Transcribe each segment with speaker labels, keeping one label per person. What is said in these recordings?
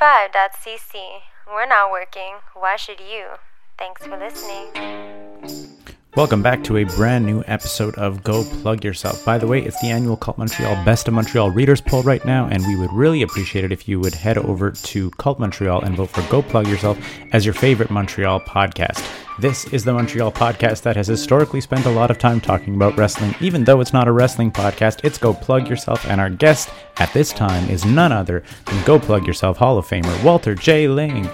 Speaker 1: 9to5.cc. We're not working. Why should you? Thanks for listening.
Speaker 2: Welcome back to a brand new episode of Go Plug Yourself. By the way, it's the annual Cult Montreal Best of Montreal Readers Poll right now, and we would really appreciate it if you would head over to Cult Montreal and vote for Go Plug Yourself as your favorite Montreal podcast. This is the Montreal podcast that has historically spent a lot of time talking about wrestling. Even though it's not a wrestling podcast, it's Go Plug Yourself, and our guest at this time is none other than Go Plug Yourself Hall of Famer Walter J. Lane.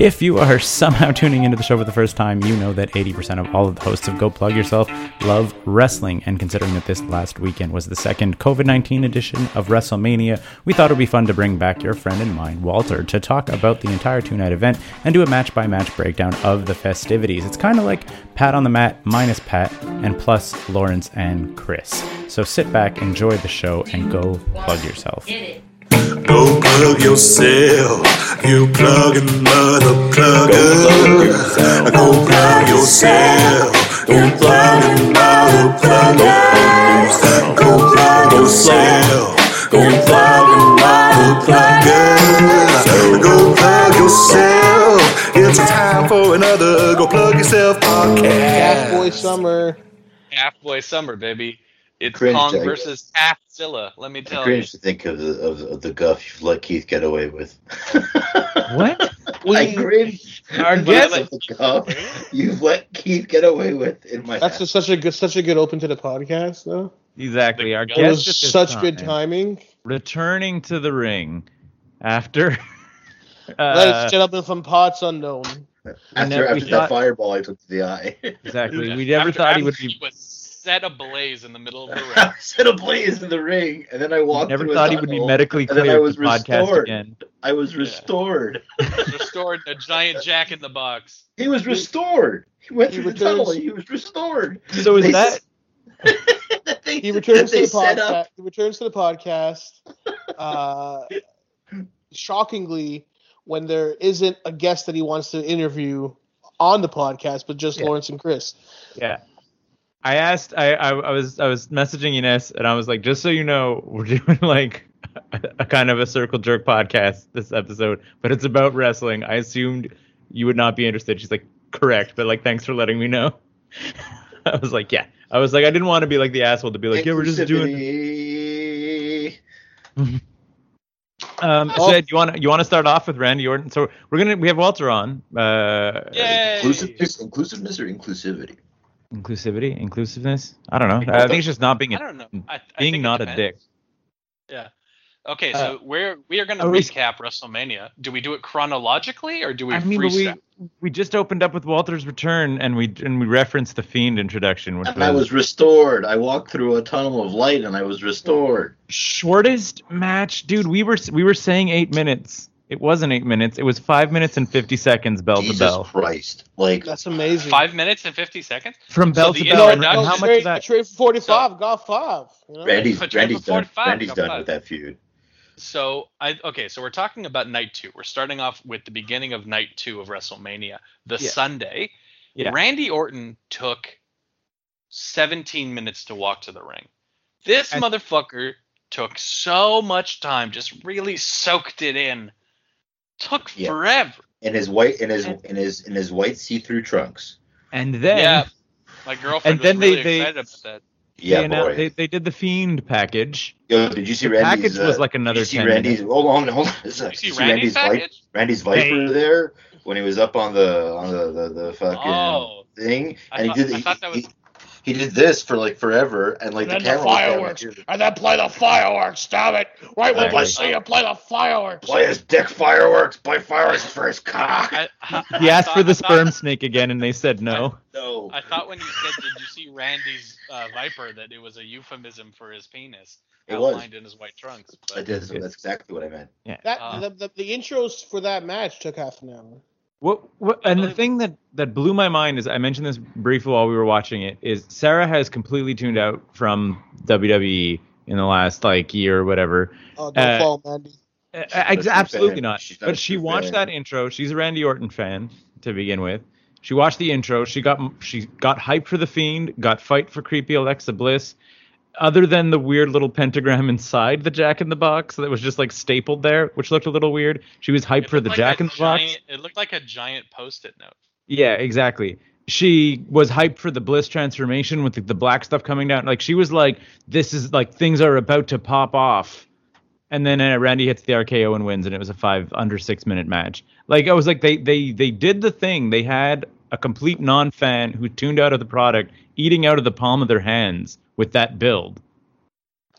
Speaker 2: If you are somehow tuning into the show for the first time, you know that 80% of all of the hosts of Go Plug Yourself love wrestling. And considering that this last weekend was the second COVID 19 edition of WrestleMania, we thought it would be fun to bring back your friend and mine, Walter, to talk about the entire two night event and do a match by match breakdown of the festivities. It's kind of like Pat on the Mat minus Pat and plus Lawrence and Chris. So sit back, enjoy the show, and go plug yourself.
Speaker 3: Go plug yourself. You plugging mother plugger. Go plug yourself. You plugging mother plugger. Go plug yourself. You plugging mother plugger. Go plug yourself. It's time for another Go Plug Yourself podcast.
Speaker 4: Boy Summer.
Speaker 5: Halfway summer, baby. It's
Speaker 6: Cringe,
Speaker 5: Kong
Speaker 6: I-
Speaker 5: versus Halfzilla. Let me
Speaker 6: I
Speaker 5: tell you.
Speaker 6: cringe to think of the of, of the guff you've let Keith get away with.
Speaker 2: What?
Speaker 6: I cringe.
Speaker 5: Our
Speaker 6: Because
Speaker 5: guest-
Speaker 6: of the guff you've let Keith get away with in my.
Speaker 4: That's just
Speaker 6: That's
Speaker 4: such a good, such a good open to the podcast, though.
Speaker 7: Exactly. Our
Speaker 5: It
Speaker 4: It
Speaker 5: Yes,
Speaker 7: guest at
Speaker 4: was
Speaker 7: this
Speaker 4: such
Speaker 7: time,
Speaker 4: good timing.
Speaker 7: Returning to the ring after.
Speaker 4: Ladies
Speaker 7: uh,
Speaker 4: and gentlemen, from parts unknown.
Speaker 6: after
Speaker 7: we
Speaker 6: after that
Speaker 7: thought-
Speaker 6: fireball I took to the eye.
Speaker 7: exactly. We never thought he would
Speaker 5: He
Speaker 7: be.
Speaker 5: was set ablaze in the middle of the ring.
Speaker 6: I set a blaze in the ring, and then I walked.
Speaker 7: Never
Speaker 6: through a
Speaker 7: thought he would be
Speaker 6: tunnel.
Speaker 7: medically
Speaker 6: and then I
Speaker 7: clear
Speaker 6: was
Speaker 7: to podcast
Speaker 6: restored.
Speaker 7: again.
Speaker 6: I was restored.
Speaker 5: Restored a giant jack in the box.
Speaker 6: He was restored. He went
Speaker 4: He
Speaker 6: through the
Speaker 4: returns-
Speaker 6: tunnel. He was restored.
Speaker 7: So is
Speaker 6: They
Speaker 7: that?
Speaker 6: s- they,
Speaker 4: He returns to
Speaker 6: they
Speaker 4: the
Speaker 6: set up
Speaker 4: podcast. He returns to the podcast. Uh, shockingly, when there isn't a guest that he wants to interview on the podcast, but just
Speaker 7: Yeah.
Speaker 4: Lawrence and Chris.
Speaker 7: Yeah. I asked. I, I I was I was messaging Ines, and I was like, just so you know, we're doing like a, a kind of a circle jerk podcast this episode, but it's about wrestling. I assumed you would not be interested. She's like, correct, but like, thanks for letting me know. I was like, yeah. I was like, I didn't want to be like the asshole to be like, yeah, we're just doing
Speaker 6: inclusivity.
Speaker 7: Um,
Speaker 4: Oh.
Speaker 7: so do you want to you want to start off with Randy Orton? So we're gonna we have Walter on. Uh,
Speaker 5: Yay!
Speaker 6: Inclusiveness, inclusiveness or inclusivity?
Speaker 7: Inclusivity, inclusiveness. I don't know. I think it's just not being
Speaker 5: I
Speaker 7: a,
Speaker 5: don't know. I, I think
Speaker 7: being
Speaker 5: it
Speaker 7: not a
Speaker 5: depends.
Speaker 7: dick.
Speaker 5: Okay, so we're we are going to
Speaker 7: Uh, are we-
Speaker 5: recap WrestleMania. Do we do it chronologically or do we
Speaker 7: I mean, but we
Speaker 5: freestyle?
Speaker 7: we just opened up with Walter's return, and we and we referenced the Fiend introduction, which
Speaker 6: I was restored. I walked through a tunnel of light and I was restored.
Speaker 7: shortest match, dude. We were we were saying eight minutes. It wasn't eight minutes. It was five minutes and fifty seconds, bell
Speaker 6: Jesus
Speaker 7: to bell.
Speaker 6: Christ. Like
Speaker 4: That's amazing.
Speaker 5: Five minutes and fifty seconds.
Speaker 7: From
Speaker 5: So
Speaker 7: bell
Speaker 5: the
Speaker 7: to bell, and,
Speaker 5: introduction-
Speaker 7: and how much
Speaker 4: trade,
Speaker 7: of that?
Speaker 4: trade for forty-five? got five. You know?
Speaker 6: Randy's,
Speaker 5: But you have
Speaker 6: Randy's
Speaker 5: a
Speaker 6: done
Speaker 5: 45,
Speaker 6: Randy's done
Speaker 5: come
Speaker 6: with that feud.
Speaker 5: So I okay, so we're talking about night two. We're starting off with the beginning of night two of WrestleMania, the
Speaker 7: Yeah.
Speaker 5: Sunday.
Speaker 7: Yeah.
Speaker 5: Randy Orton took 17 minutes to walk to the ring. This
Speaker 7: And-
Speaker 5: motherfucker took so much time, just really soaked it in. Took
Speaker 6: Yeah.
Speaker 5: forever.
Speaker 6: In his white in his in his in his white see through trunks.
Speaker 7: And then
Speaker 5: yeah. My girlfriend
Speaker 7: And then
Speaker 5: was
Speaker 7: they-
Speaker 5: really
Speaker 7: they-
Speaker 5: excited about that.
Speaker 6: Yeah,
Speaker 7: they, annou-
Speaker 6: boy.
Speaker 7: they they did the Fiend package.
Speaker 6: Yo, did you see
Speaker 7: The
Speaker 6: Randy's
Speaker 7: package was
Speaker 6: uh,
Speaker 7: like
Speaker 6: did you
Speaker 7: another
Speaker 6: see
Speaker 7: 10
Speaker 6: Randy's
Speaker 7: minutes.
Speaker 6: hold on, hold on. a sec.
Speaker 5: You see
Speaker 6: Did
Speaker 5: Randy's
Speaker 6: Vi-
Speaker 5: package?
Speaker 6: Randy's Viper
Speaker 7: Hey.
Speaker 6: there when he was up on the on the the, the fucking
Speaker 5: Oh.
Speaker 6: thing
Speaker 5: I
Speaker 6: and
Speaker 5: thought-
Speaker 6: he did
Speaker 5: I
Speaker 6: he,
Speaker 5: thought that was-
Speaker 6: he, he did this for like forever and like
Speaker 4: And
Speaker 6: the
Speaker 4: then the
Speaker 6: camera was down
Speaker 4: fireworks.
Speaker 6: here.
Speaker 4: And then play the fireworks. Damn it! Right
Speaker 6: when we Exactly.
Speaker 5: see
Speaker 4: you, play the fireworks.
Speaker 6: Play his dick fireworks. Play fireworks for his cock.
Speaker 5: I, I,
Speaker 7: He
Speaker 5: I
Speaker 7: asked for
Speaker 5: thought-
Speaker 7: the
Speaker 5: I thought-
Speaker 7: sperm snake again, and they said no.
Speaker 6: no.
Speaker 5: I thought when you said, "Did you see Randy's uh, viper?" that it was a euphemism for his penis
Speaker 6: It was.
Speaker 5: outlined in his white trunks. but-
Speaker 6: That is, that's exactly what I meant.
Speaker 4: That
Speaker 5: Ah.
Speaker 4: the, the the intros for that match took half an hour.
Speaker 7: What, what, and the thing that, that blew my mind is I mentioned this briefly while we were watching it is Sarah has completely tuned out from WWE in the last like year or whatever.
Speaker 4: Oh, don't
Speaker 7: Uh,
Speaker 4: fall, Mandy.
Speaker 7: Uh,
Speaker 6: not a
Speaker 7: ex-
Speaker 6: true
Speaker 7: absolutely
Speaker 6: fan.
Speaker 7: not.
Speaker 6: She's not a
Speaker 7: But she
Speaker 6: true
Speaker 7: watched
Speaker 6: fan.
Speaker 7: that intro. She's a Randy Orton fan to begin with. She watched the intro. She got she got hyped for the Fiend. Got fight for creepy Alexa Bliss. other than the weird little pentagram inside the Jack in the Box that was just like stapled there, which looked a little weird. She was hyped
Speaker 5: It
Speaker 7: for
Speaker 5: looked
Speaker 7: the
Speaker 5: like
Speaker 7: Jack
Speaker 5: a
Speaker 7: in the Box.
Speaker 5: giant- It looked like a giant post-it note.
Speaker 7: Yeah, exactly. She was hyped for the bliss transformation with the, the black stuff coming down. Like she was like, "This is like things are about to pop off," and then uh, Randy hits the RKO and wins, and it was a five under six minute match. Like I was like, they they they did the thing. They had a complete non fan who tuned out of the product, eating out of the palm of their hands with that build,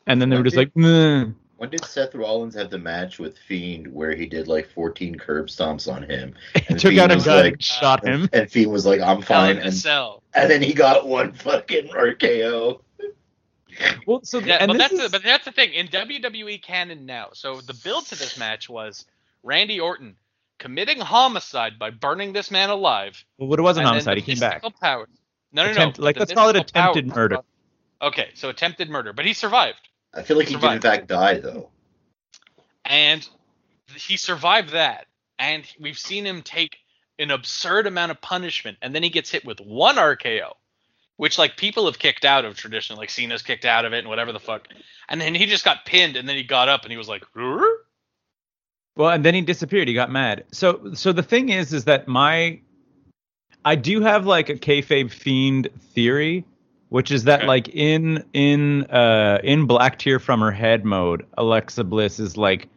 Speaker 7: and then they were just like, "Meh."
Speaker 6: When did Seth Rollins have the match with Fiend where he did like 14 curb stomps on him? And
Speaker 7: took out a
Speaker 6: was
Speaker 7: gun,
Speaker 6: like-
Speaker 7: and shot him.
Speaker 6: and Fiend was like, "I'm
Speaker 5: Hell in
Speaker 6: fine,"
Speaker 5: a
Speaker 6: and,
Speaker 5: cell.
Speaker 6: and then he got one fucking RKO.
Speaker 7: Well, so
Speaker 5: Yeah,
Speaker 7: and
Speaker 5: but
Speaker 7: this
Speaker 5: that's
Speaker 7: is,
Speaker 5: the, but that's the thing in WWE canon now. So the build to this match was Randy Orton committing homicide by burning this man alive.
Speaker 7: well, what it wasn't
Speaker 5: and then
Speaker 7: homicide.
Speaker 5: the
Speaker 7: He came back.
Speaker 5: mystical Power. No, no,
Speaker 7: Attempt-
Speaker 5: no. but
Speaker 7: like,
Speaker 5: the
Speaker 7: let's call it
Speaker 5: mystical power-
Speaker 7: attempted murder.
Speaker 5: Okay, so attempted murder, but he survived,
Speaker 6: I feel like he did in
Speaker 5: Survived.
Speaker 6: fact die though.
Speaker 5: and he survived that. And we've seen him take an absurd amount of punishment, and then he gets hit with one RKO, which like people have kicked out of tradition, like Cena's kicked out of it and whatever the fuck. And then he just got pinned, and then he got up and he was like, "Rrr?"
Speaker 7: Well, and then he disappeared. He got mad. So, so the thing is, is that my, I do have like a kayfabe fiend theory, which is that
Speaker 5: Okay.
Speaker 7: like in in uh in black tear from her head mode, Alexa Bliss is like,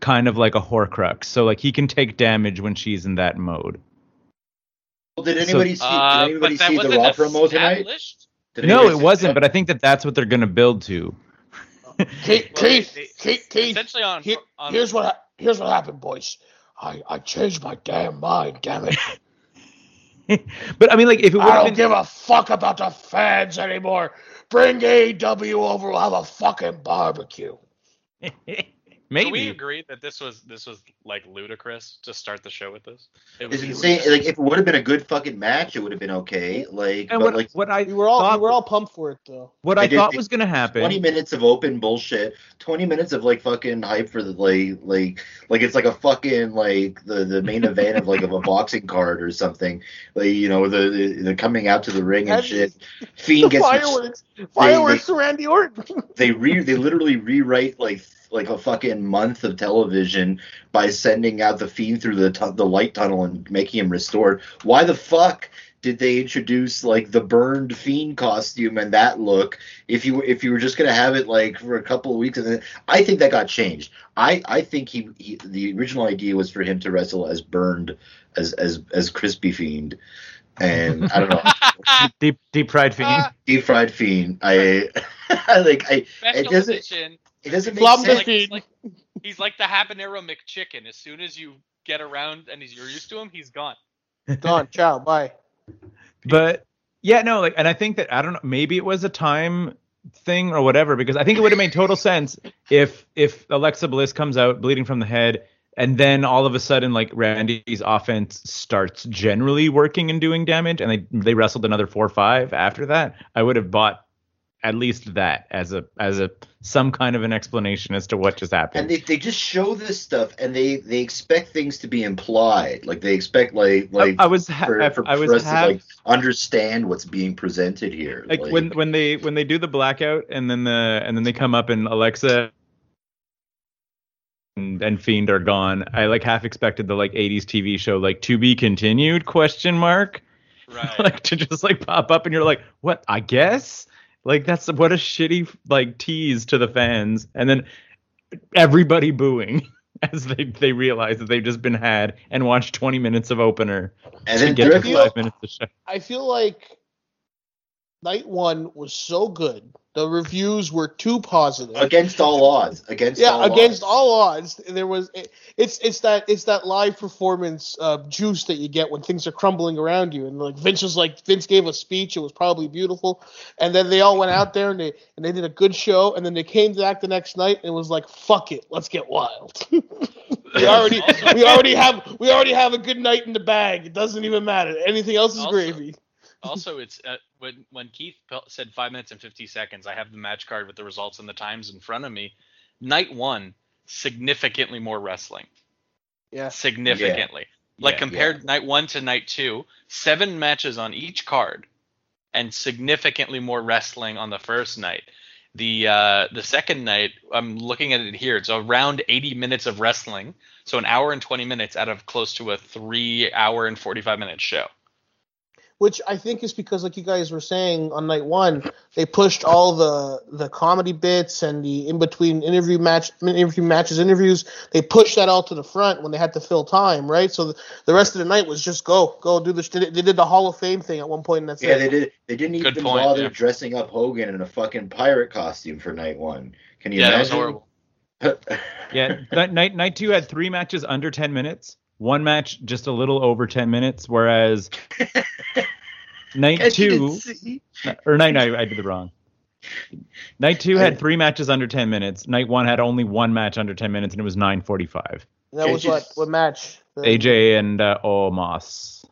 Speaker 7: kind of like a Horcrux. So like he can take damage when she's in that mode.
Speaker 6: Well, did
Speaker 7: So-
Speaker 6: anybody see?
Speaker 5: Uh,
Speaker 6: did
Speaker 5: but
Speaker 6: anybody
Speaker 5: that
Speaker 6: see the
Speaker 5: wasn't
Speaker 6: Raw promo tonight?
Speaker 5: established.
Speaker 6: Did
Speaker 7: No,
Speaker 6: anybody
Speaker 7: it
Speaker 6: see-
Speaker 7: wasn't. But I think that that's what they're gonna build to.
Speaker 4: Keith,
Speaker 5: Well, they-
Speaker 4: Keith,
Speaker 5: they-
Speaker 4: Keith, Keith.
Speaker 5: Essentially, um, on,
Speaker 4: Here-
Speaker 5: on
Speaker 4: here's what ha- here's what happened, boys. I, I changed my damn mind. Damn it!
Speaker 7: but I mean, like if it would
Speaker 4: I
Speaker 7: have
Speaker 4: don't
Speaker 7: been
Speaker 4: give a fuck about the fans anymore. Bring AEW over. We'll have a fucking barbecue.
Speaker 7: maybe.
Speaker 5: Do we agree that this was this was like ludicrous to start the show with this? It
Speaker 6: It's
Speaker 5: was
Speaker 6: insane.
Speaker 5: ludicrous.
Speaker 6: Like if it would have been a good fucking match, it would have been okay. Like,
Speaker 7: and
Speaker 6: but
Speaker 7: what,
Speaker 6: like
Speaker 7: what I
Speaker 4: We were all
Speaker 7: thought,
Speaker 4: we were all pumped for it though.
Speaker 7: what
Speaker 6: I
Speaker 7: I
Speaker 6: did
Speaker 7: thought
Speaker 6: think
Speaker 7: was gonna happen.
Speaker 6: 20 minutes of open bullshit, 20 minutes of like fucking hype for the like like like it's like a fucking like the the main event of like of a boxing card or something. Like you know the the, the coming out to the ring and
Speaker 4: That's-
Speaker 6: shit.
Speaker 4: The
Speaker 6: Fiend gets
Speaker 4: fireworks, fireworks to Randy Orton.
Speaker 6: they re they literally rewrite like like a fucking month of television by sending out the fiend through the tu- the light tunnel and making him restored. Why the fuck did they introduce like the burned fiend costume and that look? If you if you were just gonna have it like for a couple of weeks, and then I think that got changed. I I think he, he the original idea was for him to wrestle as burned as as as crispy fiend, and I don't know
Speaker 7: Deep deep fried fiend.
Speaker 5: Ah,
Speaker 6: deep fried fiend. I like I
Speaker 5: special
Speaker 6: It doesn't-
Speaker 5: edition.
Speaker 6: it doesn't make
Speaker 4: Flum the
Speaker 6: sense.
Speaker 5: Like,
Speaker 4: Fiend.
Speaker 5: he's, like, he's like the habanero McChicken. As soon as you get around and he's, you're used to him, he's gone.
Speaker 4: Done. Ciao. Bye.
Speaker 7: but yeah, no, like, and I think that I don't know, maybe it was a time thing or whatever, because I think it would have made total sense if if Alexa Bliss comes out bleeding from the head, and then all of a sudden, like Randy's offense starts generally working and doing damage, and they they wrestled another four or five after that. I would have bought at least that as a as a some kind of an explanation as to what just happened.
Speaker 6: and they, they just show this stuff and they they expect things to be implied like they expect like like
Speaker 7: I, I was ha-
Speaker 6: for-
Speaker 7: I,
Speaker 6: for-
Speaker 7: I
Speaker 6: for
Speaker 7: was
Speaker 6: us to,
Speaker 7: half,
Speaker 6: like, understand what's being presented here
Speaker 7: like when when they when they do the blackout and then the and then they come up and Alexa and, and Fiend are gone. I like half expected the like 80s TV show like to be continued question mark
Speaker 5: Right.
Speaker 7: like to just like pop up and you're like what I guess like that's what a shitty like tease to the fans and then everybody booing as they they realize that they've just been had and watched 20 minutes of opener
Speaker 6: and
Speaker 7: to
Speaker 6: then
Speaker 7: get to
Speaker 6: directly
Speaker 4: feel-
Speaker 7: five minutes of show.
Speaker 4: I feel like night one was so good. The reviews were too positive.
Speaker 6: against all odds against
Speaker 4: yeah,
Speaker 6: all
Speaker 4: against
Speaker 6: odds.
Speaker 4: all odds, there was it, it's it's that it's that live performance uh, juice that you get when things are crumbling around you. And like Vince was like Vince gave a speech, it was probably beautiful, and then they all went out there and they and they did a good show, and then they came back the next night and was like, "Fuck it, let's get wild." we already
Speaker 5: Also-
Speaker 4: we already have we already have a good night in the bag. It doesn't even matter. Anything else is
Speaker 5: Also-
Speaker 4: gravy.
Speaker 5: also, it's uh, when when Keith Pel- said five minutes and fifty seconds. I have the match card with the results and the times in front of me. Night one, significantly more wrestling.
Speaker 4: Yeah.
Speaker 5: significantly. Like
Speaker 7: Yeah.
Speaker 5: compared night one to night two, seven matches on each card, and significantly more wrestling on the first night. The uh, the second night, I'm looking at it here. It's around 80 minutes of wrestling, so an hour and 20 minutes out of close to a three hour and 45 minute show.
Speaker 4: which I think is because, like you guys were saying on night one, they pushed all the the comedy bits and the in between interview match interview matches interviews. They pushed that all to the front when they had to fill time, right? So the, the rest of the night was just go go do this. They did- they did the Hall of Fame thing at one point, and that's
Speaker 6: Yeah,
Speaker 4: it.
Speaker 6: they did. They didn't
Speaker 5: Good
Speaker 6: even
Speaker 5: point,
Speaker 6: bother
Speaker 5: yeah.
Speaker 6: dressing up Hogan in a fucking pirate costume for night one. Can you
Speaker 5: Yeah, that
Speaker 6: imagine?
Speaker 5: was horrible.
Speaker 7: Yeah, that night night two had three matches under ten minutes. One match just a little over ten minutes, whereas night
Speaker 6: As you can
Speaker 7: two uh,
Speaker 6: see.
Speaker 7: or night no, I did the wrong. Night two had three matches under ten minutes. Night one had only one match under ten minutes, and it was nine forty-five.
Speaker 4: That was
Speaker 6: Can't you
Speaker 4: what
Speaker 6: s-
Speaker 4: what match? The-
Speaker 7: AJ and uh, Omos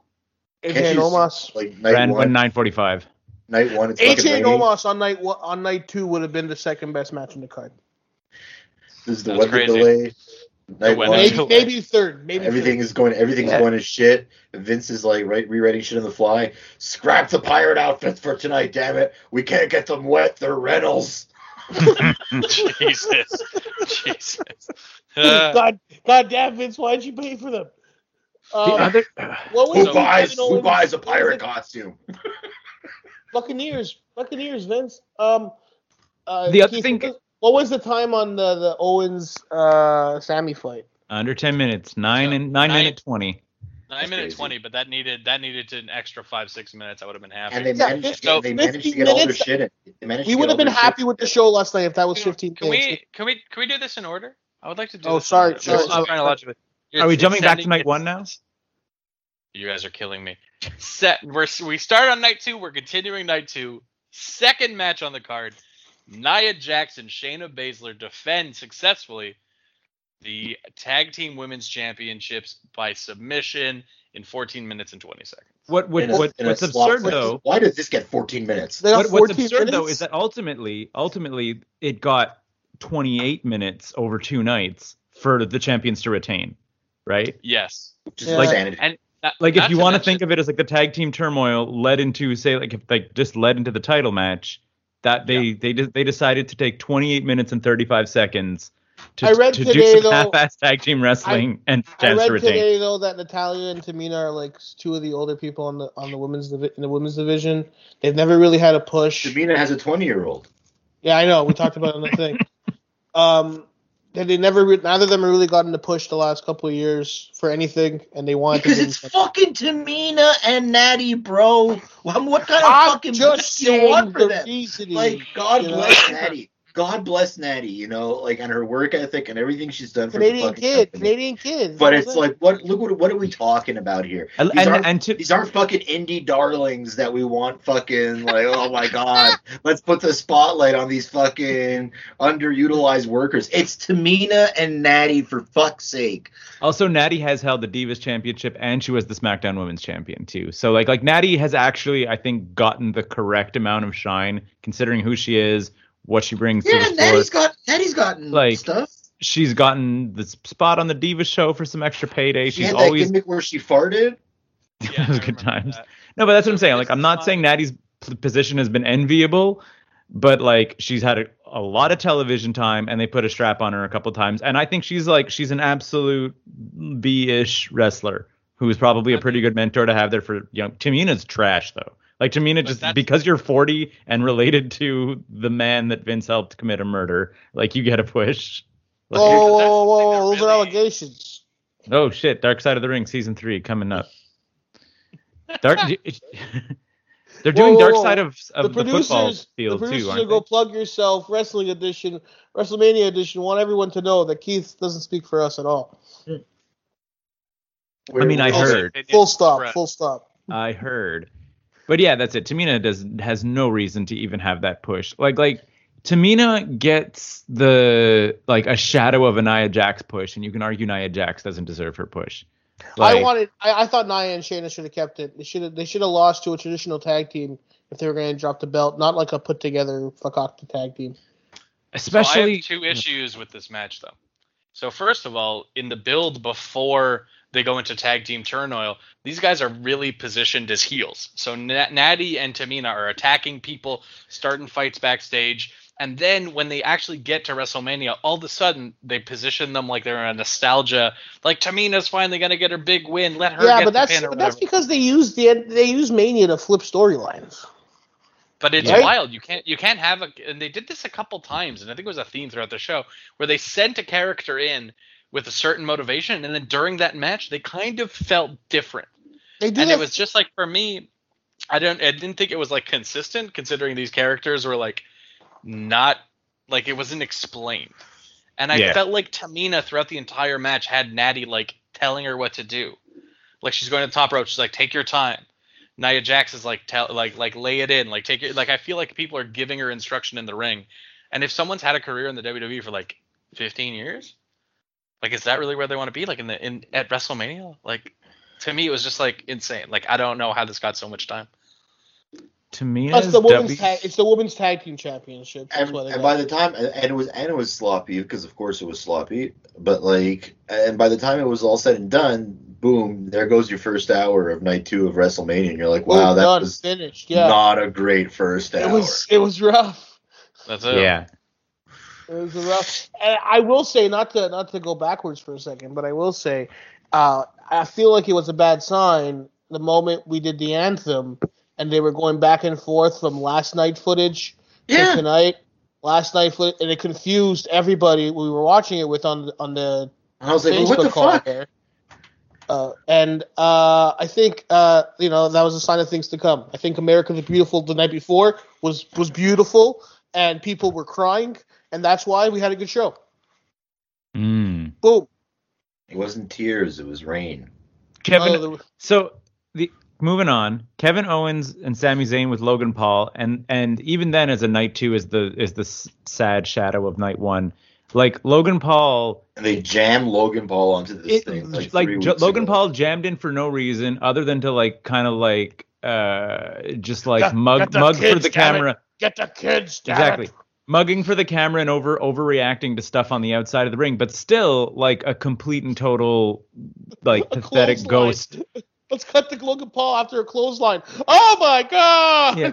Speaker 6: Can't
Speaker 4: AJ and
Speaker 6: you s-
Speaker 4: Omos.
Speaker 6: Like night
Speaker 7: ran
Speaker 6: one,
Speaker 7: one nine forty-five.
Speaker 6: night one. It's fucking
Speaker 4: AJ and
Speaker 6: raining.
Speaker 4: Omos on night one, on night two would have been the second best match in the card.
Speaker 6: This is the
Speaker 5: That's
Speaker 6: weather
Speaker 5: crazy.
Speaker 6: delay. Night
Speaker 5: weather
Speaker 6: one.
Speaker 4: Maybe
Speaker 5: Until-
Speaker 4: maybe third. Maybe
Speaker 6: Everything is going. Everything's
Speaker 7: Yeah.
Speaker 6: going to shit. Vince is like right, rewriting shit on the fly. Scrap the pirate outfits for tonight, damn it! We can't get them wet. They're Reynolds.
Speaker 5: Jesus, Jesus.
Speaker 4: third.
Speaker 5: Uh,
Speaker 4: God, God damn Vince, why'd you pay for them?
Speaker 7: The
Speaker 4: Um,
Speaker 7: other
Speaker 4: what was
Speaker 6: Who
Speaker 4: it?
Speaker 6: buys?
Speaker 4: Kevin
Speaker 6: Who
Speaker 4: Owens-
Speaker 6: buys a
Speaker 4: what was
Speaker 6: pirate
Speaker 4: it?
Speaker 6: costume?
Speaker 4: Buccaneers, Buccaneers, Vince. Um, uh,
Speaker 7: The other thing-
Speaker 4: what was- what was the time on the the Owens uh Sammy fight?
Speaker 7: under ten minutes, nine and nine
Speaker 5: Nine-
Speaker 7: minute twenty.
Speaker 5: nine minutes
Speaker 6: crazy.
Speaker 5: twenty, but that needed that needed an extra five six minutes. I would have been happy.
Speaker 6: And they
Speaker 4: Yeah,
Speaker 6: managed.
Speaker 5: fifteen-
Speaker 6: they managed to
Speaker 4: fifteen
Speaker 6: get all their
Speaker 4: minutes.
Speaker 6: shit. In. They managed.
Speaker 4: We
Speaker 6: to get
Speaker 4: would have
Speaker 6: all
Speaker 4: been
Speaker 6: their shit
Speaker 4: happy with the show last night if that was
Speaker 5: Can-
Speaker 4: 15
Speaker 5: Can
Speaker 4: minutes.
Speaker 5: we can we can we do this in order? I would like to do.
Speaker 4: Oh,
Speaker 5: this in
Speaker 4: sorry,
Speaker 5: order.
Speaker 4: sorry.
Speaker 5: This is
Speaker 4: I-
Speaker 5: chronological.
Speaker 7: Are we
Speaker 5: It's-
Speaker 7: jumping
Speaker 5: it's
Speaker 7: back to
Speaker 5: ending-
Speaker 7: night
Speaker 5: it's-
Speaker 7: one now?
Speaker 5: You guys are killing me. Set. We're we start on night two. We're continuing night two. Second match on the card. Nia Jackson, Shayna Baszler defend successfully the tag team women's championships by submission in 14 minutes and 20 seconds.
Speaker 7: What what,
Speaker 6: in a-
Speaker 7: what
Speaker 6: in a
Speaker 7: what's
Speaker 6: slot
Speaker 7: absurd
Speaker 6: place.
Speaker 7: though?
Speaker 6: Why does this get 14 minutes?
Speaker 4: They got
Speaker 7: What, what's
Speaker 4: 14
Speaker 7: absurd though
Speaker 4: minutes?
Speaker 7: is that ultimately ultimately it got twenty eight minutes over two nights for the champions to retain, right?
Speaker 5: Yes.
Speaker 6: Just
Speaker 4: Yeah.
Speaker 6: insanity.
Speaker 5: And
Speaker 7: Uh,
Speaker 5: not-
Speaker 7: like if
Speaker 5: not
Speaker 7: you want to
Speaker 5: mention-
Speaker 7: think of it as like the tag team turmoil led into say like if like just led into the title match that they they de- they decided to take 28 minutes and 35 seconds to,
Speaker 4: I read
Speaker 7: to
Speaker 4: today,
Speaker 7: do some
Speaker 4: though-
Speaker 7: half-ass tag team wrestling and
Speaker 4: I
Speaker 7: chance to
Speaker 4: read
Speaker 7: retain.
Speaker 4: today though that Natalia and Tamina are like two of the older people on the on the women's divi- in the women's division. They've never really had a push.
Speaker 6: Shabina has a 20 year old.
Speaker 4: Yeah, I know. We talked about it on the thing. Um, they, they never, re- neither of them really gotten to push the last couple of years for anything, and they wanted
Speaker 6: Because
Speaker 4: to.
Speaker 6: it's fucking Tamina and Natty, bro. What what kind of
Speaker 4: I'm
Speaker 6: fucking
Speaker 4: just
Speaker 6: push do you want
Speaker 4: saying
Speaker 6: for
Speaker 4: the
Speaker 6: them?
Speaker 4: reasoning.
Speaker 6: Like, God
Speaker 4: you know?
Speaker 6: bless Mm. Natty. God bless Natty, you know, like, and her work ethic and everything she's done for the
Speaker 4: Canadian
Speaker 6: fucking
Speaker 4: kid,
Speaker 6: company.
Speaker 4: Canadian kid.
Speaker 6: But it's like, what? Look what what are we talking about here?
Speaker 7: and
Speaker 6: These
Speaker 7: and,
Speaker 6: aren't-
Speaker 7: and to,
Speaker 6: These aren't fucking indie darlings that we want fucking like oh my god, let's put the spotlight on these fucking underutilized workers. It's Tamina and Natty for fuck's sake.
Speaker 7: also Natty has held the Divas Championship and she was the SmackDown Women's Champion too. So like like Natty has actually I think gotten the correct amount of shine considering who she is, what she brings to the
Speaker 6: Yeah,
Speaker 7: sport.
Speaker 6: Natty's got Natty's gotten
Speaker 7: Like,
Speaker 6: stuff.
Speaker 7: she's gotten the s- spot on the Diva show for some extra payday.
Speaker 6: She
Speaker 7: she's
Speaker 6: had that
Speaker 7: always
Speaker 6: gimmick where she farted.
Speaker 5: Yeah, I
Speaker 7: Those good
Speaker 5: remember
Speaker 7: times.
Speaker 5: that.
Speaker 7: no, but that's what I'm
Speaker 5: So
Speaker 7: saying. Like,
Speaker 5: this
Speaker 7: I'm
Speaker 5: is
Speaker 7: not
Speaker 5: fine.
Speaker 7: saying Natty's p- position has been enviable, but like she's had a, a lot of television time, and they put a strap on her a couple times, and I think she's like she's an absolute B-ish wrestler who is probably a pretty good mentor to have there for young. Tamina's trash though. Like Tamina, just
Speaker 5: that's-
Speaker 7: because you're 40 and related to the man that Vince helped commit a murder, like you get a push.
Speaker 4: whoa,
Speaker 7: Like,
Speaker 4: whoa,
Speaker 5: that's
Speaker 4: whoa,
Speaker 5: the thing
Speaker 4: whoa,
Speaker 5: that
Speaker 4: those are
Speaker 5: really-
Speaker 4: allegations.
Speaker 7: Oh shit! Dark Side of the Ring season three coming up. Dark. they're doing
Speaker 4: Whoa, whoa,
Speaker 7: Dark
Speaker 4: whoa.
Speaker 7: Side of, of the, football
Speaker 4: producers, the
Speaker 7: field
Speaker 4: producers
Speaker 7: too,
Speaker 4: will
Speaker 7: aren't
Speaker 4: go
Speaker 7: they?
Speaker 4: plug yourself. Wrestling edition, WrestleMania edition. Want everyone to know that Keith doesn't speak for us at all.
Speaker 7: I mean, I
Speaker 5: Also,
Speaker 7: heard.
Speaker 5: they did
Speaker 4: Full stop.
Speaker 5: Brett.
Speaker 4: Full stop.
Speaker 7: I heard. But yeah, that's it. Tamina does has no reason to even have that push. Like like Tamina gets the like a shadow of a Nia Jax push, and you can argue Nia Jax doesn't deserve her push.
Speaker 4: I
Speaker 7: Like,
Speaker 4: wanted. I, I thought Nia and Shayna should have kept it. They should have. They should have lost to a traditional tag team if they were going to drop the belt, not like a put together fuck off the tag team.
Speaker 5: So I
Speaker 7: especially
Speaker 5: have two issues with this match, though. So first of all, in the build before they go into tag team turmoil, these guys are really positioned as heels. So Nat- Natty and Tamina are attacking people, starting fights backstage, and then when they actually get to WrestleMania, all of a sudden they position them like they're a nostalgia, like Tamina's finally gonna get her big win. Let her
Speaker 4: yeah,
Speaker 5: get
Speaker 4: but
Speaker 5: the
Speaker 4: that's
Speaker 5: pin or
Speaker 4: but that's
Speaker 5: whatever.
Speaker 4: because they use the they use Mania to flip storylines.
Speaker 5: But it's
Speaker 4: Right?
Speaker 5: wild. You can't you can't have a and they did this a couple times, and I think it was a theme throughout the show where they sent a character in with a certain motivation, and then during that match they kind of felt different.
Speaker 4: They do
Speaker 5: and
Speaker 4: that.
Speaker 5: it was just like for me, I don't I didn't think it was like consistent considering these characters were like not like it wasn't explained. And I
Speaker 7: Yeah.
Speaker 5: felt like Tamina throughout the entire match had Natty like telling her what to do. Like she's going to the top rope, she's like, take your time. Nia Jax is like tell like like lay it in, like take it like I feel like people are giving her instruction in the ring. And if someone's had a career in the WWE for like fifteen years, like is that really where they want to be? Like in the in at WrestleMania? Like to me it was just like insane. Like I don't know how this got so much time.
Speaker 4: Plus
Speaker 7: Tamina's
Speaker 4: the women's
Speaker 7: W-
Speaker 4: tag, it's the women's tag team championship. That's
Speaker 6: and,
Speaker 4: why they
Speaker 6: and
Speaker 4: got
Speaker 6: by
Speaker 4: it.
Speaker 6: the time and and it was and it was sloppy because of course it was sloppy but like and by the time it was all said and done boom there goes your first hour of night two of wrestlemania and you're like wow
Speaker 4: Boom,
Speaker 6: that
Speaker 4: done,
Speaker 6: was
Speaker 4: finished. Yeah,
Speaker 6: not a great first
Speaker 4: it
Speaker 6: hour
Speaker 4: was it was rough.
Speaker 5: That's it.
Speaker 7: Yeah.
Speaker 4: It was a rough. And I will say, not to not to go backwards for a second, but I will say, uh, I feel like it was a bad sign the moment we did the anthem and they were going back and forth from last night footage to
Speaker 6: yeah
Speaker 4: tonight, last night footage, and it confused everybody we were watching it with on the- on the
Speaker 6: and i was like
Speaker 4: Facebook
Speaker 6: what the
Speaker 4: call
Speaker 6: fuck
Speaker 4: there. Uh, and uh, I think uh, you know that was a sign of things to come. I think America the Beautiful the night before was was beautiful, and people were crying, and that's why we had a good show.
Speaker 7: Mm.
Speaker 4: Boom.
Speaker 6: it wasn't tears it was rain
Speaker 7: Kevin,
Speaker 4: Oh, the-
Speaker 7: So the moving on, Kevin Owens and Sami Zayn with Logan Paul, and and even then as a night two is the is the s- sad shadow of night one. Like Logan Paul,
Speaker 6: and they jammed logan paul onto this
Speaker 7: it,
Speaker 6: thing like,
Speaker 7: like,
Speaker 6: three
Speaker 7: J-
Speaker 6: weeks
Speaker 7: Logan
Speaker 6: ago.
Speaker 7: Paul jammed in for no reason other than to like kind of like uh just like
Speaker 4: Got-
Speaker 7: mug
Speaker 4: got the
Speaker 7: mug for
Speaker 4: kids,
Speaker 7: the
Speaker 4: damn it.
Speaker 7: camera
Speaker 4: get the kids. damn it.
Speaker 7: exactly mugging for the camera and over overreacting to stuff on the outside of the ring but still like a complete and total like
Speaker 4: A
Speaker 7: pathetic
Speaker 4: clothesline.
Speaker 7: ghost
Speaker 4: Let's cut the Logan Paul after a clothesline. Oh my god.
Speaker 7: Yeah.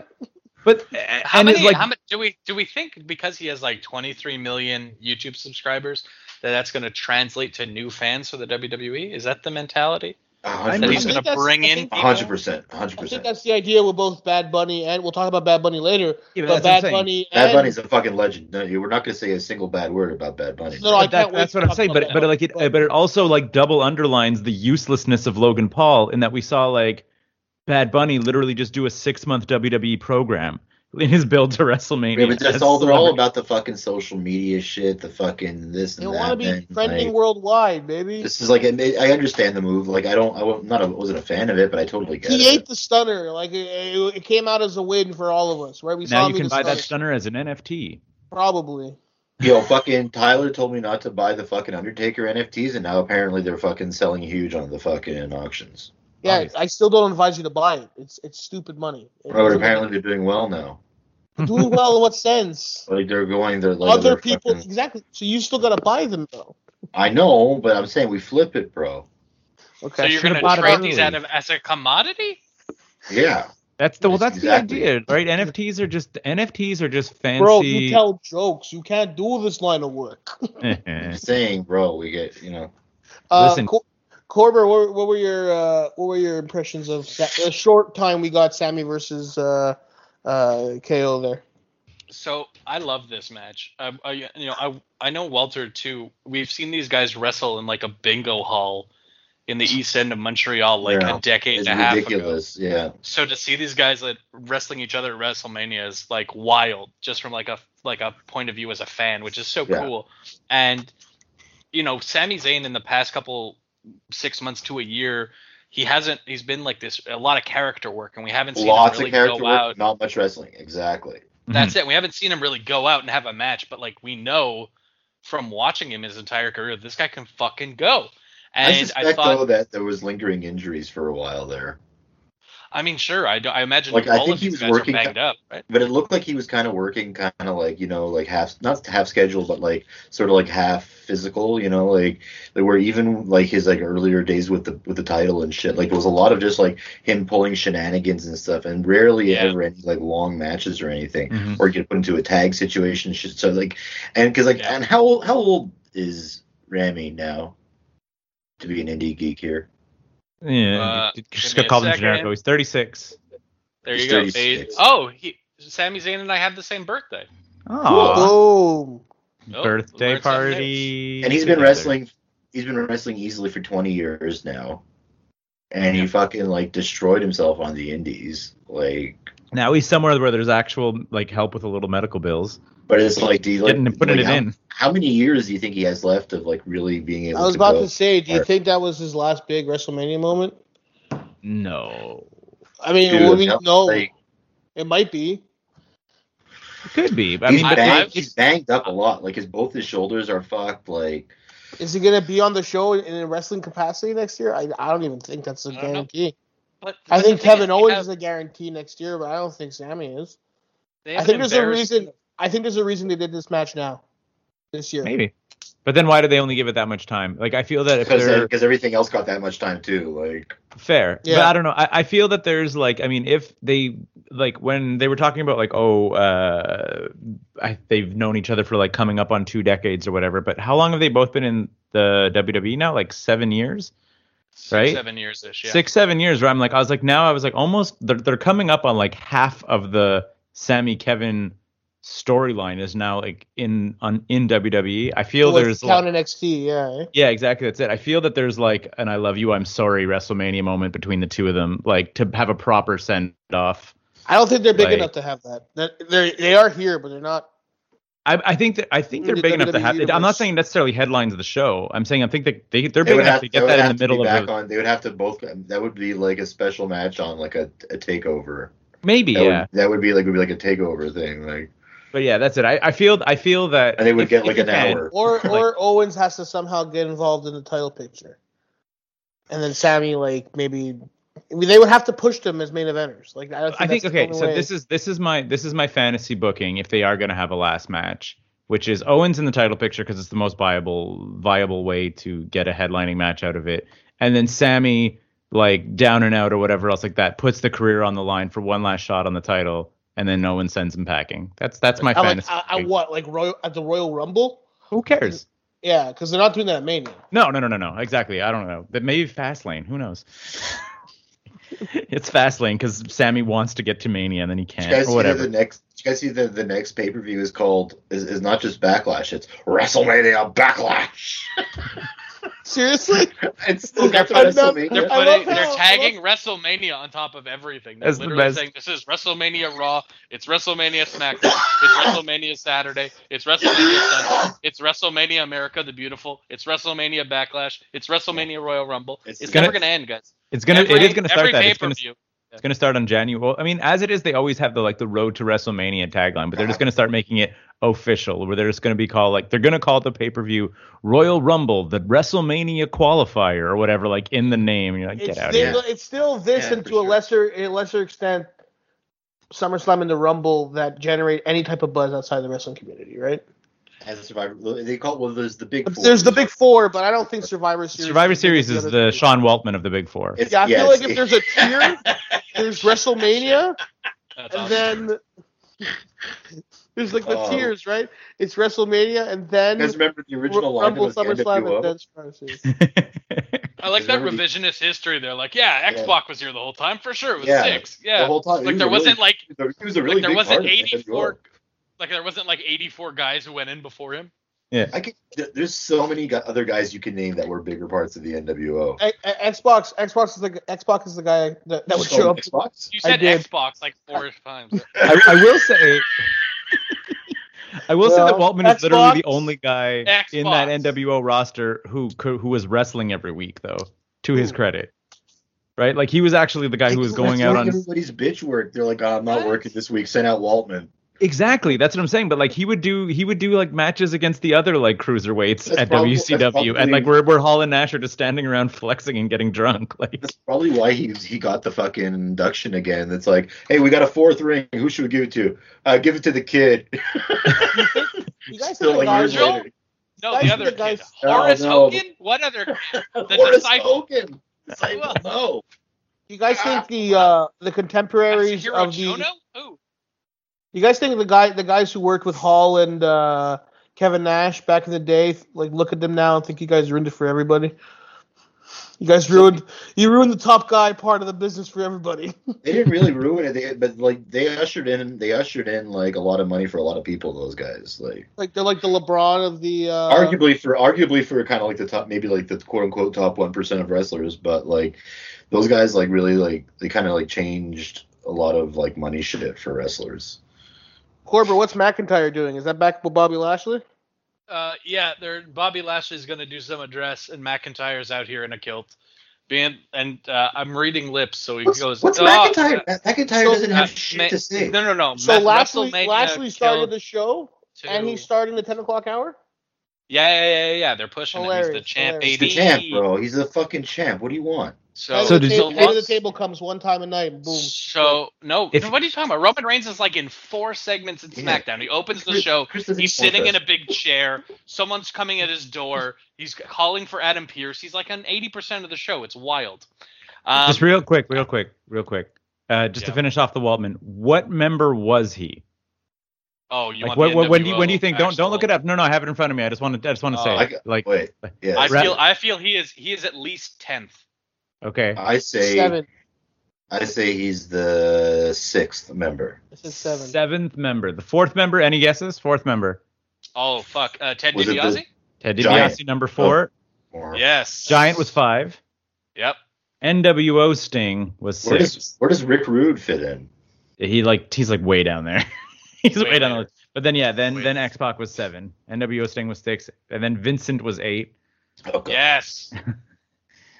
Speaker 7: but
Speaker 5: How
Speaker 7: and it's
Speaker 5: many?
Speaker 7: like
Speaker 5: how many? Do we do we think because he has like 23 million YouTube subscribers that that's going to translate to new fans for the WWE? Is that the mentality?
Speaker 6: A
Speaker 7: I
Speaker 6: hundred
Speaker 5: That
Speaker 7: mean-
Speaker 5: he's
Speaker 6: percent
Speaker 5: going to
Speaker 4: that's-
Speaker 5: bring
Speaker 4: I
Speaker 5: in
Speaker 4: think-
Speaker 6: A
Speaker 5: people?
Speaker 6: hundred percent A hundred
Speaker 4: I think
Speaker 6: percent
Speaker 4: that's the idea with both Bad Bunny and we'll talk about Bad Bunny later.
Speaker 7: Yeah, but
Speaker 4: but
Speaker 7: that's what I'm
Speaker 4: Bad
Speaker 7: saying.
Speaker 4: Bunny and
Speaker 6: Bad Bunny's a fucking legend. No, you- we're not going to say a single bad word about Bad Bunny.
Speaker 4: No, no, I
Speaker 7: But that-
Speaker 4: can't wait
Speaker 7: that's
Speaker 4: to
Speaker 7: what I'm
Speaker 4: talk
Speaker 7: saying.
Speaker 4: about
Speaker 7: But
Speaker 4: that
Speaker 7: but
Speaker 4: on
Speaker 7: like it, uh,
Speaker 4: Facebook.
Speaker 7: but it also like double underlines the uselessness of Logan Paul in that we saw like Bad Bunny literally just do a six month WWE E program in his build to WrestleMania.
Speaker 6: Yeah, but that's
Speaker 7: as
Speaker 6: all they're all
Speaker 7: celebrity.
Speaker 6: about the fucking social media shit, the fucking this
Speaker 4: They
Speaker 6: and
Speaker 4: want to
Speaker 6: that.
Speaker 4: be
Speaker 6: and,
Speaker 4: trending
Speaker 6: like,
Speaker 4: worldwide, baby.
Speaker 6: this is like I understand the move. Like I don't, I wa- not a, wasn't a fan of it, but I totally get
Speaker 4: He ate
Speaker 6: it.
Speaker 4: the stunner. Like it, it- it came out as a win for all of us. Right? We saw
Speaker 7: Now
Speaker 4: him
Speaker 7: you
Speaker 4: eat
Speaker 7: can
Speaker 4: a
Speaker 7: buy that
Speaker 4: stunner.
Speaker 7: stunner as an NFT.
Speaker 4: Probably.
Speaker 6: Yo, fucking Tyler told me not to buy the fucking Undertaker NFTs, and now apparently they're fucking selling huge on the fucking auctions.
Speaker 4: Yeah,
Speaker 7: Obviously.
Speaker 4: I still don't advise you to buy it. It's it's stupid money.
Speaker 6: Or apparently they're doing well now.
Speaker 4: doing well in what sense?
Speaker 6: Like they're going, they're like
Speaker 4: Other
Speaker 6: they're
Speaker 4: people
Speaker 6: fucking-
Speaker 4: exactly. So you still gotta buy them though.
Speaker 6: I know, but I'm saying we flip it, bro.
Speaker 5: So
Speaker 4: Okay.
Speaker 5: you're going
Speaker 7: should've
Speaker 5: to
Speaker 7: bought it
Speaker 5: trade these
Speaker 7: early.
Speaker 5: out of as a commodity?
Speaker 6: Yeah.
Speaker 7: That's the well,
Speaker 6: That's
Speaker 7: that's
Speaker 6: exactly-
Speaker 7: the idea, right? NFTs are just NFTs are just fancy.
Speaker 4: Bro, you tell jokes. You can't do this line of work.
Speaker 6: I'm just saying, bro, we get, you know.
Speaker 4: Uh,
Speaker 7: Listen.
Speaker 4: Cor- Corber, what, what were your uh, what were your impressions of Sa- the short time we got Sammy versus uh, uh, KO there?
Speaker 5: So I love this match. I, I you know I I know Welter too. We've seen these guys wrestle in like a bingo hall in the east end of Montreal like
Speaker 6: Yeah.
Speaker 5: a decade
Speaker 6: It's
Speaker 5: and a half ago.
Speaker 6: ridiculous. Yeah.
Speaker 5: So to see these guys like wrestling each other at WrestleMania is like wild, just from like a like a point of view as a fan, which is so
Speaker 6: Yeah.
Speaker 5: cool. And you know, Sami Zayn in the past couple six months to a year, he hasn't. He's been like this a lot of character work, and we haven't seen
Speaker 6: Lots
Speaker 5: him really
Speaker 6: of character
Speaker 5: go
Speaker 6: work,
Speaker 5: out.
Speaker 6: not much wrestling. Exactly.
Speaker 5: That's it. We haven't seen him really go out and have a match, but like we know from watching him his entire career, this guy can fucking go.
Speaker 6: I
Speaker 5: And I,
Speaker 6: suspect
Speaker 5: thought
Speaker 6: though that there was lingering injuries for a while there.
Speaker 5: I mean, sure. I, do, I imagine
Speaker 6: Like, I
Speaker 5: all
Speaker 6: think
Speaker 5: of
Speaker 6: he
Speaker 5: these
Speaker 6: was
Speaker 5: guys
Speaker 6: working-
Speaker 5: are banged up, right?
Speaker 6: But it looked like he was kind of working, kind of like you know, like half not half scheduled, but like sort of like half physical. You know, like they were even like his like earlier days with the with the title and shit. Like it was a lot of just like him pulling shenanigans and stuff, and rarely
Speaker 5: Yeah. Mm-hmm.
Speaker 6: ever any like long matches or anything,
Speaker 7: Mhm.
Speaker 6: or get put into a tag situation. and Shit. So like, and because like,
Speaker 5: Yeah.
Speaker 6: and how old how old is Rami now? To be an indie geek here,
Speaker 7: Yeah,
Speaker 5: Uh,
Speaker 7: you
Speaker 5: give
Speaker 7: just
Speaker 5: me
Speaker 7: got
Speaker 5: a
Speaker 7: called him
Speaker 5: second.
Speaker 7: Jericho. He's 36.
Speaker 5: There
Speaker 6: He's
Speaker 5: you go.
Speaker 6: 36.
Speaker 5: They- oh, he, Sami Zayn and I have the same birthday.
Speaker 7: Aw.
Speaker 4: Boom.
Speaker 5: Oh,
Speaker 7: birthday
Speaker 5: learn something new.
Speaker 7: party.
Speaker 6: and he's been
Speaker 7: together.
Speaker 6: wrestling. He's been wrestling easily for twenty years now, and he fucking like destroyed himself on the indies. Like,
Speaker 7: Now he's somewhere where there's actual like help with the little medical bills.
Speaker 6: but it's like, do you like,
Speaker 7: Getting putting
Speaker 6: like,
Speaker 7: it
Speaker 6: how,
Speaker 7: in.
Speaker 6: How many years do you think he has left of like really being able?
Speaker 4: I was
Speaker 6: to
Speaker 4: about
Speaker 6: go?
Speaker 4: to say, do you
Speaker 6: Alright.
Speaker 4: think that was his last big WrestleMania moment?
Speaker 7: No.
Speaker 4: I mean,
Speaker 6: Dude,
Speaker 4: well, we
Speaker 6: I'm
Speaker 4: know
Speaker 6: like,
Speaker 4: it might be.
Speaker 7: It could be. but I
Speaker 6: he's,
Speaker 7: mean,
Speaker 5: I-
Speaker 6: banged,
Speaker 5: I've-
Speaker 6: he's banged up a lot. Like his both his shoulders are fucked. Like
Speaker 4: Is he going to be on the show in a wrestling capacity next year? I, I don't even think that's a
Speaker 5: I don't know.
Speaker 4: guarantee.
Speaker 5: But-
Speaker 4: I
Speaker 5: but
Speaker 4: think
Speaker 5: the thing
Speaker 4: Kevin
Speaker 5: is,
Speaker 4: Owens
Speaker 5: they
Speaker 4: is
Speaker 5: have-
Speaker 4: a guarantee next year, but I don't think Sammy is.
Speaker 5: they
Speaker 4: I
Speaker 5: have
Speaker 4: think
Speaker 5: an
Speaker 4: there's a
Speaker 5: embarrassing-
Speaker 4: reason. I think there's a reason they did this match now, this year.
Speaker 7: maybe. But then why do they only give it that much time? Like I feel that if they're
Speaker 6: because everything else got that much time too. Like
Speaker 7: fair, but
Speaker 4: Yeah.
Speaker 7: I don't know. I, I feel that there's like I mean, if they like when they were talking about like oh uh, I, they've known each other for like coming up on two decades or whatever. But how long have they both been in the WWE now? Like seven years.
Speaker 5: six,
Speaker 7: right?
Speaker 5: Seven years ish. Yeah.
Speaker 7: six seven years where i'm like i was like now i was like almost they're, they're coming up on like half of the sammy kevin storyline is now like in on in wwe i feel
Speaker 4: With
Speaker 7: there's
Speaker 4: count
Speaker 7: like,
Speaker 4: NXT, yeah. eh?
Speaker 7: yeah exactly that's it i feel that there's like an i love you i'm sorry wrestlemania moment between the two of them like to have a proper send off
Speaker 4: I don't think they're big
Speaker 7: Like-
Speaker 4: enough to have that. That they they are here, but they're not.
Speaker 7: I, I think that I think
Speaker 4: In
Speaker 7: they're
Speaker 4: the
Speaker 7: big enough to
Speaker 4: WWE
Speaker 7: have. I'm not
Speaker 4: universe.
Speaker 7: saying necessarily headlines of the show. I'm saying I think that they they're
Speaker 6: E they
Speaker 7: big
Speaker 6: would
Speaker 7: enough
Speaker 6: have
Speaker 7: to
Speaker 6: they
Speaker 7: get
Speaker 6: would
Speaker 7: that in
Speaker 6: have
Speaker 7: the
Speaker 6: to be
Speaker 7: middle
Speaker 6: back
Speaker 7: of a,
Speaker 6: on. They would have to both. That would be like a special match on like a, a takeover.
Speaker 7: maybe
Speaker 6: That
Speaker 7: yeah.
Speaker 6: would, that would be like would be like a takeover thing. Like
Speaker 7: But yeah, that's it. I, I feel I feel that
Speaker 6: and they would
Speaker 7: if-
Speaker 6: get
Speaker 7: if
Speaker 6: like
Speaker 7: you
Speaker 6: an
Speaker 7: can-
Speaker 6: hour.
Speaker 4: Or
Speaker 7: Like-
Speaker 4: or Owens has to somehow get involved in the title picture, and then Sammy like maybe I mean, they would have to push them as main eventers. Like I, don't think
Speaker 7: I think
Speaker 4: that's
Speaker 7: okay, so this is this is my this is my fantasy booking if they are going to have a last match, which is Owens in the title picture because it's the most viable viable way to get a headlining match out of it, and then Sammy like down and out or whatever else like that puts the career on the line for one last shot on the title, and then Owens sends him packing. That's that's my
Speaker 4: I like
Speaker 7: fantasy.
Speaker 4: I, I
Speaker 7: booking.
Speaker 4: what like Royal at the Royal Rumble.
Speaker 7: Who cares?
Speaker 4: Yeah, because they're not doing that at Mania.
Speaker 7: No, no, no, no, no. Exactly. I don't know. But maybe Fastlane. Who knows? it's Fastlane because Sammy wants to get to Mania and then he
Speaker 6: Did
Speaker 7: can't
Speaker 6: you guys
Speaker 7: Eh, or
Speaker 6: see that
Speaker 7: whatever.
Speaker 6: the next? Did you guys see that the next pay per view is called is, is not just Backlash, it's WrestleMania Backlash.
Speaker 4: Seriously,
Speaker 6: it's still got the
Speaker 4: I know- I
Speaker 5: They're,
Speaker 6: WrestleMania.
Speaker 5: putting,
Speaker 4: love
Speaker 5: they're
Speaker 4: how- I
Speaker 5: tagging WrestleMania on top of everything. They're
Speaker 7: That's the
Speaker 5: literally
Speaker 7: best.
Speaker 5: saying this is WrestleMania Raw, it's WrestleMania SmackDown, it's WrestleMania Saturday, it's WrestleMania Sunday, it's WrestleMania America the Beautiful, it's WrestleMania Backlash, it's WrestleMania Royal Rumble. It's,
Speaker 6: It's
Speaker 5: never
Speaker 7: gonna-
Speaker 5: gonna end, guys.
Speaker 7: It's gonna.
Speaker 5: every,
Speaker 7: it is gonna start
Speaker 5: every
Speaker 7: that. It's gonna.
Speaker 5: pay-per-view.
Speaker 7: It's gonna start on January. Well, I mean, as it is, they always have the like the road to WrestleMania tagline, but they're just gonna start making it official, where they're just gonna be called like they're gonna call the pay per view Royal Rumble, the WrestleMania qualifier or whatever, like in the name. And you're like,
Speaker 4: it's
Speaker 7: get out of
Speaker 4: still,
Speaker 7: here.
Speaker 4: it's still this,
Speaker 6: Yeah,
Speaker 4: and
Speaker 6: for
Speaker 4: to a
Speaker 6: sure.
Speaker 4: lesser a lesser extent, SummerSlam and the Rumble that generate any type of buzz outside the wrestling community, right?
Speaker 6: As a Survivor, they call well, there's the big. Four.
Speaker 4: There's the big four, but I don't think Survivor Series.
Speaker 7: Survivor
Speaker 4: is the big
Speaker 7: Series
Speaker 4: as
Speaker 7: is
Speaker 4: other
Speaker 7: the
Speaker 4: three.
Speaker 7: Sean Waltman of the Big Four.
Speaker 6: It's-
Speaker 4: Yeah, I
Speaker 6: yeah,
Speaker 4: feel like
Speaker 6: it's-
Speaker 4: if there's a tier, there's WrestleMania,
Speaker 5: That's
Speaker 4: and
Speaker 5: awesome.
Speaker 4: then there's like the
Speaker 6: Oh.
Speaker 4: tiers, right? It's WrestleMania, and
Speaker 6: You guys
Speaker 4: then
Speaker 6: remember the original lineup
Speaker 4: Rumble,
Speaker 6: was the
Speaker 4: SummerSlam,
Speaker 6: NWO?
Speaker 4: and then Survivor Series.
Speaker 5: I like that
Speaker 6: Remember the-
Speaker 5: revisionist history. They're like, yeah,
Speaker 6: Yeah.
Speaker 5: Xbox was here the whole time for sure. It was
Speaker 6: Yeah.
Speaker 5: six. Yeah,
Speaker 6: The whole time. It
Speaker 5: like
Speaker 6: was
Speaker 5: there
Speaker 6: a really-
Speaker 5: wasn't like
Speaker 6: It was a
Speaker 5: like
Speaker 6: really
Speaker 5: there
Speaker 6: big part
Speaker 5: wasn't
Speaker 6: of the NWO.
Speaker 5: 84 like there wasn't like 84 guys who went in before him
Speaker 6: I could, th- there's so many gu- other guys you can name that were bigger parts of the NWO.
Speaker 4: A- a- Xbox, Xbox is the Xbox is the guy that, that would show up.
Speaker 6: Xbox.
Speaker 5: you
Speaker 4: I
Speaker 5: said
Speaker 4: did.
Speaker 5: xbox like four times
Speaker 7: I, I will say. I will say that
Speaker 4: Well,
Speaker 7: Waltman is literally
Speaker 4: Xbox.
Speaker 7: the only guy in that
Speaker 5: Xbox.
Speaker 7: NWO roster who cou- who was wrestling every week, though. To his credit, right? Like he was actually the guy who was going
Speaker 6: That's
Speaker 7: out
Speaker 6: like
Speaker 7: on.
Speaker 6: everybody's bitch work. They're like, oh, I'm not
Speaker 5: What?
Speaker 6: working this week. Send out Waltman.
Speaker 7: Exactly. That's what I'm saying. But like he would do he would do like matches against the other like cruiserweights
Speaker 6: That's
Speaker 7: at
Speaker 6: probably- that's
Speaker 7: WCW.
Speaker 6: probably-
Speaker 7: And like we're we're Hall and Nash are just standing around flexing and getting drunk. Like
Speaker 6: That's probably why he he got the fucking induction again. It's like, hey, we got a fourth ring. Who should we give it to? Uh, give it to the kid.
Speaker 4: You guys
Speaker 6: Still
Speaker 4: think
Speaker 6: a year
Speaker 4: Nigel-
Speaker 6: later.
Speaker 5: No,
Speaker 4: Guys,
Speaker 5: the
Speaker 4: the
Speaker 5: other kid.
Speaker 4: guys-
Speaker 6: Oh,
Speaker 5: Horace
Speaker 6: no.
Speaker 5: Hogan? What other? The
Speaker 6: Horace
Speaker 5: disciple.
Speaker 6: Hogan. Disciple, no.
Speaker 4: You guys think the uh, the contemporaries
Speaker 5: Ah. Masahiro
Speaker 4: of the
Speaker 5: Chono? Who?
Speaker 4: You guys think the guy the guys who worked with Hall and uh, Kevin Nash back in the day like look at them now and think you guys ruined it for everybody? You guys ruined you ruined the top guy part of the business for everybody.
Speaker 6: They didn't really ruin it, they, but like they ushered in they ushered in like a lot of money for a lot of people. Those guys, like
Speaker 4: like they're like the LeBron of the uh,
Speaker 6: arguably for arguably for kind of like the top maybe like the quote unquote top one percent of wrestlers, but like those guys like really like they kind of like changed a lot of like money shit for wrestlers.
Speaker 4: Corbin. What's McIntyre doing? Is that back with Bobby Lashley?
Speaker 5: Uh, yeah, they're, Bobby Lashley's going to do some address, and McIntyre's out here in a kilt. Being, and uh, I'm reading lips, so he
Speaker 6: What's,
Speaker 5: goes.
Speaker 6: what's
Speaker 5: "Oh,
Speaker 6: McIntyre?
Speaker 5: uh,
Speaker 6: McIntyre
Speaker 4: so-
Speaker 6: doesn't have
Speaker 5: uh,
Speaker 6: shit
Speaker 5: Ma-
Speaker 6: to say.
Speaker 5: No, no, no.
Speaker 4: So
Speaker 5: Ma-
Speaker 4: Lashley
Speaker 5: Uh, WrestleMania
Speaker 4: Lashley started
Speaker 5: killed
Speaker 4: the show
Speaker 5: two-
Speaker 4: and he's starting the ten o'clock hour.
Speaker 5: Yeah, yeah, yeah, yeah. They're pushing it. He's the
Speaker 4: Hilarious,
Speaker 5: champ,
Speaker 4: hilarious.
Speaker 6: He's the
Speaker 5: baby.
Speaker 6: champ, bro. He's the fucking champ. What do you want?
Speaker 5: So,
Speaker 4: head
Speaker 7: So
Speaker 4: of the,
Speaker 7: did
Speaker 4: table,
Speaker 5: you-
Speaker 4: head of the table comes one time a night. Boom.
Speaker 5: So no,
Speaker 7: If-
Speaker 5: no, what are you talking about? Roman Reigns is like in four segments in
Speaker 6: Yeah.
Speaker 5: SmackDown. He opens the
Speaker 6: Chris-
Speaker 5: show.
Speaker 6: Chris doesn't
Speaker 5: He's
Speaker 6: want
Speaker 5: sitting
Speaker 6: this.
Speaker 5: in a big chair. Someone's coming at his door. He's calling for Adam Pierce. He's like on eighty percent of the show. It's wild. Um,
Speaker 7: just real quick, real quick, real quick. Uh, just
Speaker 5: Yeah.
Speaker 7: to finish off the Waldman, what member was he?
Speaker 5: oh, you
Speaker 7: like
Speaker 5: want
Speaker 7: what,
Speaker 5: the
Speaker 7: what, when do you
Speaker 5: NWO
Speaker 7: when do you think? Don't don't look it
Speaker 5: actual-
Speaker 7: up. No, no, I have it in front of me. I just want to I just want to
Speaker 5: Oh.
Speaker 7: say
Speaker 6: I
Speaker 7: it.
Speaker 6: got-
Speaker 7: like
Speaker 6: Wait, yeah.
Speaker 5: I
Speaker 7: Ra-
Speaker 5: feel I feel he is he is at least tenth.
Speaker 7: okay.
Speaker 6: I say
Speaker 4: Seven.
Speaker 6: I say he's the sixth member.
Speaker 4: This is seven.
Speaker 7: Seventh member, the fourth member. Any guesses? Fourth member,
Speaker 5: Oh fuck, uh, Ted
Speaker 6: Was it the-
Speaker 5: DiBiase.
Speaker 7: Ted
Speaker 6: Giant.
Speaker 7: DiBiase, number four.
Speaker 6: Or-
Speaker 5: Yes.
Speaker 7: Giant was five.
Speaker 5: Yep.
Speaker 7: NWO Sting was
Speaker 6: Where
Speaker 7: six.
Speaker 6: does where does Rick Rude fit in?
Speaker 7: he like he's like way down there. he's way,
Speaker 5: Way
Speaker 7: down.
Speaker 5: there.
Speaker 7: The, but then yeah, then
Speaker 5: Way
Speaker 7: then
Speaker 5: there.
Speaker 7: X Pac was seven, NWO Sting was six, and then Vincent was eight.
Speaker 6: Oh, God.
Speaker 5: Yes.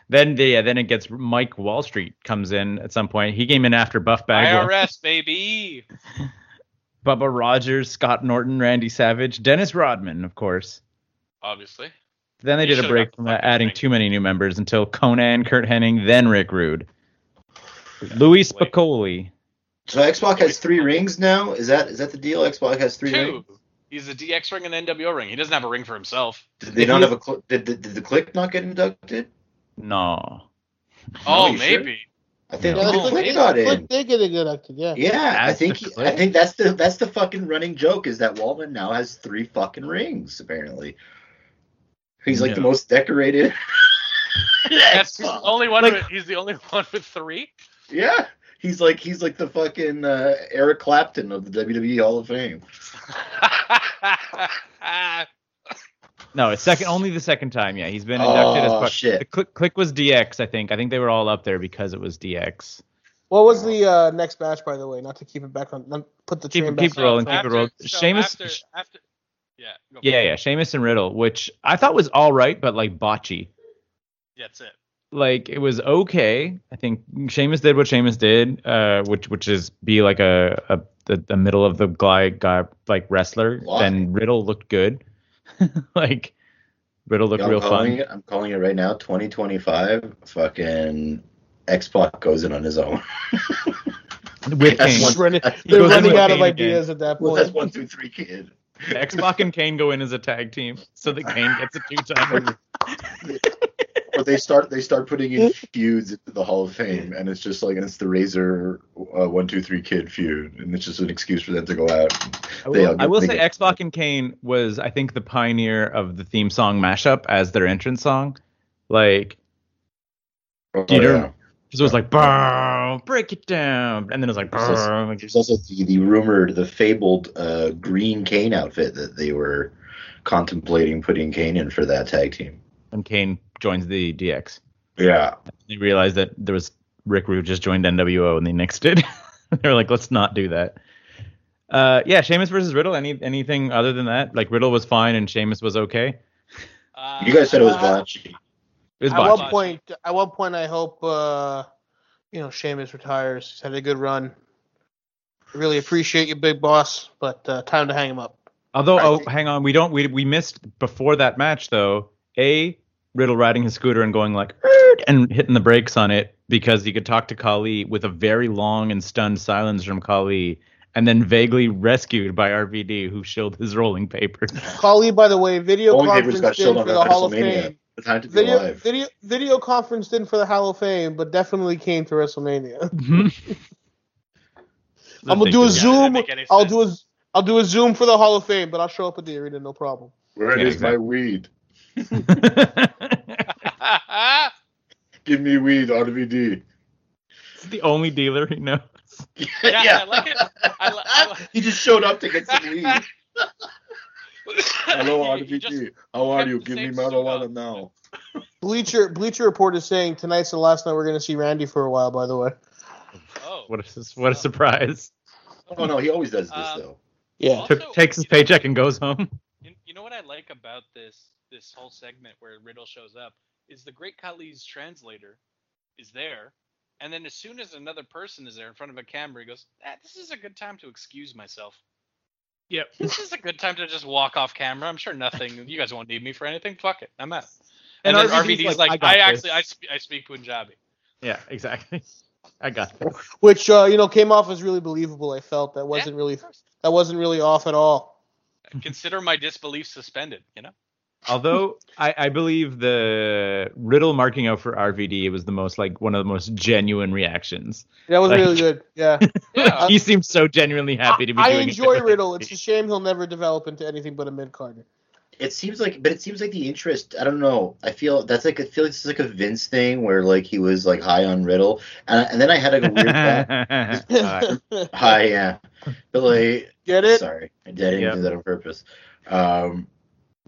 Speaker 7: Then the, yeah, then it gets Mike Wall Street comes in at some point. He came in after Buff Bagwell,
Speaker 5: IRS baby.
Speaker 7: Bubba Rogers, Scott Norton, Randy Savage, Dennis Rodman, of course.
Speaker 5: Obviously.
Speaker 7: Then they
Speaker 5: He
Speaker 7: did a
Speaker 5: should've
Speaker 7: break
Speaker 5: got the
Speaker 7: from that,
Speaker 5: fucking
Speaker 7: adding
Speaker 5: thing.
Speaker 7: too many new members until Conan, Kurt Hennig, then Rick Rude, Louis
Speaker 5: Wait.
Speaker 7: Spicoli.
Speaker 6: So Xbox has three rings now. Is that is that the deal? Xbox has three
Speaker 5: Two.
Speaker 6: rings.
Speaker 5: He's a DX ring and NWO ring. He doesn't have a ring for himself.
Speaker 6: Did they not have a cl- did, did, did the click not get inducted?
Speaker 7: No,
Speaker 5: Oh,
Speaker 6: you sure?
Speaker 5: maybe.
Speaker 6: I think
Speaker 7: No.
Speaker 6: the
Speaker 4: Click-
Speaker 6: click got
Speaker 4: click
Speaker 6: in.
Speaker 4: did get inducted, yeah.
Speaker 6: Yeah, I
Speaker 7: That's
Speaker 6: think
Speaker 7: the
Speaker 6: I
Speaker 7: Click?
Speaker 6: think that's the that's the fucking running joke is that Wallman now has three fucking rings apparently. He's like the
Speaker 7: No.
Speaker 6: most decorated.
Speaker 5: That's he's the
Speaker 6: Xbox.
Speaker 5: only one.
Speaker 7: Like-
Speaker 5: with, he's the only one with three.
Speaker 6: Yeah, he's like he's like the fucking uh, Eric Clapton of the WWE Hall of Fame.
Speaker 7: No, it's second only the second time. Yeah, he's been inducted as
Speaker 6: Oh,
Speaker 7: part.
Speaker 6: shit.
Speaker 7: The click click was DX. I think. I think they were all up there because it was DX.
Speaker 4: What was the uh, next match, by the way? Not to keep it back on, not put the
Speaker 7: Keep
Speaker 4: train
Speaker 7: it-
Speaker 4: back
Speaker 7: keep it
Speaker 4: on.
Speaker 7: rolling, keep it rolling. Sheamus-
Speaker 5: After, after, yeah. Go for
Speaker 7: Yeah,
Speaker 5: it.
Speaker 7: yeah. Sheamus and Riddle, which I thought was all right, but like botchy.
Speaker 5: That's it.
Speaker 7: Like it was okay. I think Sheamus did what Sheamus did, uh, which which is be like a a the, the middle of the guy guy like wrestler.
Speaker 6: Why?
Speaker 7: And Riddle looked good. like Riddle looked
Speaker 6: I'm
Speaker 7: real
Speaker 6: calling
Speaker 7: fun.
Speaker 6: It, I'm calling it right now. 2025. Fucking Xbox goes in on his own.
Speaker 7: With Kane.
Speaker 6: That's one-
Speaker 4: Just running-
Speaker 6: That's-
Speaker 4: they're
Speaker 7: goes in
Speaker 4: running
Speaker 7: with
Speaker 4: out of
Speaker 7: Kane again.
Speaker 4: ideas at that
Speaker 6: well, that's
Speaker 4: point.
Speaker 6: one through three kid.
Speaker 7: X Pac and Kane go in as a tag team, so that Kane gets a two time.
Speaker 6: But they start they start putting in feuds into the Hall of Fame, and it's just like and it's the Razor uh, one two three kid feud, and it's just an excuse for them to go out.
Speaker 7: I
Speaker 6: They all
Speaker 7: will, I
Speaker 6: get-
Speaker 7: will
Speaker 6: they
Speaker 7: say
Speaker 6: get-
Speaker 7: X Pac and Kane was, I think, the pioneer of the theme song mashup as their entrance song. Like,
Speaker 6: Oh,
Speaker 7: You don't-
Speaker 6: yeah.
Speaker 7: 'cause it was like, "Bow, break it down. And then it was like,
Speaker 6: There's also-
Speaker 7: "Bow," like,
Speaker 6: There's also the, the rumored, the fabled uh, green Kane outfit that they were contemplating putting Kane in for that tag team.
Speaker 7: when Kane joins the DX.
Speaker 6: Yeah,
Speaker 7: They realized that there was Rick Rude just joined NWO and they nixed it. they were like, let's not do that. Uh, yeah, Sheamus versus Riddle. Any anything other than that? Like Riddle was fine and Sheamus was okay.
Speaker 5: Uh,
Speaker 6: you guys said it was
Speaker 4: Uh,
Speaker 6: botchy.
Speaker 7: It was
Speaker 4: At
Speaker 7: botched.
Speaker 4: one point, at one point, I hope uh, you know Sheamus retires. He's had a good run. Really appreciate you, big boss, but uh, time to hang him up.
Speaker 7: Although,
Speaker 6: Right.
Speaker 7: oh, hang on, we don't we we missed before that match though. A Riddle riding his scooter and going like "Err," and hitting the brakes on it because he could talk to Kali with a very long and stunned silence from Kali, and then vaguely rescued by RVD who shilled his rolling papers.
Speaker 4: Kali, by the way, video
Speaker 6: Rolling
Speaker 4: conference
Speaker 6: Papers got
Speaker 4: did
Speaker 6: showed
Speaker 4: for
Speaker 6: on
Speaker 4: the
Speaker 6: at
Speaker 4: Hall of Fame.
Speaker 6: WrestleMania. The time to be
Speaker 4: Video,
Speaker 6: alive.
Speaker 4: video, video conference did for the Hall of Fame, but definitely came to WrestleMania.
Speaker 7: Mm-hmm.
Speaker 4: I'm gonna do a
Speaker 7: Ridiculous.
Speaker 5: Yeah, that
Speaker 4: Zoom.
Speaker 5: make any
Speaker 4: I'll
Speaker 5: sense.
Speaker 4: do a I'll do a Zoom for the Hall of Fame, but I'll show up at the arena, no problem.
Speaker 6: Where
Speaker 7: Yeah,
Speaker 6: is
Speaker 7: exactly.
Speaker 6: my weed? Give me weed, RVD.
Speaker 7: It's the only dealer he knows.
Speaker 5: Yeah, I like it. I li- I li-
Speaker 6: he just showed up to get some weed. Hello,
Speaker 5: You- you just-
Speaker 6: RVD. How are
Speaker 5: kept
Speaker 6: you?
Speaker 5: the
Speaker 6: Give me
Speaker 5: same
Speaker 6: marijuana
Speaker 5: soda.
Speaker 6: now.
Speaker 4: Bleacher Bleacher Report is saying tonight's the last night we're gonna see Randy for a while. By the way,
Speaker 5: oh.
Speaker 7: What a s- what a surprise!
Speaker 6: Oh no, he always does this
Speaker 5: Um,
Speaker 6: though.
Speaker 4: yeah,
Speaker 7: Took-
Speaker 5: Also,
Speaker 7: takes his
Speaker 5: you know-
Speaker 7: paycheck and goes home.
Speaker 5: You, you know what I like about this this whole segment where Riddle shows up is the Great Khali's translator is there, and then as soon as another person is there in front of a camera, he goes, ah, "This is a good time to excuse myself."
Speaker 7: Yep.
Speaker 5: This is a good time to just walk off camera. I'm sure nothing. You guys won't need me for anything. Fuck it. I'm out. And, then
Speaker 7: RVD 's
Speaker 5: RVD's like,
Speaker 7: got
Speaker 5: I,
Speaker 7: this."
Speaker 5: actually I, sp- I speak Punjabi.
Speaker 7: yeah, exactly. I got this.
Speaker 4: which uh, you know came off as really believable. I felt that wasn't really that wasn't really off at all.
Speaker 5: Consider my disbelief suspended. You know.
Speaker 7: Although I, I believe the riddle marking out for RVD was the most like one of the most genuine reactions.
Speaker 4: That was
Speaker 7: Like-
Speaker 4: really good. Yeah,
Speaker 5: Yeah.
Speaker 7: he seems so genuinely happy to be
Speaker 4: I, I
Speaker 7: doing
Speaker 4: enjoy
Speaker 7: it.
Speaker 4: Riddle. It's a shame he'll never develop into anything but a mid Carter.
Speaker 6: It seems like, but it seems like the interest. I don't know. I feel that's like I feel like it's like a Vince thing where like he was like high on Riddle, and, and then I had like a weird thought-
Speaker 7: Alright.
Speaker 6: high, yeah. But like,
Speaker 4: Get it?
Speaker 6: sorry, I didn't
Speaker 7: Yeah.
Speaker 6: do that on purpose. Um,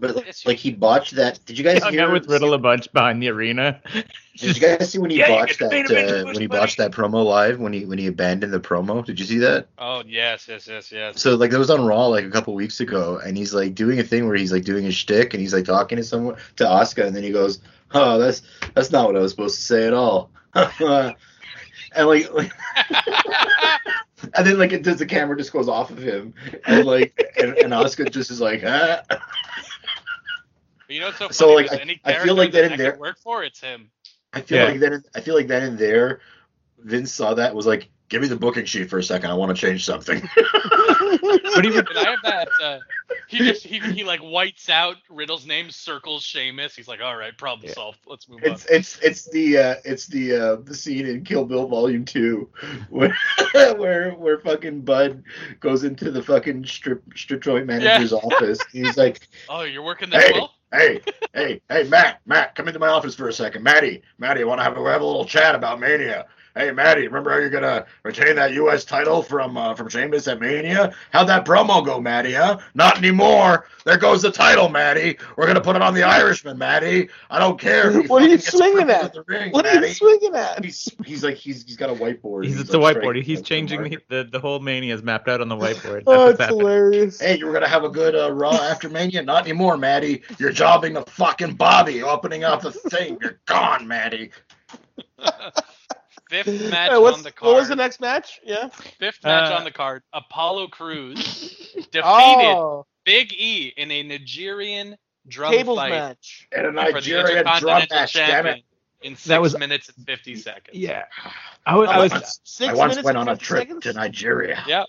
Speaker 6: but like,
Speaker 5: Yes, you-
Speaker 6: like he botched that. Did you guys
Speaker 7: He hung
Speaker 6: hear
Speaker 7: out with Riddle a bunch behind the arena.
Speaker 6: Did you guys see when he
Speaker 7: Yeah, you
Speaker 6: botched
Speaker 7: get the
Speaker 6: that
Speaker 7: main event
Speaker 6: uh,
Speaker 7: first,
Speaker 6: when he
Speaker 7: buddy.
Speaker 6: botched that promo live when he when he abandoned the promo? Did you see that?
Speaker 5: Oh yes, yes, yes, yes.
Speaker 6: So like that was on Raw like a couple weeks ago, and he's like doing a thing where he's like doing his shtick, and he's like talking to someone to Asuka, and then he goes, "Oh, that's that's not what I was supposed to say at all." and like, like- and then like it does the camera just goes off of him, and like and, and Asuka just is like, ah.
Speaker 5: But you know what's so funny?
Speaker 6: So, like,
Speaker 5: is
Speaker 6: I-
Speaker 5: any
Speaker 6: I
Speaker 5: character
Speaker 6: feel like that
Speaker 5: that
Speaker 6: in
Speaker 5: I
Speaker 6: there-
Speaker 5: could work for, it's him.
Speaker 6: I feel
Speaker 7: Yeah.
Speaker 6: like then I feel like then and there, Vince saw that and was like, "Give me the booking sheet for a second. I want to change something."
Speaker 7: But he would-
Speaker 5: Did I have that? Uh, he just he, he like whites out Riddle's name, circles Sheamus. He's like, all right, problem
Speaker 7: Yeah.
Speaker 5: solved. Let's move
Speaker 6: It's it's it's the uh, it's the uh, the scene in Kill Bill Volume Two, where where where fucking Bud goes into the fucking strip strip joint manager's office. And he's like,
Speaker 5: on. Oh, you're working this
Speaker 6: Hey!
Speaker 5: well.
Speaker 6: hey hey hey Matt Matt, come into my office for a second, Matty Matty, I want to have a have a little chat about Mania. Hey Matty, remember how you're gonna retain that U.S. title from uh, from Sheamus at Mania? How'd that promo go, Matty? Huh? Not anymore. There goes the title, Matty. We're gonna put it on the Irishman, Matty. I don't care. if he
Speaker 4: What are you
Speaker 6: fucking gets
Speaker 4: swinging
Speaker 6: thrown
Speaker 4: at?
Speaker 6: out the ring,
Speaker 4: What are you
Speaker 6: Matty."
Speaker 4: swinging at?
Speaker 6: he's he's like he's he's got a whiteboard.
Speaker 7: he's at
Speaker 6: like
Speaker 7: the
Speaker 6: striking
Speaker 7: whiteboard. He's
Speaker 6: the
Speaker 7: changing the,
Speaker 6: marker.
Speaker 7: the the whole mania's mapped out on the whiteboard. That's
Speaker 4: Oh,
Speaker 7: what's
Speaker 4: it's
Speaker 7: happening.
Speaker 4: hilarious.
Speaker 6: Hey, you were gonna have a good uh, Raw after Mania, not anymore, Maddie. You're jobbing the fucking Bobby, opening up the thing. You're gone, Maddie.
Speaker 5: Fifth match
Speaker 4: Hey,
Speaker 5: on
Speaker 4: what's-
Speaker 5: the card.
Speaker 4: what was the next match? Yeah.
Speaker 5: Fifth match
Speaker 7: Uh,
Speaker 5: on the card. Apollo Cruz defeated
Speaker 4: Oh,
Speaker 5: Big E in a Nigerian drum
Speaker 4: tables
Speaker 5: fight
Speaker 4: match.
Speaker 6: And a
Speaker 5: for the
Speaker 6: Nigerian drum
Speaker 5: Intercontinental
Speaker 6: match, damn
Speaker 5: Champion
Speaker 6: it.
Speaker 5: in six
Speaker 7: was-
Speaker 5: minutes and fifty seconds.
Speaker 7: Yeah, I was. I
Speaker 6: I
Speaker 7: was
Speaker 6: once-
Speaker 4: Six
Speaker 6: I once
Speaker 4: minutes
Speaker 6: went
Speaker 4: and
Speaker 6: on a
Speaker 4: 50
Speaker 6: trip
Speaker 4: seconds?
Speaker 6: to Nigeria.
Speaker 5: Yeah.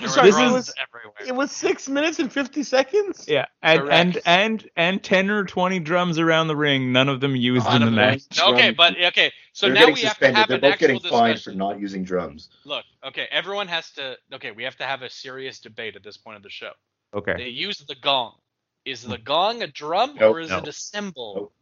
Speaker 5: There
Speaker 4: Sorry,
Speaker 5: were drums
Speaker 4: this is- It
Speaker 5: everywhere.
Speaker 4: was six minutes and fifty seconds.
Speaker 7: yeah, and,
Speaker 5: Correct.
Speaker 7: and and and ten or twenty drums around the ring, none of them used in
Speaker 6: None
Speaker 7: the
Speaker 6: of them.
Speaker 7: match.
Speaker 5: Okay,
Speaker 6: drum-
Speaker 5: but okay. So
Speaker 6: They're
Speaker 5: now
Speaker 6: getting
Speaker 5: we
Speaker 6: suspended.
Speaker 5: have to have an
Speaker 6: They're both
Speaker 5: actual
Speaker 6: getting fined for
Speaker 5: discussion.
Speaker 6: not using drums.
Speaker 5: Look, okay, everyone has to. Okay, we have to have a serious debate at this point of the show.
Speaker 7: Okay,
Speaker 5: They use the gong. Is the gong a drum
Speaker 6: Hmm. Nope,
Speaker 5: or is
Speaker 6: no.
Speaker 5: it a symbol?
Speaker 6: Nope.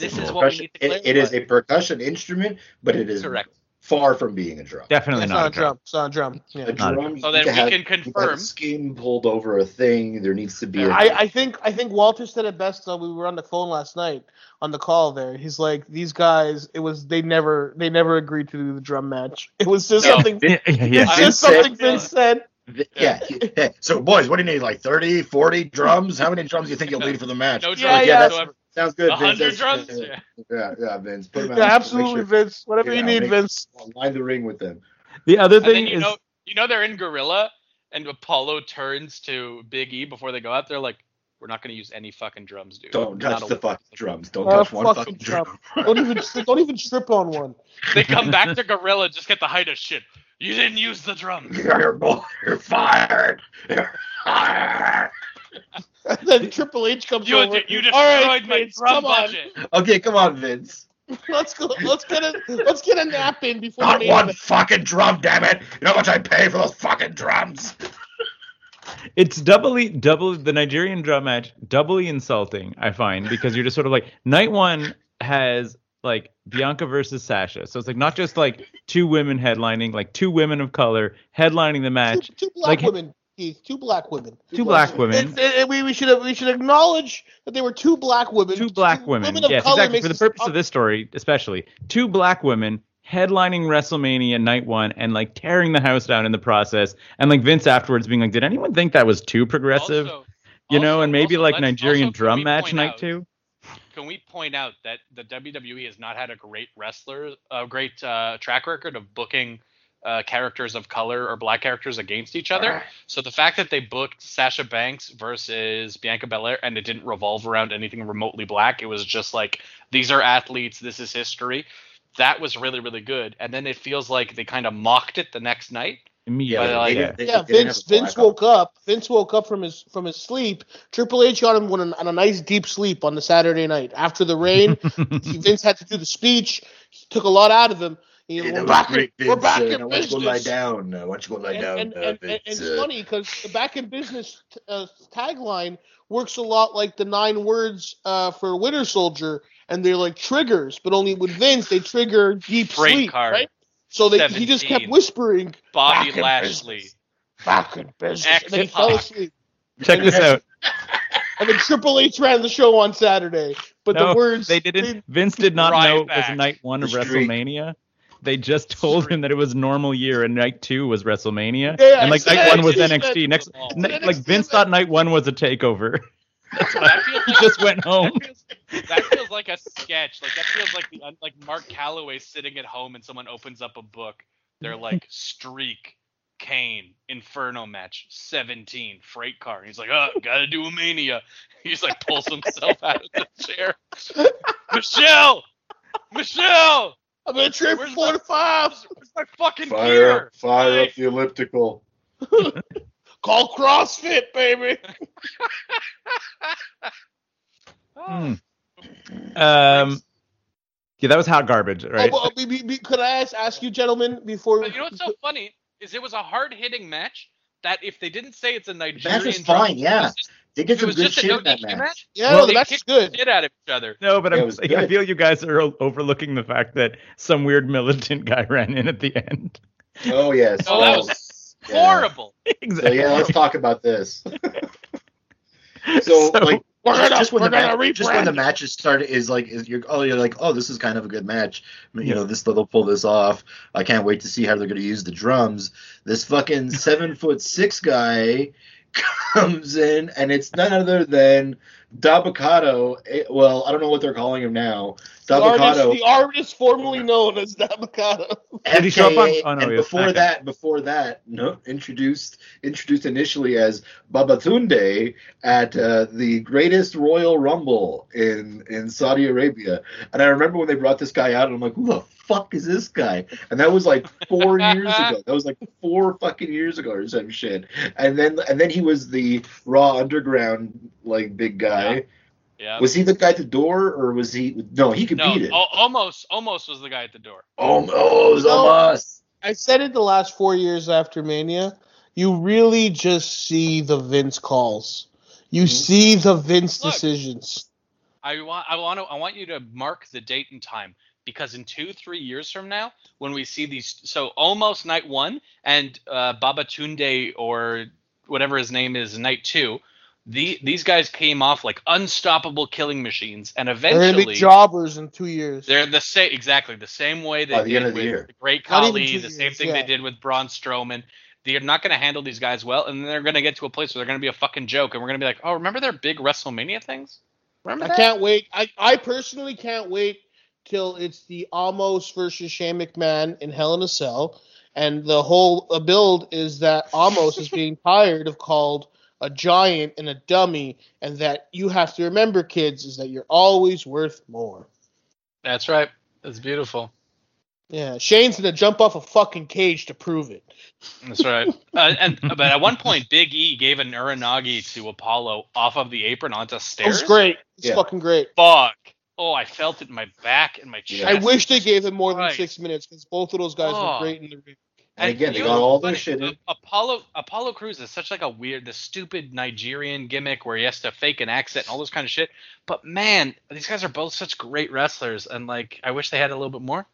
Speaker 5: This is what we
Speaker 6: Percussion-
Speaker 5: need to
Speaker 6: it-
Speaker 5: clarify.
Speaker 6: it is a percussion instrument, but it is
Speaker 5: correct.
Speaker 6: far from being a drum.
Speaker 7: definitely
Speaker 4: it's
Speaker 7: not, a
Speaker 4: on
Speaker 7: drum.
Speaker 4: drum. It's on drum.
Speaker 6: A
Speaker 4: Yeah.
Speaker 7: Not a
Speaker 6: drum.
Speaker 5: So then
Speaker 6: you need to
Speaker 5: we
Speaker 6: have-
Speaker 5: can
Speaker 6: you need to have
Speaker 5: confirm.
Speaker 6: Skin pulled over a thing. There needs to be. a-
Speaker 4: I, I think I think Walter said it best though. We were on the phone last night on the call there. He's like, these guys, it was they never they never agreed to do the drum match. It was just
Speaker 5: No.
Speaker 4: something.
Speaker 7: Yeah, yeah, yeah.
Speaker 4: It's
Speaker 6: Vince
Speaker 4: just something
Speaker 5: said-
Speaker 4: Vince said.
Speaker 6: Yeah. yeah. So, boys, what do you need? Like 30, 40 drums? How many drums do you think you'll need for the match?
Speaker 5: No drums
Speaker 4: Yeah, yeah,
Speaker 5: whatsoever.
Speaker 6: Sounds good,
Speaker 5: A hundred
Speaker 6: Vince.
Speaker 5: drums.
Speaker 6: That's-
Speaker 5: Yeah.
Speaker 6: Yeah, yeah, Vince. Put 'em
Speaker 4: Yeah,
Speaker 6: out. Make
Speaker 4: absolutely,
Speaker 6: sure-
Speaker 4: Vince. Whatever
Speaker 6: Yeah,
Speaker 4: you need,
Speaker 6: make-
Speaker 4: Vince.
Speaker 6: Line the ring with them.
Speaker 7: The other
Speaker 5: And
Speaker 7: thing
Speaker 5: then you
Speaker 7: is
Speaker 5: know you know they're in Gorilla, and Apollo turns to Big E before they go out. They're like, "We're not going to use any fucking drums, dude.
Speaker 6: Don't
Speaker 5: Not
Speaker 6: touch
Speaker 5: a-
Speaker 6: the fucking drums. Don't
Speaker 4: Uh,
Speaker 6: touch one
Speaker 4: fucking
Speaker 6: fucking drum.
Speaker 4: Don't even don't even trip on one.
Speaker 5: They come back to Gorilla, just get the height of shit. You didn't use the drums.
Speaker 6: You're, bo- you're fired. You're fired.
Speaker 4: And then Triple H comes
Speaker 5: You,
Speaker 4: over.
Speaker 5: you destroyed
Speaker 4: "All right,
Speaker 5: my
Speaker 4: Vince,
Speaker 5: drum
Speaker 4: come on.
Speaker 5: budget.
Speaker 6: Okay, come on, Vince.
Speaker 4: Let's go. Let's get a let's get a nap in before
Speaker 6: Not
Speaker 4: the main
Speaker 6: one
Speaker 4: event.
Speaker 6: fucking drum, damn it! You know how much I pay for those fucking drums?
Speaker 7: it's doubly double the Nigerian drum match doubly insulting I find because you're just sort of like night one has like Bianca versus Sasha so it's like not just like two women headlining like two women of color headlining the match
Speaker 4: Two, two black
Speaker 7: Like-
Speaker 4: women. Keith, two black women.
Speaker 7: two black women
Speaker 4: It's- it- we, we should we should acknowledge that they were two black women.
Speaker 7: two black women,
Speaker 4: of
Speaker 7: yes
Speaker 4: color
Speaker 7: exactly
Speaker 4: makes
Speaker 7: for the
Speaker 4: us-
Speaker 7: purpose of this story especially two black women headlining WrestleMania night one and like tearing the house down in the process and like Vince afterwards being like did anyone think that was too progressive
Speaker 5: Also-
Speaker 7: you know
Speaker 5: also-
Speaker 7: and maybe
Speaker 5: also,
Speaker 7: like
Speaker 5: let's-
Speaker 7: Nigerian
Speaker 5: also, can
Speaker 7: drum
Speaker 5: we
Speaker 7: match
Speaker 5: point
Speaker 7: night
Speaker 5: out-
Speaker 7: two
Speaker 5: Can we point out that the WWE has not had a great wrestler, a great uh, track record of booking uh, characters of color or black characters against each other? So the fact that they booked Sasha Banks versus Bianca Belair and it didn't revolve around anything remotely black, it was just like these are athletes, this is history. That was really really good, and then it feels like they kind of mocked it the next night.
Speaker 7: immediately
Speaker 5: like,
Speaker 7: yeah.
Speaker 6: they-
Speaker 4: Yeah,
Speaker 6: they didn't
Speaker 4: Vince
Speaker 6: have a
Speaker 4: Vince
Speaker 6: blackout.
Speaker 4: woke up. Vince woke up from his from his sleep. Triple H got him on a, on a nice deep sleep on the Saturday night after the rain. he, Vince had to do the speech. He took a lot out of him. He-
Speaker 6: Yeah, that
Speaker 4: we're
Speaker 6: was
Speaker 4: back. In,
Speaker 6: great,
Speaker 4: we're
Speaker 6: Vince,
Speaker 4: back
Speaker 6: uh,
Speaker 4: in
Speaker 6: now Why don't you go lie
Speaker 4: business.
Speaker 6: down? uh, Why don't you go lie down?
Speaker 4: and, and,
Speaker 6: uh,
Speaker 4: and, and
Speaker 6: Vince,
Speaker 4: it's
Speaker 6: uh,
Speaker 4: funny because the back in business t- uh, tagline works a lot like the nine words uh, for Winter Soldier, and they're like triggers, but only with Vince they trigger deep
Speaker 5: Freight
Speaker 4: sleep,
Speaker 5: car.
Speaker 4: right? So they, he just
Speaker 5: 17.
Speaker 4: kept whispering
Speaker 5: Bobby
Speaker 6: Back in
Speaker 5: Lashley,
Speaker 6: business.
Speaker 4: back in business, and then he
Speaker 5: X-Pac.
Speaker 4: fell asleep.
Speaker 7: Check this out.
Speaker 4: And then Triple H ran the show on Saturday, but
Speaker 7: No,
Speaker 4: the words
Speaker 7: they didn't. Vince did not
Speaker 5: Right
Speaker 7: know it
Speaker 5: back.
Speaker 7: was night one of
Speaker 6: The streak.
Speaker 7: WrestleMania. They just told him that it was normal year and night two was WrestleMania.
Speaker 4: Yeah,
Speaker 7: and like night
Speaker 5: yeah,
Speaker 7: one was
Speaker 5: yeah,
Speaker 7: NXT. Next,
Speaker 5: yeah.
Speaker 7: ne- like Vince thought night one was a takeover.
Speaker 5: that feels
Speaker 7: he
Speaker 5: like
Speaker 7: just went home.
Speaker 5: That feels, that feels like a sketch. Like that feels like the like Mark Calloway sitting at home and someone opens up a book. They're like streak, Kane, Inferno match, seventeen, freight car. And he's like, oh, gotta do a mania. He just like pulls himself out of the chair. Michelle, Michelle,
Speaker 4: I'm gonna trip
Speaker 5: Where's
Speaker 4: four
Speaker 5: my-
Speaker 4: to five.
Speaker 5: where's my fucking
Speaker 6: Fire
Speaker 5: gear?
Speaker 6: up, fire
Speaker 5: Like,
Speaker 6: up the elliptical.
Speaker 4: Call CrossFit, baby.
Speaker 5: oh, "Ah,
Speaker 7: Hmm. Um, yeah, that was hot garbage, right?
Speaker 4: Oh, but, uh, be- be- could I ask, ask you, gentlemen, before
Speaker 5: But you know what's so funny is it was a hard hitting match that if they didn't say it's a Nigerian
Speaker 6: That is
Speaker 5: drum-
Speaker 6: fine, yeah. They did
Speaker 5: It
Speaker 6: some
Speaker 5: was
Speaker 6: good
Speaker 5: just a
Speaker 6: shit
Speaker 5: no
Speaker 6: in that
Speaker 5: DQ
Speaker 6: match.
Speaker 5: match.
Speaker 4: Yeah,
Speaker 7: Well,
Speaker 4: no, the
Speaker 5: they
Speaker 4: match is
Speaker 5: kicked
Speaker 4: good.
Speaker 5: Shit out of each other.
Speaker 7: no, but
Speaker 6: Yeah, it
Speaker 7: I'm,
Speaker 6: was
Speaker 7: like, I
Speaker 6: good.
Speaker 7: feel you guys are o- overlooking the fact that some weird militant guy ran in at the end.
Speaker 6: Oh yes.
Speaker 5: Oh, that
Speaker 6: was
Speaker 5: Horrible.
Speaker 6: So
Speaker 7: exactly.
Speaker 6: yeah, let's talk about this. So, like
Speaker 4: We're gonna,
Speaker 6: just when
Speaker 4: we're
Speaker 6: the
Speaker 4: gonna
Speaker 6: match, just when the
Speaker 4: rebrand.
Speaker 6: matches start is like is you're oh you're like oh this is kind of a good match I mean, you
Speaker 7: Yeah.
Speaker 6: know this they'll pull this off I can't wait to see how they're gonna use the drums this fucking seven foot six guy comes in and it's none other than Dabakato eh, well I don't know what they're calling him now
Speaker 4: The artist,
Speaker 6: Dabakato
Speaker 4: the artist formerly known as Dabakato.
Speaker 7: Did he show up on-
Speaker 6: FKA,
Speaker 7: oh, no,
Speaker 6: and
Speaker 7: he was-
Speaker 6: before
Speaker 7: okay.
Speaker 6: that before that no introduced introduced initially as Babatunde at uh, the greatest Royal Rumble in in Saudi Arabia and I remember when they brought this guy out and I'm like who the fuck is this guy and that was like 4 years ago that was like 4 fucking years ago or some shit and then and then he was the raw underground like big guy
Speaker 5: Yeah.
Speaker 6: was he the guy at the door or was he no he
Speaker 5: no,
Speaker 6: competed
Speaker 7: oh.
Speaker 5: al- almost, almost was the guy at the door.
Speaker 6: oh, oh it was
Speaker 4: No.
Speaker 6: almost
Speaker 4: I said it the last four years after Mania. You really just see the Vince calls. You see the Vince
Speaker 5: Look.
Speaker 4: decisions.
Speaker 5: I want, I want to, I want you to mark the date and time because in two, three years from now, when we see these, so almost night one and uh, Baba Tunde or whatever his name is, night two, the these guys came off like unstoppable killing machines, and
Speaker 4: They're
Speaker 5: eventually
Speaker 4: gonna be jobbers in two years.
Speaker 5: They're the same, exactly the same way they
Speaker 6: By the
Speaker 5: did
Speaker 6: end of the
Speaker 5: with
Speaker 6: year.
Speaker 5: the Great
Speaker 4: Not even
Speaker 5: Khali,
Speaker 4: two
Speaker 5: the same
Speaker 4: years,
Speaker 5: thing
Speaker 4: yeah.
Speaker 5: they did with Braun Strowman. They're not going to handle these guys well, and they're going to get to a place where they're going to be a fucking joke, and we're going to be like, oh, remember their big WrestleMania things? Remember
Speaker 4: I
Speaker 5: that?
Speaker 4: can't wait. I, I personally can't wait till it's the Amos versus Shane McMahon in Hell in a Cell, And the whole uh, build is that Amos is being tired of called a giant and a dummy, and that you have to remember, kids, is that you're always worth more.
Speaker 5: That's right. That's beautiful.
Speaker 4: Yeah, Shane's gonna jump off a fucking cage to prove it.
Speaker 5: That's right. uh, and but at one point, Big E gave an Uranagi to Apollo off of the apron onto
Speaker 4: It was
Speaker 5: stairs.
Speaker 4: great. It's
Speaker 6: Yeah.
Speaker 4: fucking great.
Speaker 5: Fuck. Oh, I felt it in my back and my chest.
Speaker 4: I wish they gave him more than
Speaker 5: Right.
Speaker 4: six minutes because both of those guys
Speaker 5: Oh.
Speaker 4: were great in the ring.
Speaker 6: And again, they
Speaker 5: you
Speaker 6: got
Speaker 5: know,
Speaker 6: all their
Speaker 5: but
Speaker 6: shit in.
Speaker 5: A- Apollo Apollo Cruz is such like a weird, the stupid Nigerian gimmick where he has to fake an accent and all this kind of shit. But man, these guys are both such great wrestlers, and like I wish they had a little bit more.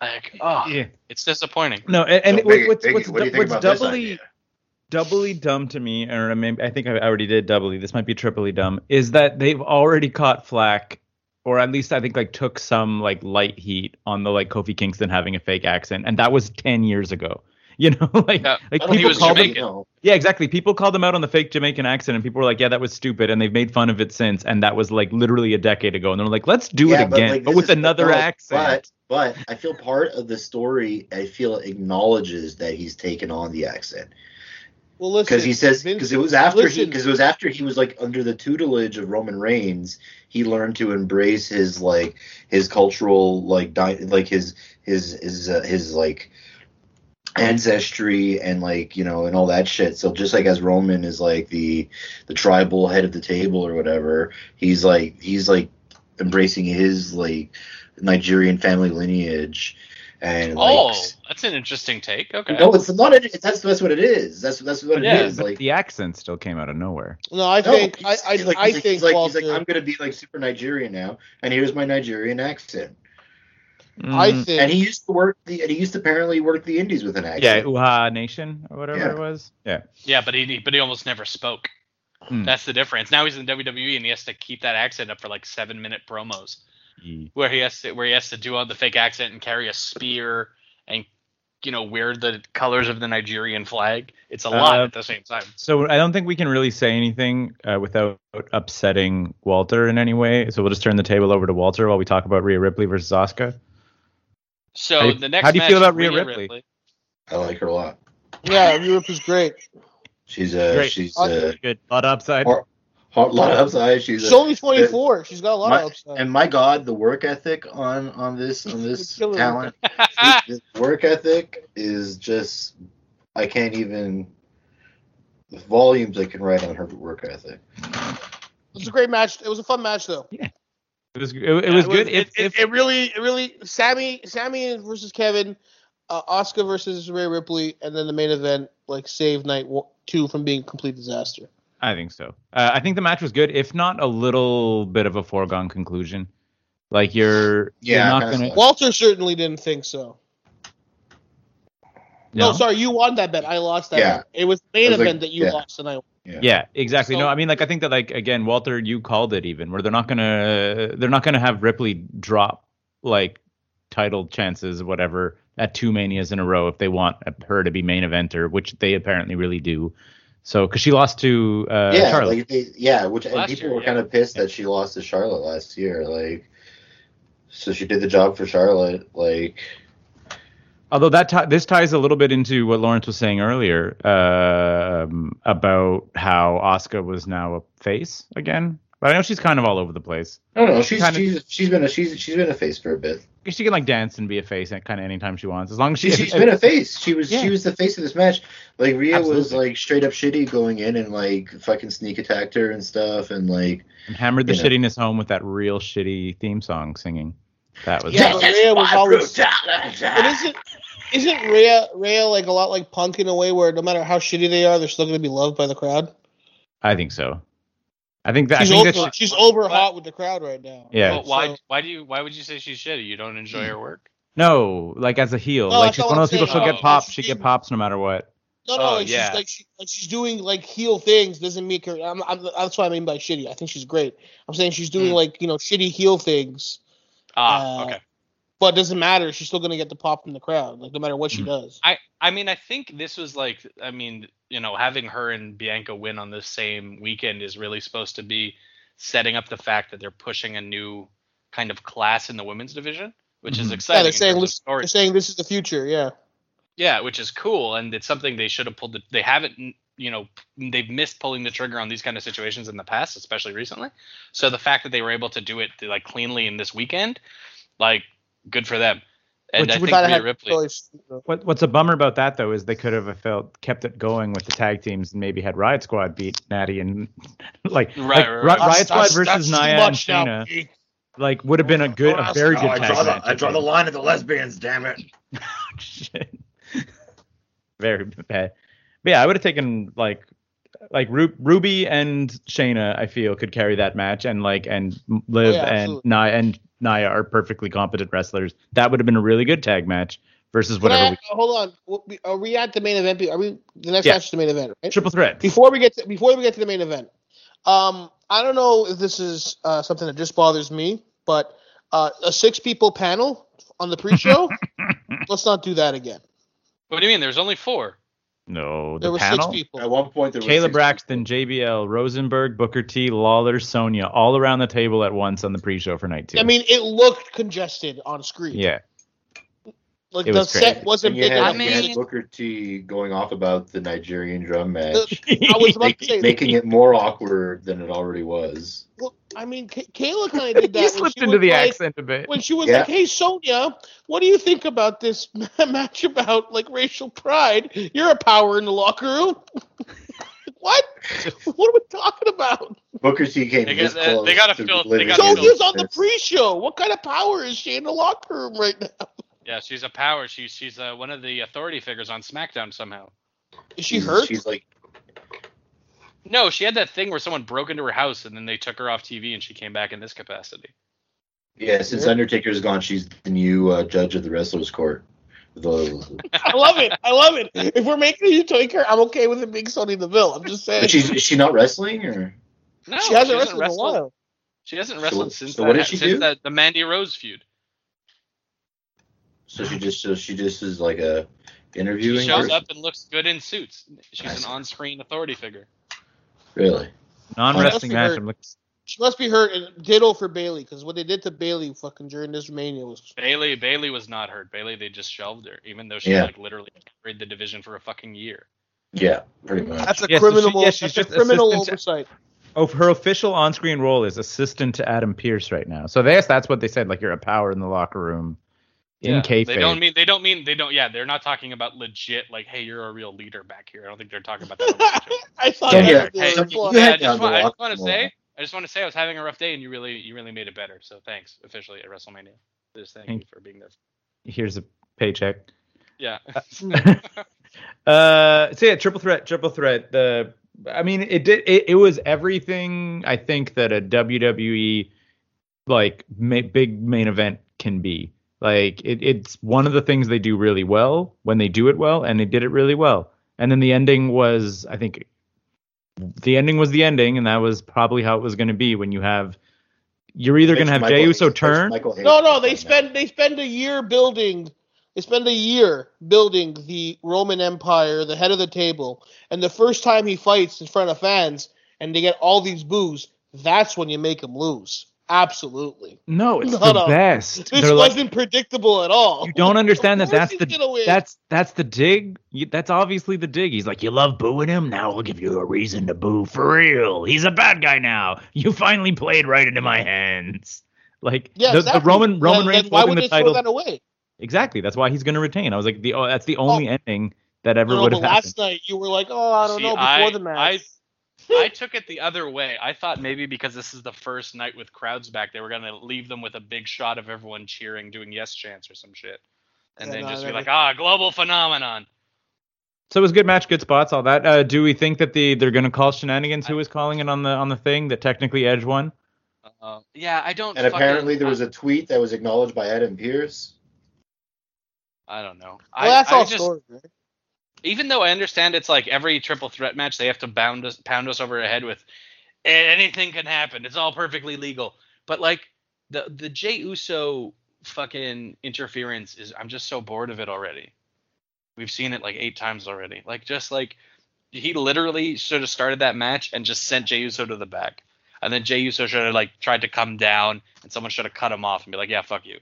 Speaker 5: Like, oh,
Speaker 7: Yeah.
Speaker 5: it's disappointing.
Speaker 7: No, and, and
Speaker 6: So, Biggie,
Speaker 7: what's,
Speaker 6: Biggie,
Speaker 7: what's,
Speaker 6: what do you
Speaker 7: du- what's
Speaker 6: think about this
Speaker 7: doubly
Speaker 6: idea?
Speaker 7: doubly dumb to me, or maybe I think I already did doubly. This might be triply dumb. Is that they've already caught flack, or at least I think like took some like light heat on the like Kofi Kingston having a fake accent, and that was ten years ago. You know, like
Speaker 5: Yeah,
Speaker 7: like
Speaker 6: I don't
Speaker 5: He
Speaker 7: people
Speaker 5: was
Speaker 6: think
Speaker 7: called
Speaker 6: anybody
Speaker 5: Jamaican.
Speaker 7: them.
Speaker 6: know.
Speaker 7: Yeah, exactly. People called them out on the fake Jamaican accent, and people were like, "Yeah, that was stupid," and they've made fun of it since. And that was like literally a decade ago, and they're like, "Let's do
Speaker 6: Yeah,
Speaker 7: it again, but,
Speaker 6: this
Speaker 7: with
Speaker 6: is-
Speaker 7: another
Speaker 6: but-
Speaker 7: accent."
Speaker 6: But, but I feel part of the story. I feel acknowledges that he's taken on the accent
Speaker 4: Well, listen,
Speaker 6: because he says
Speaker 4: Vince-
Speaker 6: because it was after he
Speaker 4: listen.
Speaker 6: because it was after he was like under the tutelage of Roman Reigns. He learned to embrace his like his cultural like di- like his his his uh, his like ancestry and like you know and all that shit so just like as roman is like the the tribal head of the table or whatever he's like he's like embracing his like nigerian family lineage and like
Speaker 5: Oh, that's an interesting take. Okay.
Speaker 6: no it's not it, that's that's what it is that's that's what
Speaker 5: Yeah,
Speaker 6: it is
Speaker 7: but
Speaker 6: like
Speaker 7: the accent still came out of nowhere.
Speaker 4: no, I
Speaker 6: no,
Speaker 4: think I,
Speaker 6: he's-
Speaker 4: I,
Speaker 6: he's like,
Speaker 4: I
Speaker 6: he's like-
Speaker 4: think
Speaker 6: he's like, he's
Speaker 4: Walter,
Speaker 6: like, I'm gonna be like super Nigerian now, and here's my Nigerian accent.
Speaker 7: Mm.
Speaker 4: I think
Speaker 6: Mm, And he used to work the, and he used to apparently work the Indies with an
Speaker 7: yeah,
Speaker 6: accent.
Speaker 7: Uha Nation or whatever
Speaker 6: Yeah.
Speaker 7: it was. Yeah.
Speaker 5: Yeah, but he but he almost never spoke.
Speaker 7: Hmm.
Speaker 5: That's the difference. Now he's in WWE and he has to keep that accent up for like seven minute promos
Speaker 7: E.
Speaker 5: where he has to where he has to do all the fake accent and carry a spear and you know wear the colors of the Nigerian flag. It's a lot
Speaker 7: Uh,
Speaker 5: at the same time.
Speaker 7: So I don't think we can really say anything uh, without upsetting Walter in any way. So we'll just turn the table over to Walter while we talk about Rhea Ripley versus Asuka.
Speaker 5: So
Speaker 7: how do you-
Speaker 5: the next
Speaker 7: how do you
Speaker 5: match
Speaker 7: feel
Speaker 5: is
Speaker 7: about Rhea Ripley?
Speaker 6: I like her a lot.
Speaker 4: yeah, Europe is great.
Speaker 6: She's a
Speaker 7: Great.
Speaker 6: she's
Speaker 4: Awesome.
Speaker 6: a
Speaker 7: Good. A lot of upside.
Speaker 6: Or- a lot of upside. She's
Speaker 4: She's
Speaker 6: a,
Speaker 4: only 24. She's got a lot
Speaker 6: my-
Speaker 4: of upside.
Speaker 6: and my God, the work ethic on on this on this
Speaker 4: Killer.
Speaker 6: talent, this work ethic is just I can't even the volumes I can write on her work ethic.
Speaker 4: It was a great match. It was a fun match though.
Speaker 7: It was. It, it was good.
Speaker 4: It,
Speaker 7: if, if,
Speaker 4: it, it really, it really. Sammy, Sammy versus Kevin, uh, Oscar versus Ray Ripley, and then the main event like saved night one, two from being a complete disaster.
Speaker 7: I think so. Uh, I think the match was good, if not a little bit of a foregone conclusion. Like you're, you're
Speaker 6: Yeah,
Speaker 7: not
Speaker 6: kinda
Speaker 7: gonna.
Speaker 6: sucked.
Speaker 4: Walter certainly didn't think so. No,
Speaker 7: No?
Speaker 4: sorry, you won that bet. I lost that.
Speaker 6: Yeah.
Speaker 4: bet. it was the main
Speaker 6: I was like,
Speaker 4: event that you
Speaker 6: yeah.
Speaker 4: lost, and I.
Speaker 7: Yeah, exactly. no,
Speaker 4: So-
Speaker 7: I mean, like, I think that, like, again, Walter, you called it even where they're not gonna, they're not gonna have Ripley drop like title chances, whatever, at two manias in a row if they want her to be main eventer, which they apparently really do. So, because she lost to uh,
Speaker 6: yeah,
Speaker 7: Charlotte,
Speaker 6: like they, yeah, which and
Speaker 5: Last
Speaker 6: people
Speaker 5: year,
Speaker 6: were
Speaker 5: yeah.
Speaker 6: kind of pissed that she lost to Charlotte last year. Like, so she did the job for Charlotte. Like,
Speaker 7: although that ti- this ties a little bit into what Lawrence was saying earlier um, about how Oscar was now a face again. But I know she's kind of all over the place.
Speaker 6: I don't know. She's
Speaker 7: Kinda-
Speaker 6: she's she's been a she's she's been a face for a bit.
Speaker 7: She can like dance and be a face kind of anytime she wants, as long as she,
Speaker 6: She, she's been a face. She was
Speaker 7: Yeah.
Speaker 6: she was the face of this match. Like Rhea was
Speaker 7: Absolutely.
Speaker 6: like straight up shitty going in and like fucking sneak attacked her and stuff and like
Speaker 7: and hammered the
Speaker 6: you know.
Speaker 7: shittiness home with that real shitty theme song singing. That was
Speaker 4: Yeah,
Speaker 6: "This
Speaker 4: but
Speaker 6: is
Speaker 4: Rhea was
Speaker 6: my
Speaker 4: always-
Speaker 6: brutality."
Speaker 4: But isn't isn't Rhea Rhea like a lot like Punk in a way where no matter how shitty they are, they're still going to be loved by the crowd.
Speaker 7: I think so. I think that
Speaker 4: She's
Speaker 7: I think
Speaker 4: over,
Speaker 7: that she,
Speaker 4: she's over hot with the crowd right now.
Speaker 7: yeah.
Speaker 5: Well, why
Speaker 4: So-
Speaker 5: why do you why would you say she's shitty? You don't enjoy her work?
Speaker 7: no, like as a heel,
Speaker 4: No,
Speaker 7: like
Speaker 4: that's
Speaker 7: she's
Speaker 4: not
Speaker 7: one of
Speaker 4: what
Speaker 7: those people.
Speaker 4: I'm
Speaker 5: saying.
Speaker 7: She'll
Speaker 5: Oh,
Speaker 7: get pops. She
Speaker 4: she's-
Speaker 7: get pops no matter what.
Speaker 4: No, no,
Speaker 5: Oh,
Speaker 4: like
Speaker 5: yeah.
Speaker 4: she's like, she, like she's doing like heel things doesn't make her. I'm, I'm, that's what I mean by shitty. I think she's great. I'm saying she's doing
Speaker 5: Mm.
Speaker 4: like you know shitty heel things,
Speaker 5: Ah,
Speaker 4: Uh,
Speaker 5: okay.
Speaker 4: but it doesn't matter. She's still gonna get the pop from the crowd, like no matter what she
Speaker 7: Mm.
Speaker 4: does.
Speaker 5: I I mean I think this was like I mean you know having her and Bianca win on the same weekend is really supposed to be setting up the fact that they're pushing a new kind of class in the women's division, which is
Speaker 7: Mhm.
Speaker 5: exciting.
Speaker 4: yeah, they're
Speaker 5: in terms
Speaker 4: saying
Speaker 5: of
Speaker 4: this,
Speaker 5: story.
Speaker 4: they're saying this is the future. Yeah,
Speaker 5: Yeah, which is cool, and it's something they should have pulled. The, they haven't, you know, they've missed pulling the trigger on these kind of situations in the past, especially recently. So the fact that they were able to do it like cleanly in this weekend, like, good for them. And
Speaker 7: Which
Speaker 5: I
Speaker 7: would
Speaker 5: think
Speaker 4: Gotta
Speaker 5: Rhea
Speaker 4: have
Speaker 5: Ripley.
Speaker 4: choice, you know.
Speaker 7: What, what's a bummer about that though is they could have felt kept it going with the tag teams and maybe had Riot Squad beat Natty and like, like,
Speaker 5: Right, right,
Speaker 7: Ri-
Speaker 5: right.
Speaker 7: Riot Squad
Speaker 4: That's-
Speaker 7: versus
Speaker 4: that's too
Speaker 7: Nia and
Speaker 4: much now,
Speaker 7: Shayna
Speaker 4: Pete.
Speaker 7: like would have been a good a very good
Speaker 6: Oh, I
Speaker 7: tag
Speaker 6: draw,
Speaker 7: match.
Speaker 6: the, I draw the line at the lesbians, damn it.
Speaker 7: Shit. Very bad. But yeah, I would have taken like like Ru- Ruby and Shayna. I feel could carry that match, and like and Liv
Speaker 4: yeah,
Speaker 7: and
Speaker 4: absolutely.
Speaker 7: Nia and Nia are perfectly competent wrestlers. That would have been a really good tag match versus
Speaker 4: Can I-
Speaker 7: whatever
Speaker 4: hold on. What- we- Are we at the main event? Are we the next
Speaker 7: Yeah.
Speaker 4: match is the main event?
Speaker 7: we
Speaker 4: Right?
Speaker 7: triple threat.
Speaker 4: Before we get to, before we get to the main event, um, I don't know if this is uh, something that just bothers me, but uh, a six people panel on the pre-show. let's not do that again.
Speaker 5: What do you mean? There's only four.
Speaker 7: No,
Speaker 4: There
Speaker 7: the
Speaker 4: were
Speaker 7: panel.
Speaker 4: six people.
Speaker 6: At one point, there was
Speaker 7: Caleb
Speaker 6: six-
Speaker 7: Braxton, JBL, Rosenberg, Booker T, Lawler, Sonya, all around the table at once on the pre-show for night two.
Speaker 4: I mean, it looked congested on screen.
Speaker 7: yeah,
Speaker 4: like
Speaker 7: it
Speaker 4: the
Speaker 7: was
Speaker 4: set
Speaker 7: crazy.
Speaker 4: wasn't
Speaker 6: And you
Speaker 4: big
Speaker 6: had,
Speaker 4: enough.
Speaker 6: you had
Speaker 4: to-
Speaker 6: Booker T going off about the Nigerian drum match,
Speaker 4: I was about to say,
Speaker 6: making it more awkward than it already was.
Speaker 4: well, I mean, K- Kayla kind of did that.
Speaker 7: he
Speaker 4: when
Speaker 7: slipped
Speaker 4: she
Speaker 7: into
Speaker 4: was
Speaker 7: the
Speaker 4: like-
Speaker 7: accent a bit.
Speaker 4: when she was
Speaker 6: Yeah.
Speaker 4: like, "Hey Sonia, what do you think about this match about like racial pride? You're a power in the locker room." what? what are we talking about?
Speaker 6: Booker T came
Speaker 5: They
Speaker 6: this
Speaker 5: got- uh, they-
Speaker 6: close
Speaker 5: they gotta
Speaker 6: to
Speaker 5: fill- they
Speaker 6: living
Speaker 5: gotta fill-
Speaker 6: in
Speaker 4: Sonia's on the
Speaker 6: this.
Speaker 4: pre-show. What kind of power is she in the locker room right now?
Speaker 5: Yeah, she's a power. She's she's uh, one of the authority figures on SmackDown somehow.
Speaker 4: Is she
Speaker 6: She's-
Speaker 4: hurt?
Speaker 6: She's like,
Speaker 5: No, she had that thing where someone broke into her house and then they took her off TV and she came back in this capacity.
Speaker 6: yeah, since Undertaker's gone, she's the new uh, judge of the wrestlers' court. The,
Speaker 4: I love it. I love it. If we're making you take her, I'm okay with it being Sonya Deville. I'm just saying.
Speaker 6: but she's is she not wrestling or
Speaker 5: No,
Speaker 4: she hasn't wrestled
Speaker 5: hasn't
Speaker 4: in a while.
Speaker 5: She hasn't wrestled
Speaker 6: So-
Speaker 5: since
Speaker 6: so
Speaker 5: that,
Speaker 6: what did she
Speaker 5: since
Speaker 6: do?
Speaker 5: that the Mandy Rose feud.
Speaker 6: so she just so she just is like a
Speaker 5: She
Speaker 6: interviewing.
Speaker 5: shows
Speaker 6: person?
Speaker 5: up and looks good in suits. She's
Speaker 6: Nice.
Speaker 5: an on-screen authority figure.
Speaker 6: Really?
Speaker 7: Non-wrestling
Speaker 4: Honestly, her-
Speaker 7: match. I'm looking-
Speaker 4: She must be hurt. And ditto for Bailey, because what they did to Bailey fucking during this mania was
Speaker 5: Bailey Bailey was not hurt. Bailey they just shelved her, even though she
Speaker 6: Yeah.
Speaker 5: like literally carried the division for a fucking year.
Speaker 6: Yeah, pretty much.
Speaker 4: that's a
Speaker 7: Yeah, so she-
Speaker 4: criminal.
Speaker 7: yeah, she's
Speaker 4: that's
Speaker 7: just
Speaker 4: a criminal
Speaker 7: assistant to-
Speaker 4: oversight.
Speaker 7: Oh, her official on-screen role is assistant to Adam Pierce right now. So they that's what they said. Like you're a power in the locker room. In
Speaker 5: Yeah.
Speaker 7: kayfabe.
Speaker 5: They don't mean they don't mean they don't yeah, they're not talking about legit like, hey, you're a real leader back here. I don't think they're talking about that. on the show.
Speaker 4: I thought
Speaker 6: Yeah,
Speaker 4: that
Speaker 5: Hey,
Speaker 4: was a
Speaker 6: you-
Speaker 4: flaw.
Speaker 6: you
Speaker 5: yeah, I
Speaker 6: had
Speaker 5: just,
Speaker 6: down
Speaker 5: want,
Speaker 6: the
Speaker 5: I
Speaker 6: lock
Speaker 5: just want to
Speaker 6: more.
Speaker 5: say, I just want to say, I was having a rough day, and you really, you really made it better. So thanks officially at WrestleMania. Just thank,
Speaker 7: Thank-
Speaker 5: you for being there.
Speaker 7: Here's a paycheck.
Speaker 5: Yeah,
Speaker 7: Uh, so yeah, triple threat, triple threat. The I mean, it did. It, it was everything I think that a WWE like ma- big main event can be. Like it, it's one of the things they do really well when they do it well, and they did it really well. And then the ending was, I think, the ending was the ending, and that was probably how it was going to be when you have. You're either going to have Jey Uso turn.
Speaker 4: No, no, they spend they spend a year building. They spend a year building the Roman Empire, the head of the table, and the first time he fights in front of fans and they get all these boos, that's when you make him lose. Absolutely,
Speaker 7: No, it's
Speaker 4: No,
Speaker 7: the
Speaker 4: no.
Speaker 7: best.
Speaker 4: this
Speaker 7: They're like,
Speaker 4: wasn't predictable at all.
Speaker 7: you don't understand that
Speaker 4: Of course
Speaker 7: that's
Speaker 4: he's
Speaker 7: the
Speaker 4: gonna win.
Speaker 7: that's that's the dig. You, that's obviously the dig. He's like, you love booing him. Now I'll give you a reason to boo for real. He's a bad guy now. You finally played right into my hands. Like
Speaker 4: yeah,
Speaker 7: the,
Speaker 4: exactly.
Speaker 7: the Roman Roman
Speaker 4: Then-
Speaker 7: Reigns
Speaker 4: then Why
Speaker 7: holding
Speaker 4: would
Speaker 7: the
Speaker 4: they throw
Speaker 7: title.
Speaker 4: that away?
Speaker 7: Exactly. That's why he's going to retain. I was like, the oh, that's the only ending that
Speaker 4: No,
Speaker 7: ever
Speaker 4: no,
Speaker 7: would
Speaker 4: but
Speaker 7: have happened.
Speaker 4: Oh, last night you were like, oh, I don't
Speaker 5: See,
Speaker 4: know. Before
Speaker 5: I-
Speaker 4: the match,
Speaker 5: I- I took it the other way. I thought maybe because this is the first night with crowds back, they were gonna leave them with a big shot of everyone cheering, doing yes chants or some shit, and
Speaker 4: Yeah,
Speaker 5: then
Speaker 4: no,
Speaker 5: just
Speaker 4: I
Speaker 5: be
Speaker 4: never-
Speaker 5: like, ah, global phenomenon.
Speaker 7: So it was a good match, good spots, all that. Uh, do we think that the they're going to call shenanigans? Who was calling it on the on the thing that technically Edge won?
Speaker 5: Uh, yeah, I don't.
Speaker 6: And
Speaker 5: fucking-
Speaker 6: apparently, there was a tweet that was acknowledged by Adam Pierce.
Speaker 5: I don't know.
Speaker 4: well,
Speaker 5: I,
Speaker 4: that's
Speaker 5: I
Speaker 4: all
Speaker 5: just,
Speaker 4: story. Right?
Speaker 5: even though I understand it's like every triple threat match, they have to bound us, pound us over the head with "Eh, anything can happen. It's all perfectly legal. But like the the Jey Uso fucking interference is, I'm just so bored of it already. We've seen it like eight times already. Like just like he literally should have started that match and just sent Jey Uso to the back, and then Jey Uso should have like tried to come down, and someone should have cut him off and be like, yeah, fuck you.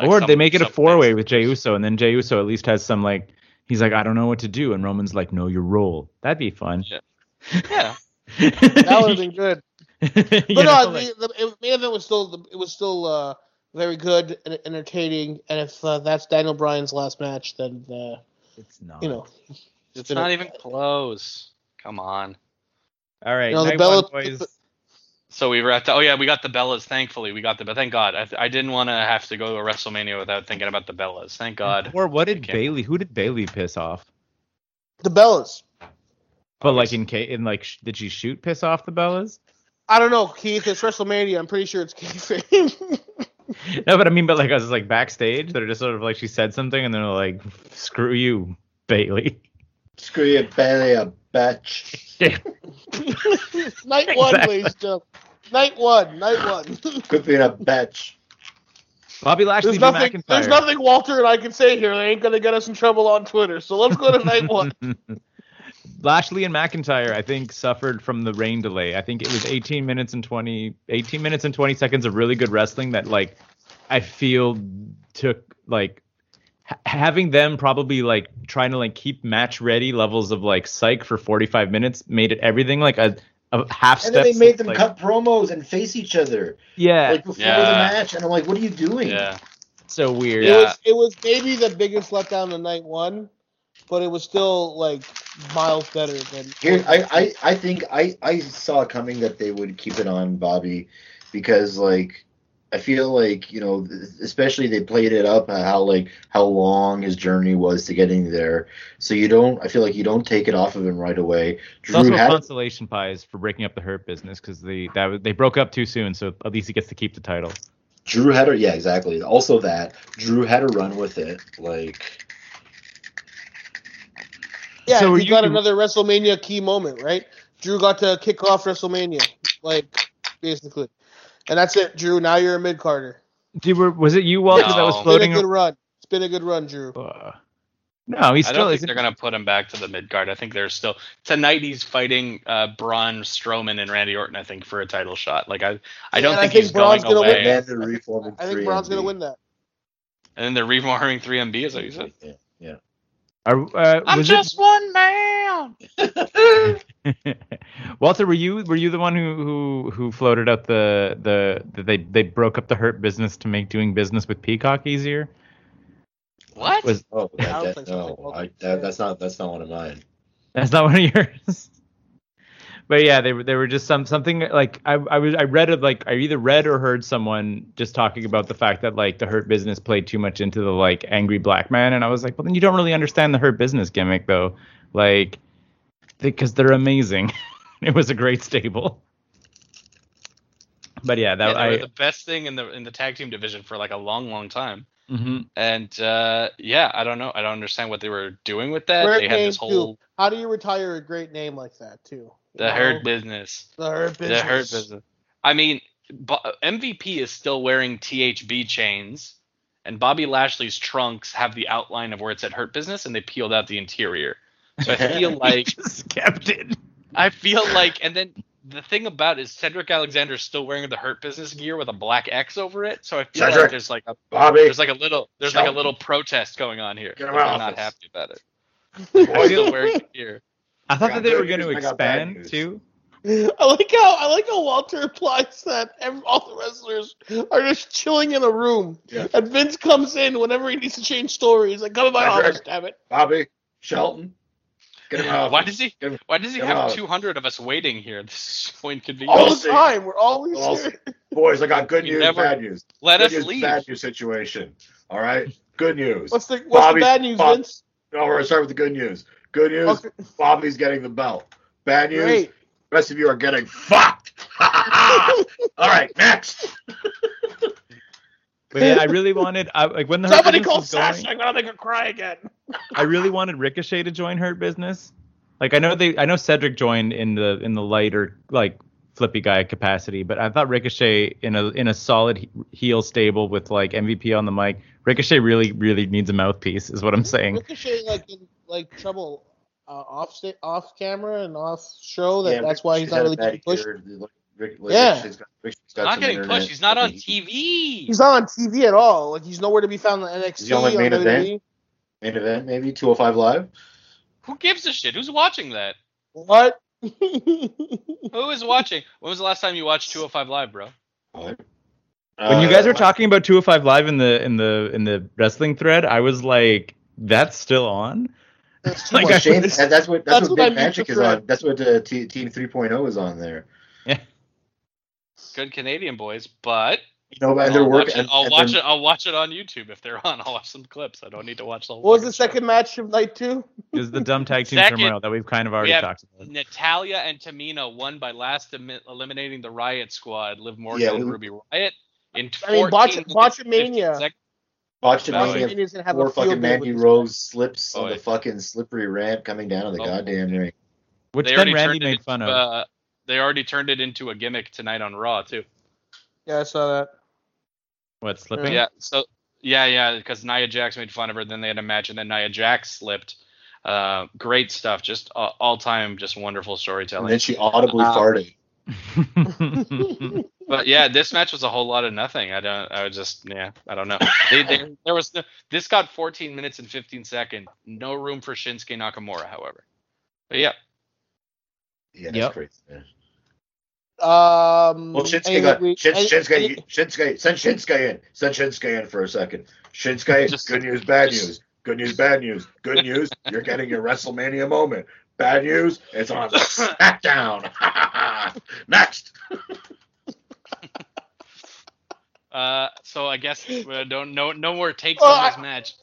Speaker 5: Like,
Speaker 7: or they
Speaker 5: some-
Speaker 7: make it a
Speaker 5: some
Speaker 7: four way
Speaker 5: things.
Speaker 7: with Jey Uso, and then Jey Uso at least has some like He's like, I don't know what to do, and Roman's like, Know your role. That'd be fun.
Speaker 5: Yeah.
Speaker 4: That would have been good.
Speaker 7: But
Speaker 4: But no, the, the it, main event was still the, it was still uh, very good and entertaining. And if uh, that's Daniel Bryan's last match, then uh,
Speaker 7: it's not.
Speaker 4: you know,
Speaker 5: It's
Speaker 4: been
Speaker 5: not
Speaker 4: a-
Speaker 5: even close. Come on.
Speaker 7: All right,
Speaker 4: No, the
Speaker 7: night
Speaker 4: Bella-
Speaker 7: one, boys.
Speaker 5: So we wrapped. Oh yeah, we got the Bellas. Thankfully, we got the. But thank God, I, I didn't want to have to go to WrestleMania without thinking about the Bellas. Thank God.
Speaker 7: Or what did
Speaker 5: Okay.
Speaker 7: Bailey? Who did Bailey piss off?
Speaker 4: the Bellas.
Speaker 7: But like in case, in like, sh- did she shoot piss off the Bellas?
Speaker 4: I don't know, Keith. It's WrestleMania. I'm pretty sure it's kayfabe.
Speaker 7: No, but I mean, but like, I was like backstage. They're just sort of like she said something, and they're like, "Screw you, Bailey."
Speaker 6: Screw you, belly, a bitch.
Speaker 4: night one,
Speaker 7: Exactly.
Speaker 4: ladies and gentlemen. Night one. Night one.
Speaker 6: Quit being a bitch.
Speaker 7: Bobby Lashley,
Speaker 4: There's
Speaker 7: Drew
Speaker 4: nothing.
Speaker 7: McIntyre.
Speaker 4: There's nothing Walter and I can say here. They ain't gonna get us in trouble on Twitter. So let's go to night one.
Speaker 7: Lashley and McIntyre, I think, suffered from the rain delay. I think it was 18 minutes and 20, 18 minutes and 20 seconds of really good wrestling that, like, I feel took like ha- having them probably like trying to like keep match ready levels of like psych for 45 minutes made it everything like a, a half
Speaker 6: And
Speaker 7: step.
Speaker 6: then they made them
Speaker 7: like-
Speaker 6: cut promos and face each other
Speaker 7: Yeah,
Speaker 6: like before the
Speaker 5: Yeah.
Speaker 6: match, and I'm like, what are you doing?
Speaker 5: Yeah.
Speaker 7: so weird.
Speaker 4: It was. It was maybe the biggest letdown of night one, but it was still like miles better than.
Speaker 6: Here, I, I, I think I, I saw coming that they would keep it on Bobby because like I feel like you know especially they played it up how like how long his journey was to getting there so you don't I feel like you don't take it off of him right away.
Speaker 7: It's also
Speaker 6: Drew
Speaker 7: a
Speaker 6: had
Speaker 7: consolation prize for breaking up the hurt business because they that was- they broke up too soon, so at least he gets to keep the title.
Speaker 6: Drew had a yeah exactly also that Drew had a run with it like
Speaker 4: Yeah,
Speaker 7: So
Speaker 4: so
Speaker 7: are
Speaker 4: he
Speaker 7: you-
Speaker 4: got another WrestleMania key moment, right? Drew got to kick off WrestleMania, like basically, and that's it, Drew. Now you're a mid Carter.
Speaker 7: Dude, were, was it you, Walter, that was
Speaker 5: No.
Speaker 4: It's been
Speaker 7: floating?
Speaker 4: a good run. It's been a good run, Drew.
Speaker 7: Uh, no, he
Speaker 5: I
Speaker 7: still
Speaker 5: don't think
Speaker 7: isn't.
Speaker 5: they're gonna put him back to the mid card. I think they're still tonight. He's fighting uh, Braun Strowman and Randy Orton. I think for a title shot. Like I, I don't
Speaker 4: Yeah, I
Speaker 5: think,
Speaker 4: think
Speaker 5: he's
Speaker 4: Braun's
Speaker 5: going
Speaker 4: gonna win
Speaker 5: away.
Speaker 4: Hey,
Speaker 6: man the reforming
Speaker 4: I think
Speaker 6: 3
Speaker 4: Braun's gonna
Speaker 6: MB.
Speaker 4: win that.
Speaker 5: And then they're reforming 3MB. Is that what you said?
Speaker 6: Yeah.
Speaker 7: Are, uh,
Speaker 5: I'm
Speaker 7: was
Speaker 5: just one man.
Speaker 7: it, Walter. Were you were you the one who who who floated out the the that they they broke up the hurt business to make doing business with Peacock easier?
Speaker 5: What?
Speaker 7: Was
Speaker 6: Oh,
Speaker 4: I don't
Speaker 6: that,
Speaker 4: think
Speaker 6: that,
Speaker 4: so.
Speaker 6: no, I, that, that's not that's not one of mine.
Speaker 7: That's not one of yours. But yeah, they were they were just some something like I I was I read it like I either read or heard someone just talking about the fact that like the hurt business played too much into the like angry black man and I was like, well then you don't really understand the hurt business gimmick though, like because they're amazing. it was a great stable. But yeah,
Speaker 5: Yeah,
Speaker 7: that
Speaker 5: they
Speaker 7: I
Speaker 5: were the best thing in the in the tag team division for like a long, long time.
Speaker 7: mhm.
Speaker 5: And uh, yeah, I don't know. I don't understand what they were doing with that.
Speaker 4: Great
Speaker 5: they had
Speaker 4: name
Speaker 5: this whole
Speaker 4: too. How do you retire a great name like that too?
Speaker 5: the
Speaker 4: You know?
Speaker 5: herd business.
Speaker 4: The herd business.
Speaker 5: The herd business. I mean, Bo- MVP is still wearing THB chains, and Bobby Lashley's trunks have the outline of where it said hurt business, and they peeled out the interior. So I feel like
Speaker 7: just kept it.
Speaker 5: I feel like, and then the thing about is Cedric Alexander is still wearing the hurt business gear with a black X over it. So I feel like
Speaker 6: Cedric.
Speaker 5: there's like a
Speaker 6: Bobby,
Speaker 5: there's like a little there's like a little protest going on here.
Speaker 6: Get him
Speaker 5: They're
Speaker 6: out of
Speaker 5: not
Speaker 6: this.
Speaker 5: happy about it.
Speaker 6: I
Speaker 5: They're still wearing the gear.
Speaker 7: I thought that
Speaker 6: I got
Speaker 7: they
Speaker 6: good
Speaker 7: were going to
Speaker 6: news, I got bad
Speaker 7: expand
Speaker 6: news.
Speaker 7: too.
Speaker 4: I like how I like how Walter implies that every, all the wrestlers are just chilling in a room,
Speaker 6: Yeah.
Speaker 4: and Vince comes in whenever he needs to change stories. like, "Come in my
Speaker 6: Patrick.
Speaker 4: office, damn it!"
Speaker 6: Bobby, Shelton, get him out.
Speaker 5: Why does he?
Speaker 6: Get him-
Speaker 5: Why does he
Speaker 6: get him Oh,
Speaker 5: have
Speaker 6: out.
Speaker 5: 200 of us waiting here? This is so inconvenient.
Speaker 4: All
Speaker 6: I'll
Speaker 4: the
Speaker 6: see.
Speaker 4: time, we're always
Speaker 6: I'll
Speaker 4: here.
Speaker 6: Boys, I got good
Speaker 5: He
Speaker 6: news,
Speaker 5: never-
Speaker 6: bad news.
Speaker 5: Let
Speaker 6: good
Speaker 5: us
Speaker 6: news,
Speaker 5: leave.
Speaker 6: Bad news situation. All right. Good news.
Speaker 4: What's the what's
Speaker 6: Bobby-
Speaker 4: the bad news,
Speaker 6: Bob-
Speaker 4: Vince?
Speaker 6: No, we're gonna start with the good news. Good news.
Speaker 4: Okay,
Speaker 6: Bobby's getting the belt. Bad news.
Speaker 4: great.
Speaker 6: The rest of you are getting fucked. All right. Next.
Speaker 7: But yeah, I really wanted I, like when the Hurt
Speaker 4: Somebody
Speaker 7: Business
Speaker 4: call
Speaker 7: was going-
Speaker 4: Sasha. I'm gonna make her cry again.
Speaker 7: I really wanted Ricochet to join Hurt Business. Like I know they, I know Cedric joined in the in the lighter like flippy guy capacity, but I thought Ricochet in a in a solid he- heel stable with like MVP on the mic. Ricochet really really needs a mouthpiece, is what I'm saying.
Speaker 4: Ricochet like in like trouble uh, off sta- off camera and off show. That
Speaker 6: Yeah,
Speaker 4: that's why he's
Speaker 6: Ricochet's
Speaker 4: not
Speaker 6: got
Speaker 4: really
Speaker 6: a bad
Speaker 4: getting pushed.
Speaker 6: year. Like, Rick- like,
Speaker 4: Yeah.
Speaker 6: Ricochet's got- Ricochet's got
Speaker 5: He's not
Speaker 6: some
Speaker 5: getting
Speaker 6: internet
Speaker 5: pushed. He's not on
Speaker 6: fucking-
Speaker 5: TV.
Speaker 4: He's not on TV at all. Like he's nowhere to be found on NXT.
Speaker 6: He's the only
Speaker 4: on
Speaker 6: main
Speaker 4: WWE.
Speaker 6: Main event, maybe 205 Live.
Speaker 5: Who gives a shit? Who's watching that?
Speaker 4: What?
Speaker 5: Who is watching? When was the last time you watched 205 Live, bro?
Speaker 7: When you guys were
Speaker 6: Uh,
Speaker 7: talking about 205 Live in the in the in the wrestling thread, I was like, "That's still on."
Speaker 6: That's,
Speaker 7: Like,
Speaker 6: well,
Speaker 7: I-
Speaker 6: Uh, Shane, that- that's what that's,
Speaker 4: That's
Speaker 6: what,
Speaker 4: what I
Speaker 6: Big
Speaker 4: mean
Speaker 6: Magic
Speaker 4: to
Speaker 6: is
Speaker 4: thread.
Speaker 6: on. That's what uh, T- Team 3.0 is on there.
Speaker 5: Good Canadian boys, but
Speaker 6: You know, and
Speaker 5: I'll
Speaker 6: they're
Speaker 5: watch,
Speaker 6: working.
Speaker 5: it,
Speaker 6: and-
Speaker 5: I'll
Speaker 6: and
Speaker 5: watch
Speaker 6: they're-
Speaker 5: it. I'll watch it on YouTube if they're on. I'll watch some clips. I don't need to watch the whole.
Speaker 4: What was the
Speaker 5: fucking show.
Speaker 4: second match of night two?
Speaker 7: Is the dumb tag team
Speaker 5: Second,
Speaker 7: turmoil that we've kind of already
Speaker 5: have-
Speaker 7: talked about?
Speaker 5: Natalia and Tamina won by last emi- eliminating the Riot Squad, Liv Morgan
Speaker 6: Yeah,
Speaker 5: and
Speaker 6: we-
Speaker 5: Ruby Riot. In 14
Speaker 4: I mean, Botch-
Speaker 5: minutes,
Speaker 4: Botchamania.
Speaker 5: 15 seconds.
Speaker 6: Watch it.
Speaker 5: Wow.
Speaker 6: Mania
Speaker 4: Mania's gonna have
Speaker 6: Poor
Speaker 4: a field
Speaker 6: fucking
Speaker 4: day with
Speaker 6: Mandy
Speaker 4: this.
Speaker 6: Rose slips
Speaker 5: Oh,
Speaker 6: on the
Speaker 5: yeah.
Speaker 6: fucking slippery ramp coming down to the
Speaker 5: Oh.
Speaker 6: goddamn ring.
Speaker 7: Which
Speaker 5: They
Speaker 7: then
Speaker 5: already
Speaker 7: Randy
Speaker 5: turned it
Speaker 7: made
Speaker 5: into,
Speaker 7: fun of.
Speaker 5: Uh, they already turned it into a gimmick tonight on Raw too.
Speaker 4: Yeah, I saw that.
Speaker 7: what slipping?
Speaker 5: Yeah. So yeah, yeah, because Nia Jax made fun of her. Then they had a match, and then Nia Jax slipped. Uh, great stuff. Just uh, all time, just wonderful
Speaker 6: And
Speaker 5: storytelling.
Speaker 6: then she audibly
Speaker 7: um,
Speaker 5: Uh,
Speaker 6: farted.
Speaker 5: but yeah, this match was a whole lot of nothing. I don't. I was just yeah. I don't know. They, they, there was no, this got 14 minutes and 15 seconds. No room for Shinsuke Nakamura, however. But yeah,
Speaker 6: Yeah, that's
Speaker 7: Yep. Mm,
Speaker 6: crazy. Man.
Speaker 4: Um,
Speaker 6: Well, Shinsuke
Speaker 4: anything
Speaker 6: got
Speaker 4: Um, we-
Speaker 6: Shin,
Speaker 4: any-
Speaker 6: Shinsuke,
Speaker 4: any-
Speaker 6: Shinsuke, send Shinsuke in, send Shinsuke in for a second. Shinsuke,
Speaker 5: Just-
Speaker 6: good news, bad
Speaker 5: just-
Speaker 6: news, good news, bad news, good news. You're getting your WrestleMania moment. Bad news, it's on SmackDown. Next.
Speaker 5: Uh, so I guess uh, don't no no more takes
Speaker 4: Well,
Speaker 5: on this
Speaker 4: I-
Speaker 5: match.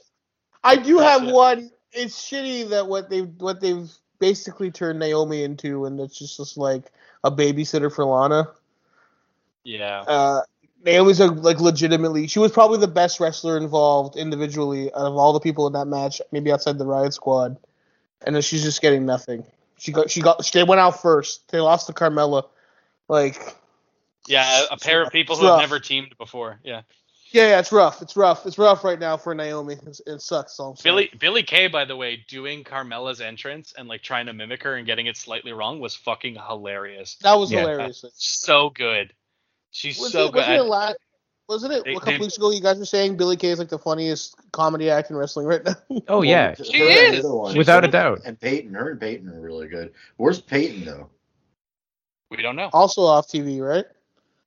Speaker 4: I do
Speaker 5: That's
Speaker 4: have
Speaker 5: it.
Speaker 4: one. It's shitty that what they what they've basically turned Naomi into, and it's just, just like a babysitter for Lana.
Speaker 5: Yeah.
Speaker 4: Uh, Naomi's a, like legitimately, she was probably the best wrestler involved individually out of all the people in that match, maybe outside the Riot Squad, and then she's just getting nothing. She got she got they went out first. They lost to Carmella. Like
Speaker 5: Yeah, a pair of people who
Speaker 4: Rough.
Speaker 5: have never teamed before. Yeah.
Speaker 4: yeah, yeah, it's rough. It's rough. It's rough right now for Naomi. It's, it sucks. So I'm sorry.
Speaker 5: Billy Billy Kay, by the way, doing Carmella's entrance and like trying to mimic her and getting it slightly wrong was fucking hilarious.
Speaker 4: that was
Speaker 7: Yeah.
Speaker 4: hilarious.
Speaker 5: So good. She's
Speaker 4: Was
Speaker 5: so
Speaker 4: it,
Speaker 5: good.
Speaker 4: wasn't it la- wasn't it
Speaker 5: They-
Speaker 4: a couple
Speaker 5: they-
Speaker 4: weeks ago you guys were saying Billy Kay is like the funniest comedy act in wrestling right now?
Speaker 7: oh yeah,
Speaker 6: Her
Speaker 5: She
Speaker 6: and the
Speaker 5: is.
Speaker 6: other one.
Speaker 7: without a doubt.
Speaker 6: And Peyton, her and Peyton are really good. Where's Peyton though?
Speaker 5: we don't know.
Speaker 4: also off TV, right?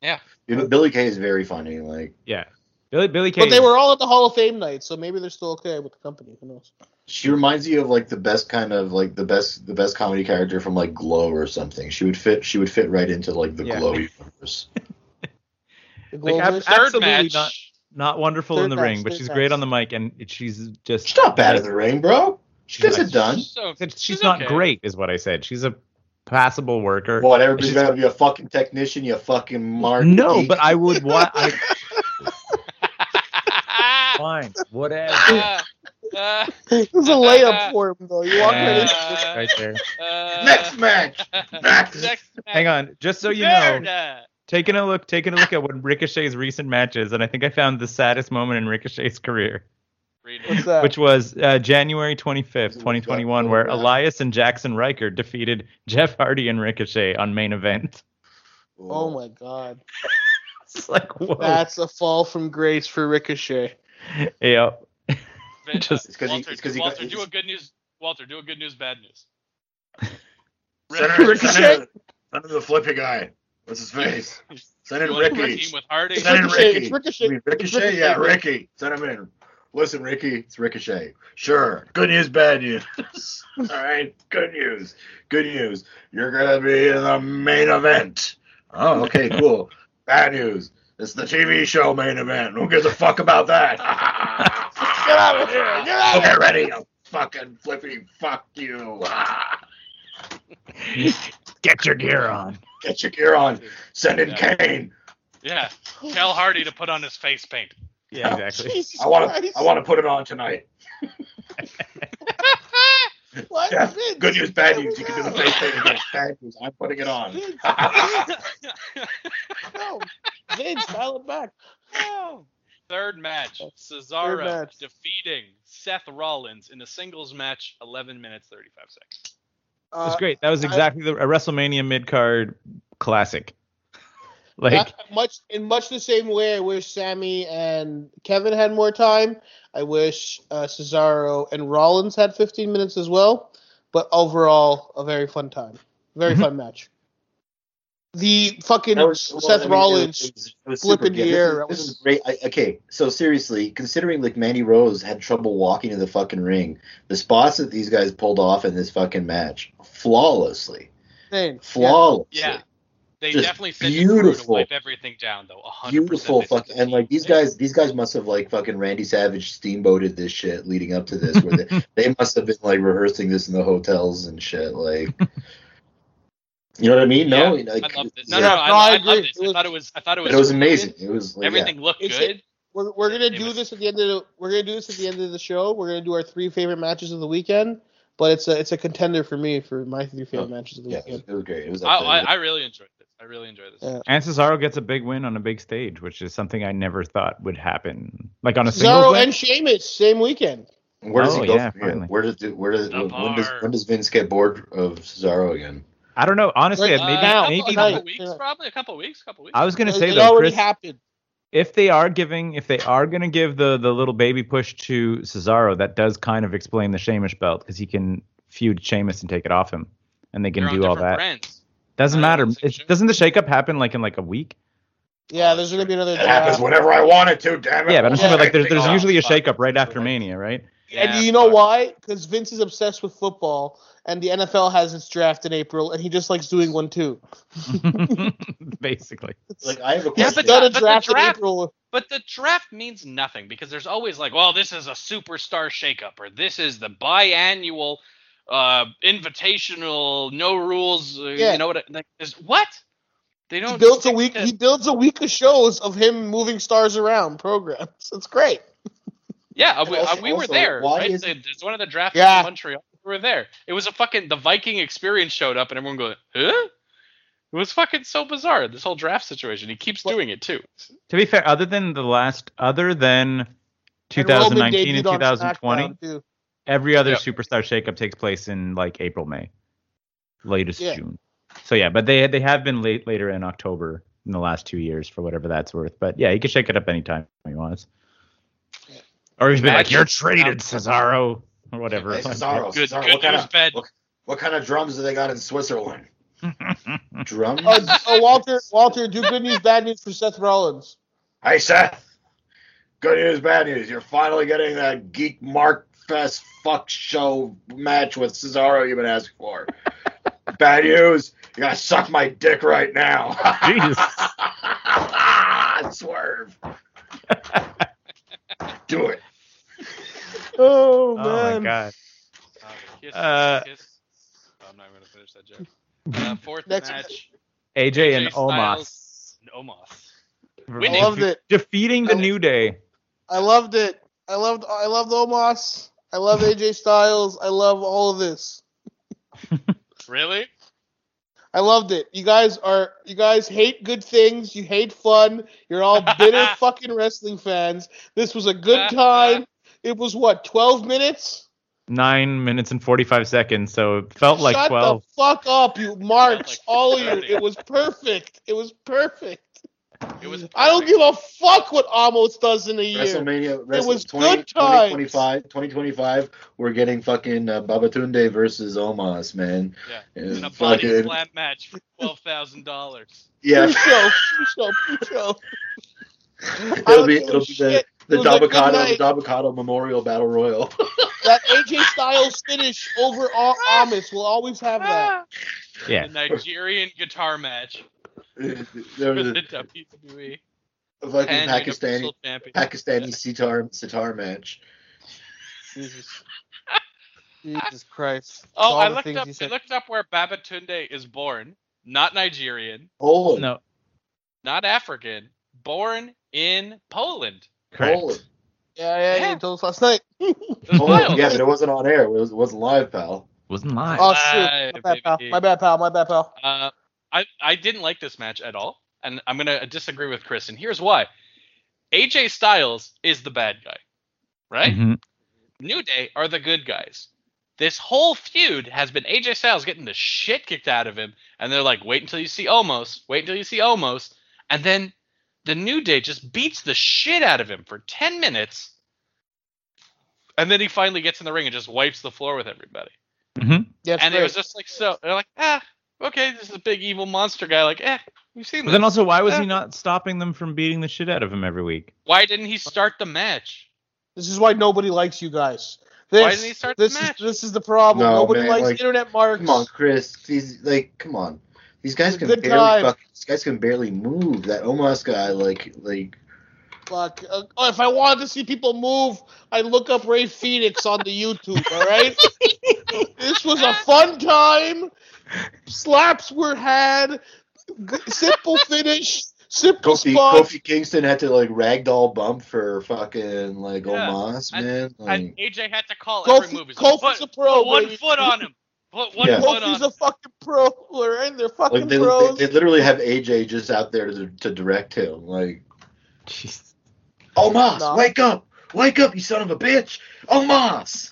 Speaker 6: Yeah, but Billy Kay is very funny. Like
Speaker 7: Yeah, Billy Billy Kay.
Speaker 4: But they were all at the Hall of Fame night, so maybe they're still okay with the company. Who knows?
Speaker 6: she reminds you of like the best kind of like the best the best comedy character from like Glow or something. She would fit she would fit right into like the
Speaker 7: Yeah.
Speaker 6: Glow universe.
Speaker 4: The
Speaker 7: Like,
Speaker 4: Globalists?
Speaker 7: ab- ab-
Speaker 5: Third
Speaker 7: absolutely
Speaker 5: match.
Speaker 7: not. not wonderful in
Speaker 4: Third
Speaker 7: the
Speaker 4: match,
Speaker 7: ring, but
Speaker 4: third
Speaker 7: she's great
Speaker 4: match.
Speaker 7: on the mic, and she's just
Speaker 6: She's not bad in the ring, bro. She gets it done.
Speaker 5: So,
Speaker 7: She's, not
Speaker 5: okay.
Speaker 7: great, is what I said. She's a passable worker.
Speaker 6: What everybody's gonna be a fucking technician, you fucking mark.
Speaker 7: no, but I would want. I, fine, whatever.
Speaker 5: Uh, uh,
Speaker 4: it was a layup for him, though. You walk right in.
Speaker 5: Uh,
Speaker 7: right there.
Speaker 5: uh,
Speaker 6: next match. Next.
Speaker 5: Next
Speaker 7: Hang
Speaker 5: match.
Speaker 7: on, just so you know,
Speaker 5: Verda.
Speaker 7: taking a look, taking a look at what Ricochet's recent matches, and I think I found the saddest moment in Ricochet's career,
Speaker 5: Read
Speaker 4: What's
Speaker 5: it.
Speaker 4: that?
Speaker 7: which was uh, January 25th, 2021, where
Speaker 6: Yeah.
Speaker 7: Elias and Jackson Riker defeated Jeff Hardy and Ricochet on main event.
Speaker 4: oh my god,
Speaker 7: It's like
Speaker 6: Oh.
Speaker 7: whoa,
Speaker 4: that's a fall from grace for Ricochet.
Speaker 7: yeah.
Speaker 5: But,
Speaker 7: Just-
Speaker 5: uh,
Speaker 6: It's 'cause he-
Speaker 5: Walter,
Speaker 6: it's 'cause he got-
Speaker 5: Walter, do
Speaker 6: it's-
Speaker 5: a good news. Walter, do a good news, bad news.
Speaker 6: Send her,
Speaker 4: Ricochet.
Speaker 6: send her, send her the flippy guy. What's his face? Send
Speaker 5: You
Speaker 6: in
Speaker 5: want to
Speaker 6: Ricky.
Speaker 5: team with Hardy.
Speaker 4: It's
Speaker 6: Send in
Speaker 4: Ricochet,
Speaker 6: Ricky.
Speaker 4: it's Ricochet.
Speaker 6: I mean, Ricochet. Yeah, Ricky. Send him in. Listen, Ricky, it's Ricochet. Sure. Good news, bad news. All right. Good news. Good news. You're gonna be in the main event. Oh, okay, cool. bad news. It's the TV show main event. Who gives a fuck about that? Get out of here. Get out of here. Get ready. You fucking flippy. Fuck you.
Speaker 7: Get your gear on.
Speaker 6: Get your gear on. Send in
Speaker 5: Yeah.
Speaker 6: Kane.
Speaker 5: Yeah. Tell Hardy to put on his face paint.
Speaker 7: Yeah,
Speaker 5: Oh,
Speaker 7: exactly.
Speaker 4: Jesus
Speaker 6: I want to.
Speaker 4: Christ.
Speaker 6: I want to put it on tonight.
Speaker 4: What?
Speaker 6: Yeah,
Speaker 4: Vince,
Speaker 6: Good news, bad
Speaker 4: Vince,
Speaker 6: news. You can do the face thing again. Bad news. I'm putting it on.
Speaker 4: Vince, no, Vince, dial it back.
Speaker 5: Third match, Cesaro
Speaker 4: Third match.
Speaker 5: defeating Seth Rollins in a singles match, 11 minutes 35 seconds.
Speaker 4: Uh,
Speaker 5: Uh,
Speaker 7: It's great. That was
Speaker 4: I-
Speaker 7: exactly the a WrestleMania mid card classic. Like
Speaker 4: I- much in much the same way, I wish Sammy and Kevin had more time. I wish uh, Cesaro and Rollins had 15 minutes as well. But overall, a very fun time, very
Speaker 7: Mm-hmm.
Speaker 4: fun match. The fucking
Speaker 6: That was- well, I
Speaker 4: Seth
Speaker 6: mean, it
Speaker 4: Rollins.
Speaker 6: was- it was
Speaker 4: flip
Speaker 6: super
Speaker 4: in the
Speaker 6: good. This
Speaker 4: air.
Speaker 6: is-
Speaker 4: That
Speaker 6: This
Speaker 4: was-
Speaker 6: is great. I- okay, so seriously, considering like Mandy Rose had trouble walking to the fucking ring, the spots that these guys pulled off in this fucking match flawlessly,
Speaker 4: insane. Yeah.
Speaker 6: flawlessly,
Speaker 5: Yeah. They
Speaker 6: Just
Speaker 5: definitely sent the crew to
Speaker 6: beautiful.
Speaker 5: wipe everything down though. 100%.
Speaker 6: beautiful
Speaker 5: They sent
Speaker 6: fucking.
Speaker 5: the
Speaker 6: And like these
Speaker 5: team.
Speaker 6: guys, these guys must have like fucking Randy Savage steamboated this shit leading up to this, where they, they must have been like rehearsing this in the hotels and shit, like. You know what I mean? No,
Speaker 5: Yeah,
Speaker 6: like,
Speaker 5: I loved it. No,
Speaker 6: yeah.
Speaker 5: no, no,
Speaker 4: No,
Speaker 5: I,
Speaker 4: I
Speaker 5: I
Speaker 4: agree.
Speaker 5: loved
Speaker 4: It
Speaker 5: it. I
Speaker 4: was-
Speaker 5: thought it was. I thought it was.
Speaker 6: But it was
Speaker 5: brilliant.
Speaker 6: amazing. It was like, yeah.
Speaker 5: Everything looked
Speaker 4: It's-
Speaker 5: good.
Speaker 4: We're, we're gonna
Speaker 5: It
Speaker 4: do
Speaker 5: was-
Speaker 4: this at the end of the we're gonna do this at the end of the show. We're gonna do our three favorite matches of the weekend. But it's a it's a contender for me for my three favorite
Speaker 6: Oh,
Speaker 4: matches of the
Speaker 6: Yeah, it was,
Speaker 4: weekend.
Speaker 6: it was great. It was.
Speaker 5: I,
Speaker 6: up there.
Speaker 5: I, I really enjoyed this. I really enjoyed this. Uh,
Speaker 4: Yeah.
Speaker 7: and Cesaro gets a big win on a big stage, which is something I never thought would happen. Like on a single
Speaker 4: Cesaro and Sheamus same weekend.
Speaker 6: Where does
Speaker 7: Oh,
Speaker 6: he go?
Speaker 7: yeah,
Speaker 6: from here?
Speaker 7: finally.
Speaker 6: Where does where does
Speaker 5: The
Speaker 6: when, when does
Speaker 5: bar.
Speaker 6: when does Vince get bored of Cesaro again?
Speaker 7: I don't know. Honestly,
Speaker 4: Right,
Speaker 7: maybe
Speaker 5: Uh,
Speaker 4: now,
Speaker 5: a
Speaker 7: maybe
Speaker 5: couple, a couple
Speaker 4: like-
Speaker 5: weeks, probably a couple weeks, couple weeks.
Speaker 7: I was gonna
Speaker 4: It-
Speaker 7: say
Speaker 4: it
Speaker 7: though,
Speaker 4: already
Speaker 7: Chris,
Speaker 4: happened.
Speaker 7: if they are giving if they are going to give the the little baby push to Cesaro, that does kind of explain the Sheamus belt because he can feud Sheamus and take it off him, and they can
Speaker 5: They're on
Speaker 7: do all
Speaker 5: different
Speaker 7: that.
Speaker 5: brands.
Speaker 7: Doesn't
Speaker 5: I
Speaker 7: matter.
Speaker 5: don't think
Speaker 7: It,
Speaker 5: so.
Speaker 7: doesn't the shakeup happen like in like a week?
Speaker 4: Yeah, there's gonna be another
Speaker 6: It happens
Speaker 4: draft.
Speaker 6: whenever I want it to. Damn it!
Speaker 7: Yeah, but I'm
Speaker 4: Yeah.
Speaker 7: saying like there's, there's
Speaker 5: Oh,
Speaker 7: usually a
Speaker 5: fuck.
Speaker 7: shakeup right after
Speaker 5: Right.
Speaker 7: Mania, right?
Speaker 5: Yeah,
Speaker 4: and you know
Speaker 5: fuck.
Speaker 4: why? Because Vince is obsessed with football, and the NFL has its draft in April, and he just likes doing one too.
Speaker 7: Basically.
Speaker 6: like I have a
Speaker 4: He's
Speaker 5: Yeah,
Speaker 6: question.
Speaker 5: but
Speaker 4: done
Speaker 5: that- but the draft-
Speaker 4: in April.
Speaker 5: But the draft means nothing because there's always like, well, this is a superstar shakeup, or this is the biannual, uh, invitational, no rules. Uh,
Speaker 4: Yeah.
Speaker 5: You know what? I- Like, there's, what? They don't.
Speaker 4: He builds a
Speaker 5: stick
Speaker 4: week.
Speaker 5: to-
Speaker 4: He builds a week of shows of him moving stars around programs. It's great.
Speaker 5: Yeah, we,
Speaker 6: also-
Speaker 5: uh, we were
Speaker 6: also,
Speaker 5: there.
Speaker 6: why
Speaker 5: right?
Speaker 6: is-
Speaker 5: It's one of the drafts
Speaker 4: Yeah.
Speaker 5: in Montreal. We were there. It was a fucking the Viking experience showed up, and everyone going, huh? It was fucking so bizarre. This whole draft situation. He keeps doing it too.
Speaker 7: To be fair, other than the last, other than
Speaker 4: And Roman
Speaker 7: 2019 and
Speaker 4: debuted on
Speaker 7: 2020,
Speaker 4: SmackDown, too.
Speaker 7: every other
Speaker 5: Yeah.
Speaker 7: superstar shakeup takes place in like April, May, latest
Speaker 4: Yeah.
Speaker 7: June. So yeah, but they they have been late later in October in the last two years for whatever that's worth. But yeah, he can shake it up anytime he wants. Or he's been like,
Speaker 5: Imagine-
Speaker 7: "You're traded, Cesaro," or whatever.
Speaker 6: Hey, Cesaro,
Speaker 5: Good,
Speaker 6: Cesaro,
Speaker 5: good
Speaker 6: what kind
Speaker 5: news,
Speaker 6: of
Speaker 5: bad.
Speaker 6: what- what kind of drums do they got in Switzerland?
Speaker 7: Oh,
Speaker 6: Drums?
Speaker 4: Oh, oh, Walter, Walter, do good news, bad news for Seth Rollins.
Speaker 6: hey Seth, good news, bad news. You're finally getting that Geek Mark Fest fuck show match with Cesaro you've been asking for. bad news, you gotta suck my dick right now. Swerve. Do it.
Speaker 4: Oh
Speaker 7: oh my god.
Speaker 5: Uh, kiss,
Speaker 7: Uh,
Speaker 5: kiss. I'm not going to finish that joke. Uh, fourth
Speaker 4: Next-
Speaker 5: match,
Speaker 7: AJ and
Speaker 5: AJ
Speaker 7: Omos
Speaker 5: Styles. Omos.
Speaker 7: Re-
Speaker 5: Winning.
Speaker 4: I loved it.
Speaker 7: defeating the New Day.
Speaker 4: I loved it. I loved. I loved Omos. I love AJ Styles. I love all of this.
Speaker 5: Really?
Speaker 4: I loved it. You guys are you guys hate good things. You hate fun. You're all bitter fucking wrestling fans. This was a good time. It was what twelve minutes.
Speaker 7: Nine minutes and forty-five seconds, so it felt like
Speaker 4: Shut
Speaker 7: twelve.
Speaker 4: the fuck up, you marks,
Speaker 5: Felt
Speaker 4: all
Speaker 5: like
Speaker 4: of you.
Speaker 5: 30.
Speaker 4: It was perfect. It was perfect.
Speaker 5: It was. Perfect.
Speaker 4: I don't give a fuck what Almost does in a year.
Speaker 6: WrestleMania, Wrestle-
Speaker 4: was
Speaker 6: 20,
Speaker 4: good times.
Speaker 6: 2025, 2025, we're getting fucking uh, Babatunde versus Omos, man.
Speaker 5: Yeah.
Speaker 6: It's
Speaker 5: In a body
Speaker 6: fucking,
Speaker 5: slam match for twelve thousand dollars.
Speaker 6: yeah.
Speaker 4: Pre-show, pre-show, pre-show. I
Speaker 6: it'll
Speaker 4: don't
Speaker 6: be,
Speaker 4: give a
Speaker 6: it'll be the,
Speaker 4: shit.
Speaker 6: the
Speaker 4: It was a good
Speaker 6: Dabakato,
Speaker 4: night.
Speaker 6: the Dabakato Memorial Battle Royal.
Speaker 4: That AJ Styles finish over all Amos will always have that.
Speaker 7: Yeah.
Speaker 5: The Nigerian guitar match
Speaker 6: there
Speaker 5: for
Speaker 6: was
Speaker 5: the
Speaker 6: a
Speaker 5: WWE
Speaker 6: fucking
Speaker 5: and
Speaker 6: Pakistani
Speaker 5: Universal Champion.
Speaker 6: Pakistani sitar sitar match.
Speaker 4: Jesus. Jesus Christ.
Speaker 5: Oh,
Speaker 4: All
Speaker 5: I
Speaker 4: the
Speaker 5: looked
Speaker 4: things
Speaker 5: up.
Speaker 4: he
Speaker 5: I
Speaker 4: said.
Speaker 5: looked up where Babatunde is born. Not Nigerian.
Speaker 6: Poland,
Speaker 7: No,
Speaker 5: Not African. Born in Poland.
Speaker 7: correct.
Speaker 6: Poland,
Speaker 4: Yeah, yeah, yeah.
Speaker 5: Yeah.
Speaker 4: You told us last night.
Speaker 5: That's
Speaker 6: Poland.
Speaker 5: wild.
Speaker 6: Yeah, but it wasn't on air. It, was, it wasn't live, pal.
Speaker 7: Wasn't live.
Speaker 4: Oh,
Speaker 5: Bye,
Speaker 4: shoot. My bad, pal.
Speaker 5: baby.
Speaker 4: My bad, pal. My bad, pal.
Speaker 5: Uh, I I didn't like this match at all, and I'm gonna disagree with Chris. And here's why: AJ Styles is the bad guy, right?
Speaker 7: Mhm.
Speaker 5: New Day are the good guys. This whole feud has been AJ Styles getting the shit kicked out of him, and they're like, wait until you see Almost, wait until you see Almost, And then the New Day just beats the shit out of him for 10 minutes. And then he finally gets in the ring and just wipes the floor with everybody.
Speaker 4: Yeah, it's
Speaker 5: and
Speaker 4: great.
Speaker 5: it was just like, so, they're like, ah, okay, this is a big evil monster guy. Like, eh, we've seen
Speaker 7: But
Speaker 5: this.
Speaker 7: then also, why was he not stopping them from beating the shit out of him every week?
Speaker 5: Why didn't he start the match?
Speaker 4: This is why nobody likes you guys. This,
Speaker 5: Why didn't he start the
Speaker 4: this
Speaker 5: match?
Speaker 4: Is, this is the problem.
Speaker 6: No,
Speaker 4: nobody
Speaker 6: man,
Speaker 4: likes
Speaker 6: like-
Speaker 4: internet marks.
Speaker 6: Come on, Chris. These like, come on. These guys can
Speaker 4: Good
Speaker 6: barely
Speaker 4: time.
Speaker 6: fucking. These guys can barely move. That Omos guy, like, like.
Speaker 4: Fuck. Uh, oh, if I wanted to see people move, I look up Ray Phoenix on the YouTube. All right. this was a fun time. Slaps were had. G- Simple finish. Simple
Speaker 6: Kofi,
Speaker 4: spots.
Speaker 6: Kofi Kingston had to like ragdoll bump for fucking like
Speaker 5: Yeah.
Speaker 6: Omos,
Speaker 5: And-
Speaker 6: man. Like,
Speaker 5: And AJ had to call every
Speaker 4: Kofi,
Speaker 5: move. He's
Speaker 4: Kofi's a
Speaker 5: like, put,
Speaker 4: pro.
Speaker 5: put one
Speaker 4: baby.
Speaker 5: foot on him. Put one
Speaker 6: Yeah.
Speaker 5: foot on
Speaker 7: uh,
Speaker 4: Kofi's
Speaker 5: him.
Speaker 4: a fucking pro. All right, they're fucking
Speaker 6: like they, they,
Speaker 4: pros.
Speaker 6: they literally have AJ just out there to, to direct him. Like,
Speaker 7: Jeez.
Speaker 6: Omos,
Speaker 4: No.
Speaker 6: Oh, wake up, wake up, you son of a bitch, Omos.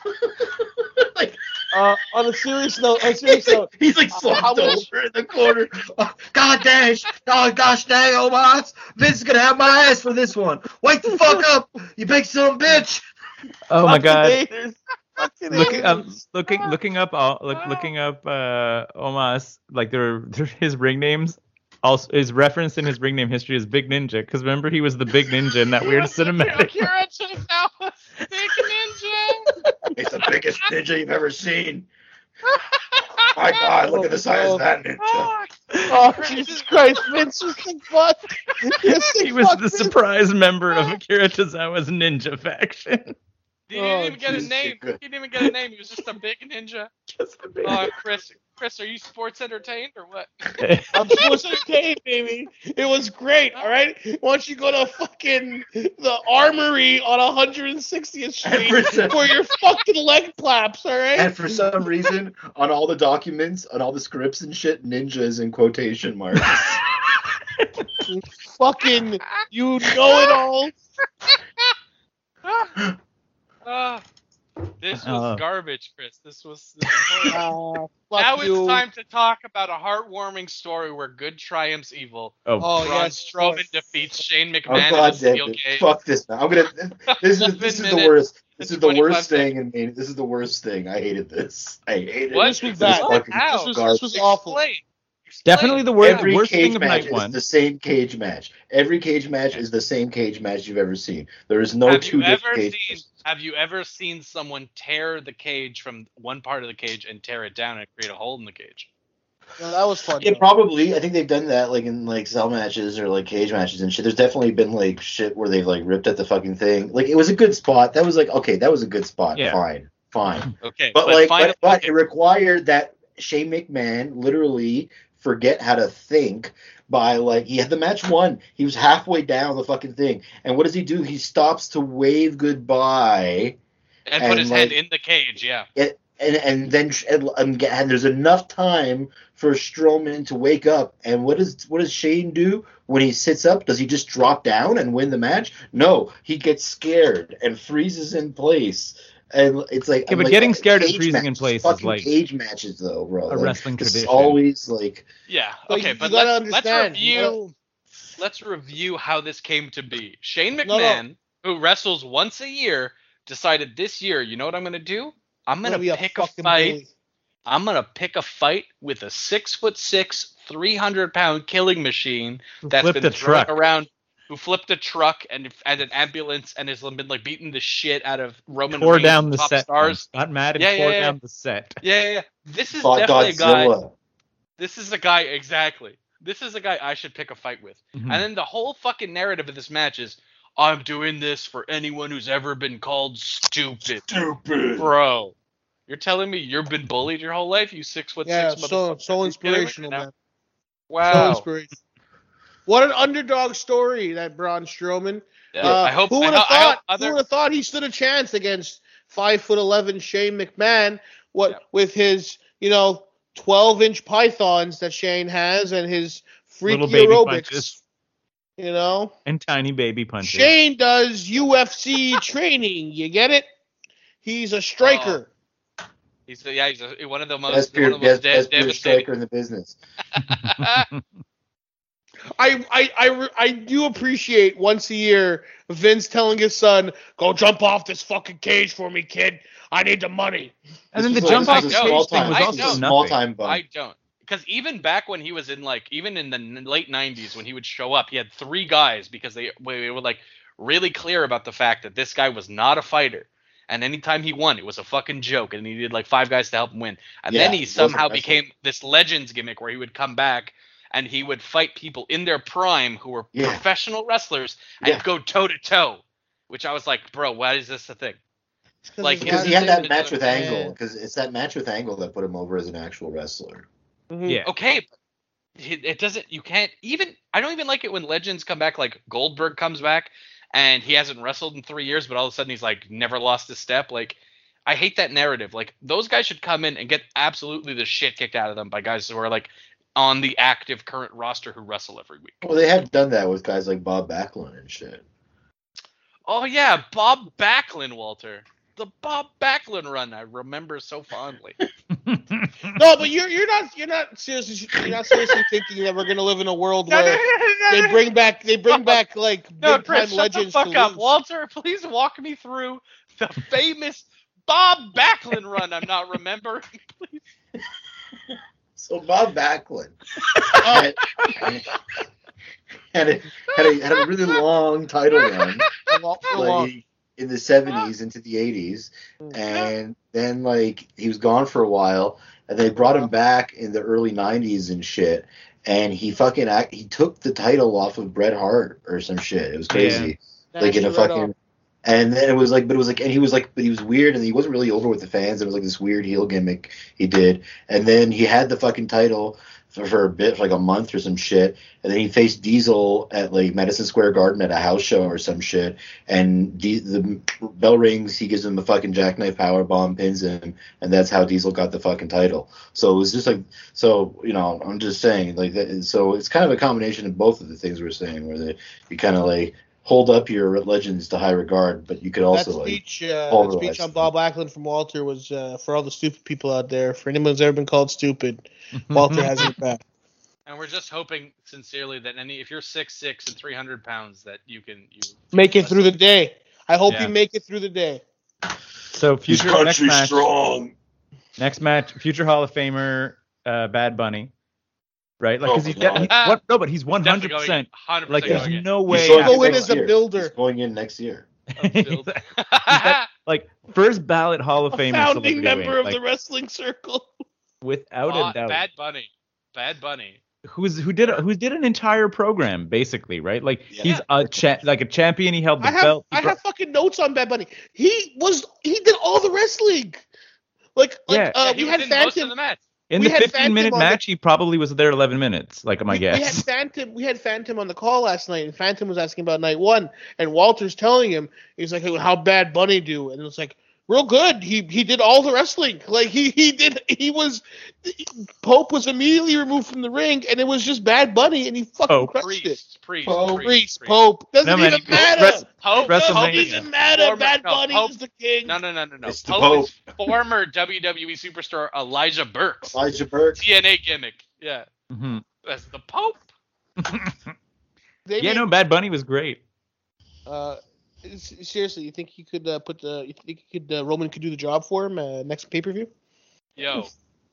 Speaker 6: like,
Speaker 4: uh, on a serious note, on a serious note,
Speaker 6: he's like
Speaker 4: Uh, how
Speaker 6: slumped
Speaker 4: much-
Speaker 6: over in the corner. Oh, God dash, oh gosh dang, Omos, Vince is gonna have my ass for this one. Wake the fuck up, you big son of a bitch.
Speaker 7: Oh my
Speaker 4: fucking
Speaker 7: god. um,
Speaker 4: haters. Fucking
Speaker 7: Looking up,
Speaker 4: haters.
Speaker 7: looking, looking up, all, look, looking up uh, Omos. Like their, their his ring names. Also, is referenced in his ring name history as Big Ninja. Because remember, he was the Big Ninja in that weird cinematic.
Speaker 6: He's the biggest ninja you've ever seen. My God, look at the size of that ninja.
Speaker 4: Oh, Jesus Christ, Vince was the fuck. Yes,
Speaker 7: he was
Speaker 4: fuck
Speaker 7: the surprise member of Akira Tozawa's ninja faction.
Speaker 5: He didn't
Speaker 4: Oh,
Speaker 5: even get a
Speaker 6: Jesus,
Speaker 5: name.
Speaker 6: you're good.
Speaker 5: He didn't even get a name. He was just a big ninja. Uh, Chris, Chris, are you sports entertained or what?
Speaker 7: Oh,
Speaker 4: I'm supposed to pay, baby. It was great, all right? Why don't you go to fucking the armory on 160th
Speaker 6: And
Speaker 4: Street
Speaker 6: for,
Speaker 4: for your fucking leg claps, all right?
Speaker 6: and for some reason, on all the documents, on all the scripts and shit, ninja is in quotation marks.
Speaker 4: Fucking, you know it all.
Speaker 5: Uh, Ah. this was
Speaker 7: Uh.
Speaker 5: garbage, Chris. This was. This was horrible.
Speaker 4: Ah, fuck
Speaker 5: now it's
Speaker 4: you.
Speaker 5: time to talk about a heartwarming story where good triumphs evil.
Speaker 4: Oh,
Speaker 5: Braun
Speaker 4: yes.
Speaker 5: Strowman defeats Shane
Speaker 6: Oh
Speaker 5: McMahon in a
Speaker 6: God damn
Speaker 5: steel
Speaker 6: it!
Speaker 5: cage.
Speaker 6: Fuck this! Now. I'm gonna. This is this is the
Speaker 5: minute
Speaker 6: worst. This is the
Speaker 5: 25
Speaker 6: worst thing in me. This is the worst thing. I hated this. I hated
Speaker 5: What?
Speaker 6: this.
Speaker 4: This was
Speaker 6: This
Speaker 4: bad.
Speaker 5: What?
Speaker 6: fucking
Speaker 5: How?
Speaker 4: This was,
Speaker 6: garbage.
Speaker 4: this was awful.
Speaker 5: Explain. Explain.
Speaker 7: Definitely the worst,
Speaker 6: Every
Speaker 7: worst
Speaker 6: cage
Speaker 7: thing of
Speaker 6: match
Speaker 7: night
Speaker 6: is
Speaker 7: one.
Speaker 6: the same cage match. Every cage match is the same cage match you've ever seen. There is no
Speaker 5: have
Speaker 6: two
Speaker 5: you ever
Speaker 6: different cage
Speaker 5: seen?
Speaker 6: matches.
Speaker 5: Have you ever seen someone tear the cage from one part of the cage and tear it down and create a hole in the cage?
Speaker 4: No, that was fun.
Speaker 6: Yeah,
Speaker 4: though.
Speaker 6: probably. I think they've done that like in like cell matches or like cage matches and shit. There's definitely been like shit where they've like ripped at the fucking thing. Like it was a good spot. That was like okay, that was a good spot.
Speaker 7: Yeah.
Speaker 6: Fine, fine.
Speaker 5: Okay,
Speaker 6: But, like,
Speaker 5: finally-
Speaker 6: but, but it required that Shane McMahon literally forget how to think by like he had the match won. He was halfway down the fucking thing, and what does he do? He stops to wave goodbye.
Speaker 5: and,
Speaker 6: and,
Speaker 5: put his head
Speaker 6: like-
Speaker 5: in the cage. Yeah.
Speaker 6: and and then and, and, get- and there's enough time for Strowman to wake up. And what does what does Shane do when he sits up? Does he just drop down and win the match? No, he gets scared and freezes in place. And it's like,
Speaker 7: Yeah,
Speaker 6: I'm
Speaker 7: but
Speaker 6: like,
Speaker 7: getting scared and
Speaker 6: cage
Speaker 7: freezing in
Speaker 6: matches,
Speaker 7: place is
Speaker 6: fucking
Speaker 7: like
Speaker 6: cage matches, though, bro.
Speaker 7: a
Speaker 6: Like,
Speaker 7: wrestling
Speaker 6: it's
Speaker 7: tradition.
Speaker 6: always like
Speaker 5: Yeah.
Speaker 4: But
Speaker 5: okay,
Speaker 4: you
Speaker 5: but
Speaker 4: gotta
Speaker 5: let's, let's
Speaker 4: understand,
Speaker 5: review.
Speaker 4: you gotta-
Speaker 5: Let's review how this came to be. Shane
Speaker 4: No, no.
Speaker 5: McMahon, who wrestles once a year, decided this year. You know what I'm gonna do? I'm gonna
Speaker 4: be
Speaker 5: pick a
Speaker 4: fucking
Speaker 5: fight.
Speaker 4: bully.
Speaker 5: I'm gonna pick a fight with a six foot six, three hundred pound killing machine that's
Speaker 7: flipped
Speaker 5: been
Speaker 7: a
Speaker 5: thrown
Speaker 7: truck.
Speaker 5: around. Who flipped a truck and and an ambulance and has been like beating the shit out of Roman
Speaker 7: Tore
Speaker 5: Reigns
Speaker 7: down
Speaker 5: and
Speaker 7: the
Speaker 5: top
Speaker 7: set.
Speaker 5: stars.
Speaker 7: Got mad and
Speaker 5: Yeah, yeah,
Speaker 7: tore
Speaker 5: yeah.
Speaker 7: down the set.
Speaker 5: Yeah, yeah, yeah. This is
Speaker 6: fought
Speaker 5: definitely a guy.
Speaker 6: Godzilla.
Speaker 5: This is a guy exactly. This is a guy I should pick a fight with.
Speaker 7: Hmm.
Speaker 5: And then the whole fucking narrative of this match is I'm doing this for anyone who's ever been called stupid.
Speaker 6: Stupid.
Speaker 5: Bro. You're telling me you've been bullied your whole life, you six foot
Speaker 4: Yeah,
Speaker 5: six
Speaker 4: so
Speaker 5: motherfucker.
Speaker 4: so
Speaker 5: You kidding me?
Speaker 4: inspirational,
Speaker 5: No.
Speaker 4: man. So
Speaker 5: Wow.
Speaker 4: inspirational. What an underdog story that Braun Strowman.
Speaker 5: Yeah,
Speaker 4: Uh,
Speaker 5: I hope
Speaker 4: who
Speaker 5: I
Speaker 4: would
Speaker 5: ho-
Speaker 4: have
Speaker 5: I hope
Speaker 4: thought?
Speaker 5: other-
Speaker 4: Who would have thought he stood a chance against five foot eleven Shane McMahon? What
Speaker 5: Yeah.
Speaker 4: with his you know twelve inch pythons that Shane has and his freaky
Speaker 7: Little baby
Speaker 4: aerobics.
Speaker 7: punches.
Speaker 4: You know,
Speaker 7: And tiny baby punches.
Speaker 4: Shane does UFC training. You get it? He's a striker.
Speaker 5: he's the- yeah, he's a, one of the most
Speaker 6: Best
Speaker 5: one
Speaker 6: pure,
Speaker 5: of the most
Speaker 6: best,
Speaker 5: dead,
Speaker 6: best pure
Speaker 5: devastating.
Speaker 6: striker in the business.
Speaker 4: I, I, I, re- I do appreciate once a year Vince telling his son, "Go jump off this fucking cage for me, kid. I need the money."
Speaker 7: And then
Speaker 6: This
Speaker 7: the
Speaker 6: was
Speaker 7: jump
Speaker 5: like-
Speaker 7: off
Speaker 6: this
Speaker 7: stage
Speaker 6: was a
Speaker 7: thing
Speaker 5: small
Speaker 7: was
Speaker 6: time-
Speaker 5: I
Speaker 7: also
Speaker 6: this was a
Speaker 5: know.
Speaker 7: nothing.
Speaker 6: small time bug.
Speaker 5: I don't. Because even back when he was in like even in the n- late '90s, when he would show up, he had three guys because they we were like really clear about the fact that this guy was not a fighter. And anytime he won, it was a fucking joke, and he did like five guys to help him win. And
Speaker 6: Yeah,
Speaker 5: then
Speaker 6: he
Speaker 5: he
Speaker 6: wasn't
Speaker 5: somehow
Speaker 6: wrestling.
Speaker 5: became this legends gimmick where he would come back and he would fight people in their prime who were
Speaker 6: Yeah.
Speaker 5: professional wrestlers and
Speaker 6: Yeah.
Speaker 5: go toe to toe. Which I was like, bro, why is this a thing? Like,
Speaker 6: Because he
Speaker 5: Yeah.
Speaker 6: had that match with
Speaker 5: Yeah.
Speaker 6: Angle. Because it's that match with Angle that put him over as an actual wrestler.
Speaker 7: Yeah.
Speaker 5: okay but it it doesn't you can't even i don't even like it when legends come back like goldberg comes back and he hasn't wrestled in three years but all of a sudden he's like never lost a step like i hate that narrative like those guys should come in and get absolutely the shit kicked out of them by guys who are like on the active current roster who wrestle every week
Speaker 6: Well, they had done that with guys like Bob Backlund and shit.
Speaker 5: oh yeah bob backlund walter the bob backlund run i remember so fondly
Speaker 4: No, but you're you're not you're not seriously you're not seriously thinking that we're gonna live in a world where they bring back they bring back like
Speaker 5: No,
Speaker 4: big
Speaker 5: Chris,
Speaker 4: time
Speaker 5: shut the
Speaker 4: legends
Speaker 5: fuck
Speaker 4: to
Speaker 5: up.
Speaker 4: lose.
Speaker 5: Walter, please walk me through the famous Bob Backlund run I'm not remembering. Please.
Speaker 6: So Bob Backlund had, had, a, had, a, had a really long title run.
Speaker 4: For lo- for long.
Speaker 6: like in the seventies into the eighties, and then like he was gone for a while, and they brought him back in the early nineties and shit. And he fucking act, he took the title off of Bret Hart or some shit. It was crazy, like in a
Speaker 4: National
Speaker 6: fucking.
Speaker 4: Red
Speaker 6: And then it was like, but it was like, and he was like, but he was weird, and he wasn't really over with the fans. It was like this weird heel gimmick he did, and then he had the fucking title for, for a bit, for like a month or some shit, and then he faced Diesel at like Madison Square Garden at a house show or some shit, and D- the bell rings. He gives him the fucking jackknife power bomb, pins him, and that's how Diesel got the fucking title. So it was just like, so you know, I'm just saying, like, that, so it's kind of a combination of both of the things we're saying, where they, you kind of like hold up your legends to high regard, but you could
Speaker 4: That
Speaker 6: also like,
Speaker 4: speech, uh, that
Speaker 6: pulverize
Speaker 4: speech on
Speaker 6: them.
Speaker 4: Bob Backlund from Walter was uh, for all the stupid people out there. For anyone who's ever been called stupid,
Speaker 7: Mm-hmm.
Speaker 5: Mm-hmm.
Speaker 4: Walter has your back.
Speaker 5: And we're just hoping sincerely that any if you're six six and three hundred pounds that you can you
Speaker 4: Make it through the day. I hope
Speaker 5: Yeah.
Speaker 4: you make it through the day.
Speaker 7: so
Speaker 3: This
Speaker 7: future next
Speaker 3: country's
Speaker 7: match,
Speaker 3: strong.
Speaker 7: next match, future Hall of Famer, uh, Bad Bunny, right? Like,
Speaker 3: Oh,
Speaker 7: because he's
Speaker 3: no.
Speaker 7: de- he- what, no, but he's one
Speaker 5: definitely
Speaker 7: hundred
Speaker 5: going
Speaker 7: percent.
Speaker 5: hundred
Speaker 7: Like,
Speaker 5: percent
Speaker 7: there's
Speaker 5: going in.
Speaker 7: no way.
Speaker 6: He's going
Speaker 4: Go in
Speaker 6: next
Speaker 4: as a
Speaker 6: year.
Speaker 4: builder.
Speaker 6: He's going in next year.
Speaker 5: Upfield.
Speaker 7: like first ballot Hall of
Speaker 4: A
Speaker 7: Fame
Speaker 4: founding member of
Speaker 7: like,
Speaker 4: the wrestling circle.
Speaker 7: without
Speaker 5: Bo-
Speaker 7: a doubt.
Speaker 5: Bad bunny. Bad bunny.
Speaker 7: Who's who did who did an entire program basically, right? Like
Speaker 6: Yeah.
Speaker 7: he's a cha- like a champion. He held the
Speaker 4: I have
Speaker 7: belt. he
Speaker 4: I
Speaker 7: brought-
Speaker 4: have fucking notes on Bad Bunny. He was he did all the wrestling. Like, like
Speaker 7: Yeah.
Speaker 4: uh,
Speaker 5: Yeah, he
Speaker 4: we
Speaker 5: was
Speaker 4: had
Speaker 5: in most of
Speaker 4: Phantom.
Speaker 5: the match.
Speaker 7: In
Speaker 4: We
Speaker 7: the
Speaker 4: had
Speaker 7: 15 minute
Speaker 4: Phantom on the-
Speaker 7: match, he probably was there 11 minutes, like my
Speaker 4: we, we had
Speaker 7: guess.
Speaker 4: Phantom. We had Phantom on the call last night, and Phantom was asking about night one, and Walter's telling him he's like, "How bad Bunny do?" And it's like, real good. He he did all the wrestling. Like he he did. He was Pope was immediately removed from the ring, and it was just Bad Bunny, and he fucking
Speaker 7: Pope.
Speaker 4: crushed it.
Speaker 5: Priest. Priest.
Speaker 6: Pope.
Speaker 4: Priest,
Speaker 5: Priest.
Speaker 4: Pope doesn't
Speaker 7: No, man,
Speaker 4: even
Speaker 7: he-
Speaker 4: matter.
Speaker 7: Wrest-
Speaker 5: Pope.
Speaker 4: Pope
Speaker 7: WrestleMania.
Speaker 4: doesn't matter.
Speaker 5: Former-
Speaker 4: Bad
Speaker 5: no,
Speaker 4: Bunny
Speaker 5: Pope-
Speaker 4: is the king.
Speaker 5: No, no, no, no, no.
Speaker 6: It's the
Speaker 5: Pope is former WWE superstar Elijah Burks.
Speaker 6: Elijah Burke.
Speaker 5: TNA gimmick. Yeah.
Speaker 7: Mhm.
Speaker 5: That's the Pope.
Speaker 4: They
Speaker 7: yeah,
Speaker 4: made-
Speaker 7: no, Bad Bunny was great.
Speaker 4: Uh, s- seriously, you think you could uh, put the? You think you could uh, Roman could do the job for him uh, next pay per view?
Speaker 5: Yo,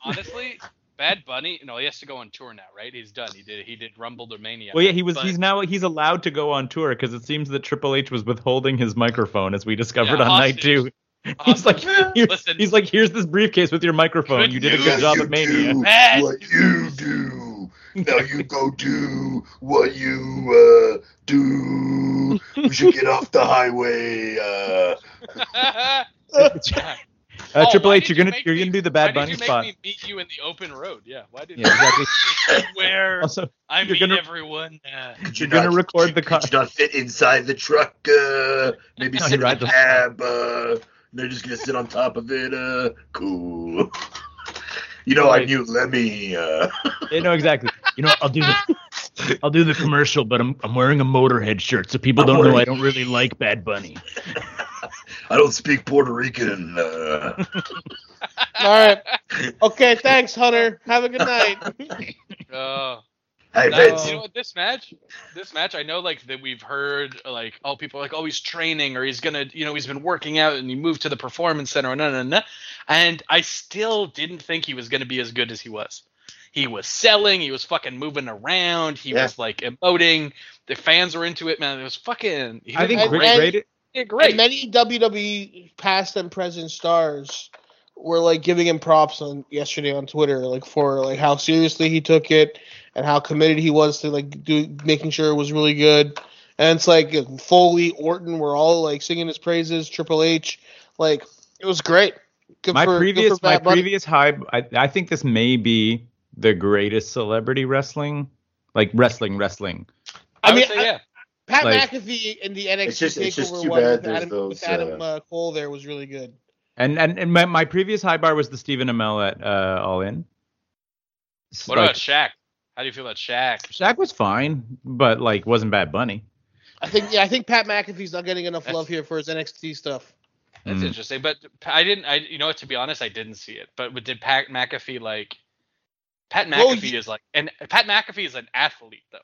Speaker 5: honestly, Bad Bunny. No, he has to go on tour now, right? He's done. He did. He did Rumble to Mania.
Speaker 7: Well, yeah, he was.
Speaker 5: But-
Speaker 7: He's now he's allowed to go on tour because it seems that Triple H was withholding his microphone, as we discovered
Speaker 5: Yeah,
Speaker 7: on night
Speaker 5: hostage.
Speaker 7: two. He's like,
Speaker 5: Hostage.
Speaker 7: here,
Speaker 5: Listen.
Speaker 7: he's like, here's this briefcase with your microphone.
Speaker 5: Good
Speaker 7: You did a
Speaker 5: news.
Speaker 7: good
Speaker 5: Yes,
Speaker 7: job
Speaker 3: you
Speaker 7: at Mania.
Speaker 3: do
Speaker 5: Bad
Speaker 3: What you do. Now you go do what you uh, do. We should get off the highway. Uh,
Speaker 5: uh, Oh,
Speaker 7: Uh, Triple H, you're gonna you're gonna do the Bad Bunny
Speaker 5: why did you
Speaker 7: spot.
Speaker 5: Make me meet you in the open road. Yeah. Why did
Speaker 7: Yeah, exactly.
Speaker 5: you where
Speaker 7: also,
Speaker 5: I
Speaker 7: you're
Speaker 5: meet
Speaker 7: gonna-
Speaker 5: everyone? Uh,
Speaker 3: could
Speaker 7: you're gonna record the
Speaker 3: could- could you not fit inside the truck. Uh, maybe
Speaker 7: No, he
Speaker 3: sit in a
Speaker 7: rides a-
Speaker 3: cab. Uh, they're just gonna sit on top of it. Uh, cool. You know, I
Speaker 7: Right.
Speaker 3: knew Lemmy. Uh,
Speaker 7: you know exactly. You know, I'll do the I'll do the commercial, but I'm I'm wearing a Motorhead shirt, so people
Speaker 3: I'm don't know wearing- I
Speaker 7: don't really like Bad Bunny.
Speaker 3: I don't speak Puerto Rican. Uh,
Speaker 4: All right. Okay. Thanks, Hunter. Have a good night.
Speaker 5: oh.
Speaker 6: Hey,
Speaker 5: Now,
Speaker 6: Vince.
Speaker 5: you know what, this match, this match, I know like that we've heard like oh people are like oh he's training or he's gonna you know he's been working out and he moved to the performance center and nah, nah, nah. and I still didn't think he was gonna be as good as he was. He was selling, he was fucking moving around, he
Speaker 6: Yeah.
Speaker 5: was like emoting. The fans were into it, man. It was fucking. He
Speaker 7: I
Speaker 5: did
Speaker 7: think great,
Speaker 5: great.
Speaker 4: and-
Speaker 7: great
Speaker 5: He did great.
Speaker 4: And many WWE past and present stars were like giving him props on yesterday on Twitter, like for like how seriously he took it and how committed he was to like do making sure it was really good. And it's like uh, Foley, Orton were all like singing his praises. Triple H, like it was great. Good
Speaker 7: my
Speaker 4: for- good
Speaker 7: previous
Speaker 4: for
Speaker 7: my
Speaker 4: Fat Bunny.
Speaker 7: previous high I, I think this may be the greatest celebrity wrestling like wrestling wrestling
Speaker 4: I
Speaker 5: I, mean,
Speaker 4: mean,
Speaker 5: would say,
Speaker 4: I-
Speaker 5: yeah.
Speaker 4: Pat
Speaker 7: like-
Speaker 4: McAfee in the NXT
Speaker 6: It's just-
Speaker 4: takeover
Speaker 6: it's just too
Speaker 4: one
Speaker 6: bad
Speaker 4: with
Speaker 6: there's
Speaker 4: Adam, with
Speaker 6: those,
Speaker 4: Adam
Speaker 6: uh,
Speaker 4: uh, Cole there was really good.
Speaker 7: and and, and my, my previous high bar was the Stephen Amell at uh, All In S-
Speaker 5: What
Speaker 7: like,
Speaker 5: about Shaq? How do you feel about Shaq?
Speaker 7: Shaq was fine but like wasn't Bad Bunny
Speaker 4: I think yeah, I think Pat McAfee's not getting enough
Speaker 5: That's-
Speaker 4: love here for his NXT stuff.
Speaker 5: That's
Speaker 7: Mm.
Speaker 5: interesting, but I didn't. I you know what? To be honest, I didn't see it. But did Pat McAfee like? Pat McAfee
Speaker 4: Well,
Speaker 5: is like, and Pat McAfee is an athlete though.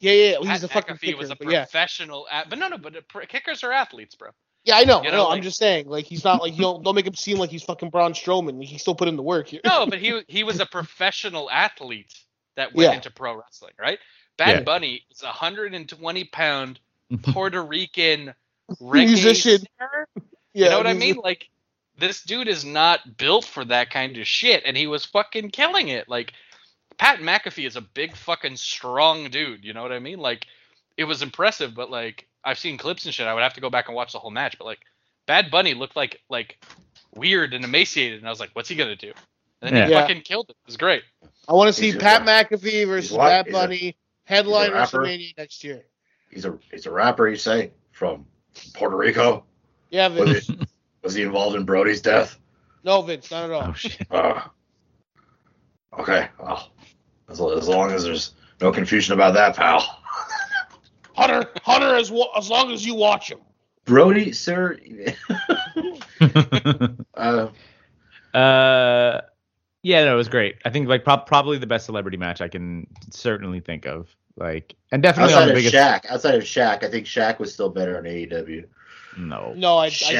Speaker 4: Yeah, yeah, yeah, Oh, he's
Speaker 5: Pat
Speaker 4: a fucking
Speaker 5: McAfee
Speaker 4: kicker,
Speaker 5: was a
Speaker 4: but yeah.
Speaker 5: professional, at, but no, no, but uh, pr- kickers are athletes, bro.
Speaker 4: Yeah, I know.
Speaker 5: You
Speaker 4: I
Speaker 5: know,
Speaker 4: know.
Speaker 5: like-
Speaker 4: I'm just saying, like he's not like you don't don't make him seem like he's fucking Braun Strowman. He still put in the work here.
Speaker 5: No, but he he was a professional athlete that went
Speaker 4: Yeah.
Speaker 5: into pro wrestling, right? Bad
Speaker 7: Yeah.
Speaker 5: Bunny is a hundred and twenty pound
Speaker 7: Mhm.
Speaker 5: Puerto Rican reggae
Speaker 4: Musician.
Speaker 5: singer.
Speaker 4: yeah,
Speaker 5: you know what I
Speaker 4: he's-
Speaker 5: mean? Like this dude is not built for that kind of shit, and he was fucking killing it. Like Pat McAfee is a big fucking strong dude. You know what I mean? Like it was impressive, but like I've seen clips and shit. I would have to go back and watch the whole match, but like Bad Bunny looked like like weird and emaciated, and I was like, what's he gonna do? And then he
Speaker 4: Yeah. Yeah.
Speaker 5: fucking killed it. It was great.
Speaker 4: I want to see
Speaker 6: He's a-
Speaker 4: Pat McAfee versus
Speaker 6: he's a lot-
Speaker 4: Bad
Speaker 6: he's a-
Speaker 4: Bunny headline
Speaker 6: he's a rapper.
Speaker 4: WrestleMania next year.
Speaker 6: He's a he's a rapper. You say from Puerto Rico?
Speaker 4: Yeah,
Speaker 6: Was
Speaker 4: Vince.
Speaker 6: he, was he involved in Brody's death?
Speaker 4: no, Vince, not at all.
Speaker 7: oh shit
Speaker 6: Uh, okay. Well, as, lo- as long as there's no confusion about that, pal.
Speaker 4: Hunter, Hunter, as wa- as long as you watch him.
Speaker 6: Brody, sir. uh,
Speaker 7: uh yeah no it was great I think like prob- probably the best celebrity match I can certainly think of like and definitely on
Speaker 6: outside
Speaker 7: the
Speaker 6: of
Speaker 7: biggest
Speaker 6: Shaq, outside of Shaq, I think Shaq was still better in E AEW.
Speaker 7: no
Speaker 4: No, I I,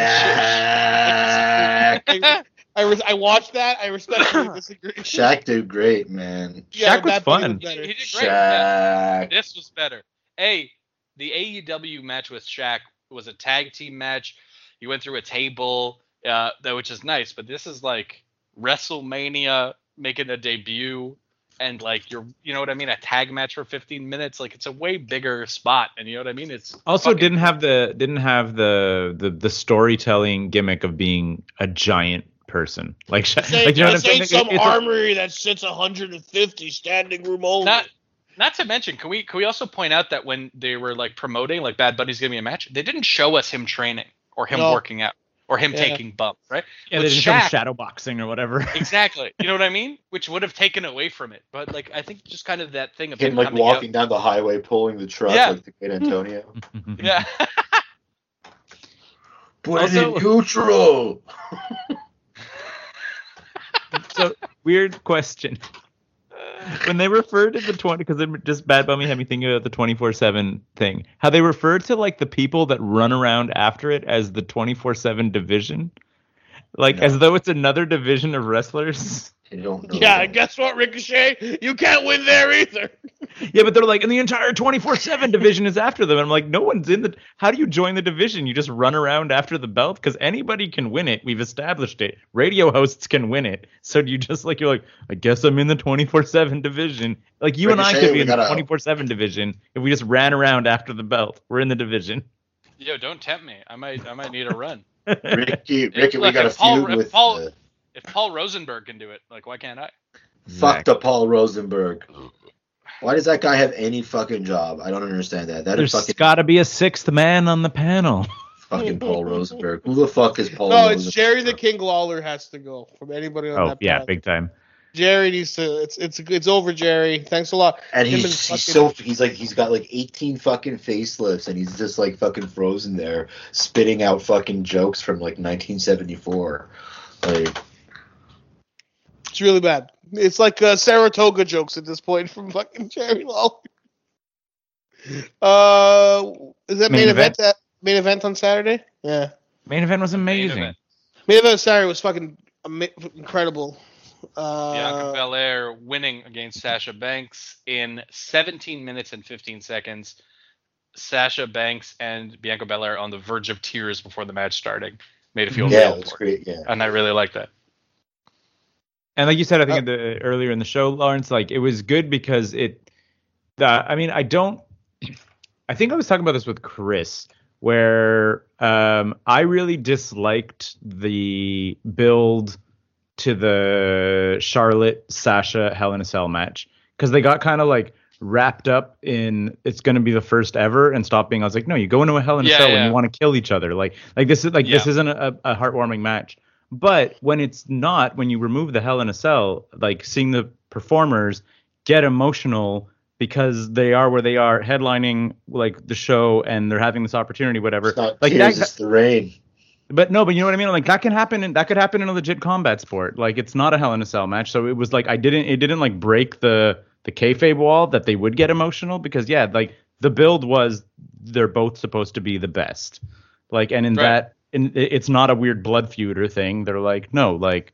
Speaker 6: Shaq,
Speaker 4: I, I, res- I watched that. I respectfully disagree.
Speaker 6: Shaq did great, man.
Speaker 4: Yeah,
Speaker 7: Shaq was
Speaker 4: Bad Bunny
Speaker 7: fun.
Speaker 5: He, he
Speaker 4: better.
Speaker 5: did great. with that.
Speaker 6: Shaq.
Speaker 5: This was better. A, the AEW match with Shaq was a tag team match. You went through a table, uh, that which is nice, but this is like WrestleMania making a debut and like you're you know what I mean, a tag match for 15 minutes. Like it's a way bigger spot, and you know what I mean? It's
Speaker 7: also
Speaker 5: fucking-
Speaker 7: didn't have the didn't have the, the the storytelling gimmick of being a giant person like, sh-
Speaker 4: This ain't,
Speaker 7: like you know what I'm
Speaker 4: this
Speaker 7: saying
Speaker 4: ain't
Speaker 7: Like,
Speaker 4: some
Speaker 7: it's a-
Speaker 4: armory that sits 150 standing room only.
Speaker 5: not not to mention, can we can we also point out that when they were like promoting like Bad Buddy's gonna be a match, they didn't show us him training or him
Speaker 4: No.
Speaker 5: working out or him
Speaker 4: Yeah.
Speaker 5: taking bumps, right?
Speaker 7: yeah, they
Speaker 5: With
Speaker 7: didn't show
Speaker 5: Shaq-
Speaker 7: shadow boxing or whatever
Speaker 5: exactly. You know what I mean? Which would have taken away from it. But like I think just kind of that thing of
Speaker 6: Him
Speaker 5: him
Speaker 6: like
Speaker 5: coming
Speaker 6: walking down the highway, pulling the truck
Speaker 5: Yeah.
Speaker 6: like the great Antonio.
Speaker 5: Out. Yeah.
Speaker 6: Put
Speaker 7: Also-
Speaker 6: neutral.
Speaker 7: so weird question when they refer to the 20 because it just bad bunny had me thinking about the 24-7 thing how they refer to like the people that run around after it as the 24-7 division like
Speaker 6: No.
Speaker 7: as though it's another division of wrestlers
Speaker 6: You don't know
Speaker 4: Yeah,
Speaker 6: that.
Speaker 4: and guess what, Ricochet? You can't win there either.
Speaker 7: yeah but they're like and the entire 24-7 division is after them and i'm like no one's in the how do you join the division you just run around after the belt because anybody can win it we've established it radio hosts can win it so do you just like you're like i guess i'm in the 24-7 division like you and i
Speaker 6: Ricochet,
Speaker 7: could be
Speaker 6: we
Speaker 7: in the
Speaker 6: gotta-
Speaker 7: 24-7 division if we just ran around after the belt we're in the division
Speaker 5: Yo, don't tempt me. I might I might need a run.
Speaker 6: Ricky, Ricky, we
Speaker 5: Look,
Speaker 6: got a
Speaker 5: if Paul-
Speaker 6: feud
Speaker 5: if
Speaker 6: with
Speaker 5: Paul-
Speaker 6: uh,
Speaker 5: If Paul Rosenberg can do it, like why can't I?
Speaker 6: fuck the Paul Rosenberg. Why does that guy have any fucking job? I don't understand that. That
Speaker 7: there's
Speaker 6: is fucking
Speaker 7: got to be a sixth man on the panel
Speaker 6: fucking Paul Rosenberg. Who the fuck is
Speaker 7: Oh,
Speaker 6: Paul?
Speaker 4: No, it's
Speaker 6: Rosenberg?
Speaker 4: Jerry the King Lawler has to go from anybody on
Speaker 7: oh
Speaker 4: that.
Speaker 7: yeah
Speaker 4: pod.
Speaker 7: big time
Speaker 4: Jerry needs to. It's it's it's over, Jerry. Thanks a lot.
Speaker 6: And
Speaker 4: Him
Speaker 6: he's,
Speaker 4: and
Speaker 6: he's so
Speaker 4: fucking-
Speaker 6: he's like he's got like eighteen fucking facelifts, and he's just like fucking frozen there, spitting out fucking jokes from like 1974. Like
Speaker 4: It's really bad. It's like uh, Saratoga jokes at this point from fucking Jerry Lawler. Uh, is that main,
Speaker 7: Main
Speaker 4: event?
Speaker 7: event?
Speaker 4: That main event on Saturday? Yeah,
Speaker 7: Main event was
Speaker 5: Main
Speaker 7: amazing.
Speaker 5: event.
Speaker 4: main event on Saturday was fucking ama- incredible.
Speaker 5: Bianca
Speaker 4: Uh,
Speaker 5: Belair winning against Sasha Banks in 17 minutes and 15 seconds. Sasha Banks and Bianca Belair on the verge of tears before the match starting. Made it feel
Speaker 6: Yeah,
Speaker 5: real.
Speaker 6: it's
Speaker 5: for it.
Speaker 6: great. Yeah.
Speaker 5: And I really like that.
Speaker 7: And like you said, I think at the, earlier in the show, Lawrence, like it was good because it. The, I mean, I don't. I think I was talking about this with Chris, where um, I really disliked the build to the Charlotte Sasha Hell in a Cell match because they got kind of like wrapped up in it's going to be the first ever and stop being. I was like, no, you go into a Hell in
Speaker 5: Yeah,
Speaker 7: a Cell
Speaker 5: yeah.
Speaker 7: and you want to kill each other. Like, like this is like this
Speaker 5: Yeah.
Speaker 7: isn't a, a heartwarming match. But when it's not, when you remove the Hell in a Cell, like seeing the performers get emotional because they are where they are, headlining like the show and they're having this opportunity, whatever.
Speaker 6: It's not
Speaker 7: Like
Speaker 6: tears,
Speaker 7: that,
Speaker 6: it's the rain.
Speaker 7: but no, but you know what I mean. Like that can happen, in, that could happen in a legit combat sport. Like it's not a Hell in a Cell match, so it was like I didn't, it didn't like break the the kayfabe wall that they would get emotional because yeah, like the build was they're both supposed to be the best, like and in
Speaker 5: Right.
Speaker 7: that, in, it- it's not a weird blood feud or thing. They're like no, like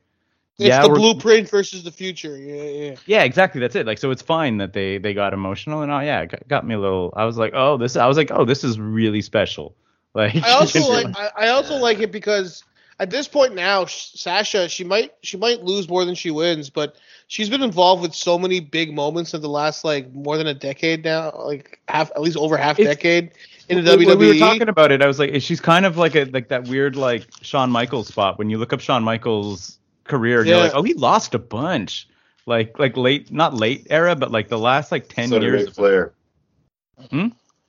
Speaker 4: it's
Speaker 7: yeah,
Speaker 4: the
Speaker 7: we're-
Speaker 4: blueprint versus the future. Yeah, yeah.
Speaker 7: yeah, exactly. That's it. Like, so it's fine that they they got emotional and oh yeah, it got, got me a little. I was like, oh, this. I was like, oh, this is really special. Like,
Speaker 4: I also like. I, I also like it because at this point now, Sh- Sasha she might she might lose more than she wins, but she's been involved with so many big moments in the last like more than a decade now, like half at least over half
Speaker 7: It's-
Speaker 4: decade in the E.
Speaker 7: When-
Speaker 4: WWE.
Speaker 7: when we were talking about it, I was like, she's kind of like a like that weird like Shawn Michaels spot. When you look up Shawn Michaels' career, and you're
Speaker 4: Yeah.
Speaker 7: like, oh, he lost a bunch. Like like late, not late era, but like the last like ten
Speaker 6: so
Speaker 7: years.
Speaker 6: did Ric Flair.
Speaker 7: Hmm?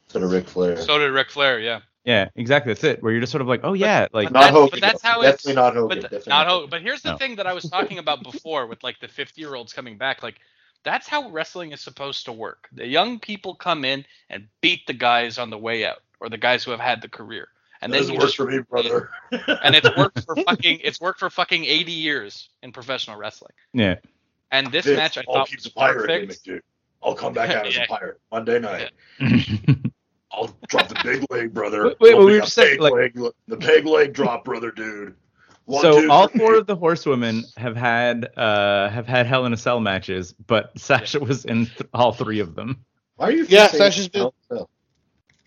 Speaker 6: So did Ric Flair.
Speaker 5: So did Ric Flair, yeah.
Speaker 7: yeah, exactly. That's it. Where you're just sort of like, oh yeah, like
Speaker 5: That's-
Speaker 6: not Hogan.
Speaker 5: but that's how
Speaker 6: definitely
Speaker 5: it's-
Speaker 6: not Hogan.
Speaker 5: But th-
Speaker 6: definitely
Speaker 5: not ho- but here's the
Speaker 7: No.
Speaker 5: thing that I was talking about before with like the 50 year olds coming back like that's how wrestling is supposed to work. The young people come in and beat the guys on the way out or the guys who have had the career. And
Speaker 3: That
Speaker 5: then
Speaker 3: doesn't
Speaker 5: you
Speaker 3: work
Speaker 5: just
Speaker 3: for me, brother.
Speaker 5: and it's worked for fucking it's worked for fucking 80 years in professional wrestling.
Speaker 7: yeah.
Speaker 5: And this
Speaker 3: Vince,
Speaker 5: match I
Speaker 3: I'll
Speaker 5: thought
Speaker 3: keep
Speaker 5: was
Speaker 3: the pirate
Speaker 5: perfect.
Speaker 3: gimmick, dude. I'll come back out as
Speaker 5: Yeah.
Speaker 3: a pirate Monday night. I'll drop the big leg, brother.
Speaker 7: Wait, wait,
Speaker 3: It'll
Speaker 7: we
Speaker 3: be
Speaker 7: were
Speaker 3: a
Speaker 7: just saying,
Speaker 3: peg
Speaker 7: like-
Speaker 3: leg- the peg leg drop, brother, dude. One,
Speaker 7: so
Speaker 3: two,
Speaker 7: all
Speaker 3: three.
Speaker 7: four of the horsewomen have had uh have had Hell in a Cell matches, but Sasha was in th- all three of them.
Speaker 6: Why are you
Speaker 4: Yeah,
Speaker 6: fixating
Speaker 4: Sasha's been-
Speaker 6: Hell in a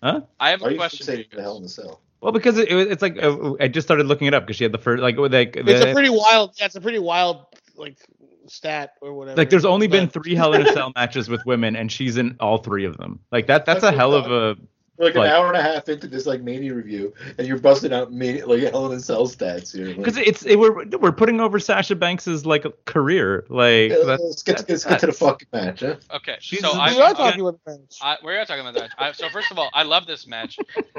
Speaker 6: Cell?
Speaker 5: I have
Speaker 6: Why are
Speaker 5: a
Speaker 6: you
Speaker 5: question. for you
Speaker 6: fixating the Hell
Speaker 5: guys.
Speaker 6: in a Cell?
Speaker 7: Well, because it, it, it's like uh, I just started looking it up because she had the first like with, like
Speaker 4: it's
Speaker 7: the-
Speaker 4: a pretty wild. That's a pretty wild like stat or whatever.
Speaker 7: like there's only been
Speaker 4: But-
Speaker 7: three Hell in a Cell matches with women, and she's in all three of them. Like that that's a
Speaker 6: That's
Speaker 7: hell
Speaker 6: what
Speaker 7: of a
Speaker 6: We're like,
Speaker 7: Like-
Speaker 6: an hour and a half into this like mania review, and you're busting out mania, like Hell in a Cell stats here. Like,
Speaker 7: because it's it, we're we're putting over Sasha Banks's like career. Like
Speaker 6: yeah,
Speaker 7: that's,
Speaker 6: uh, let's get,
Speaker 7: that's
Speaker 6: let's get to the
Speaker 7: nuts.
Speaker 6: fucking match. Huh?
Speaker 5: Okay.
Speaker 7: She's-
Speaker 5: so
Speaker 7: We
Speaker 5: I,
Speaker 4: we are
Speaker 5: I'm gonna-
Speaker 4: talking about the match.
Speaker 5: I, we are talking about that. I, so first of all, I love this match.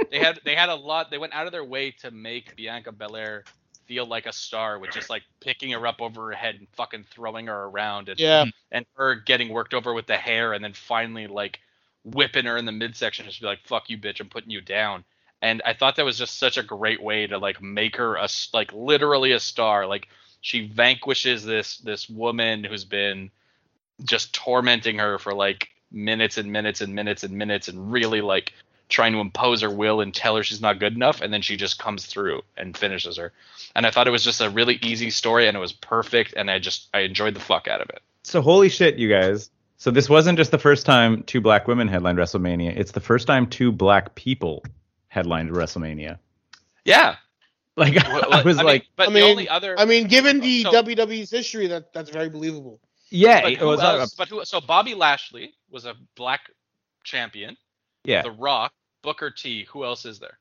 Speaker 5: They had they had a lot. They went out of their way to make Bianca Belair feel like a star with just like picking her up over her head and fucking throwing her around and
Speaker 4: yeah,
Speaker 5: and her getting worked over with the hair and then finally like whipping her in the midsection just be like fuck you bitch i'm putting you down and i thought that was just such a great way to like make her a s- like literally a star like she vanquishes this this woman who's been just tormenting her for like minutes and minutes and minutes and minutes and really like trying to impose her will and tell her she's not good enough and then she just comes through and finishes her and i thought it was just a really easy story and it was perfect and i just i enjoyed the fuck out of it
Speaker 7: So holy shit, you guys. So this wasn't just the first time two black women headlined WrestleMania. It's the first time two black people headlined WrestleMania.
Speaker 5: Yeah,
Speaker 7: Like
Speaker 5: Well,
Speaker 7: I was
Speaker 5: mean,
Speaker 7: like,
Speaker 4: I
Speaker 5: but the
Speaker 4: mean-
Speaker 5: only other,
Speaker 4: I mean, given the
Speaker 5: So-
Speaker 4: WWE's history, that that's very believable.
Speaker 7: yeah,
Speaker 5: but
Speaker 7: it
Speaker 5: who
Speaker 7: was not a-
Speaker 5: else? But who? So Bobby Lashley was a black champion.
Speaker 7: yeah.
Speaker 5: The Rock, Booker T. Who else is there?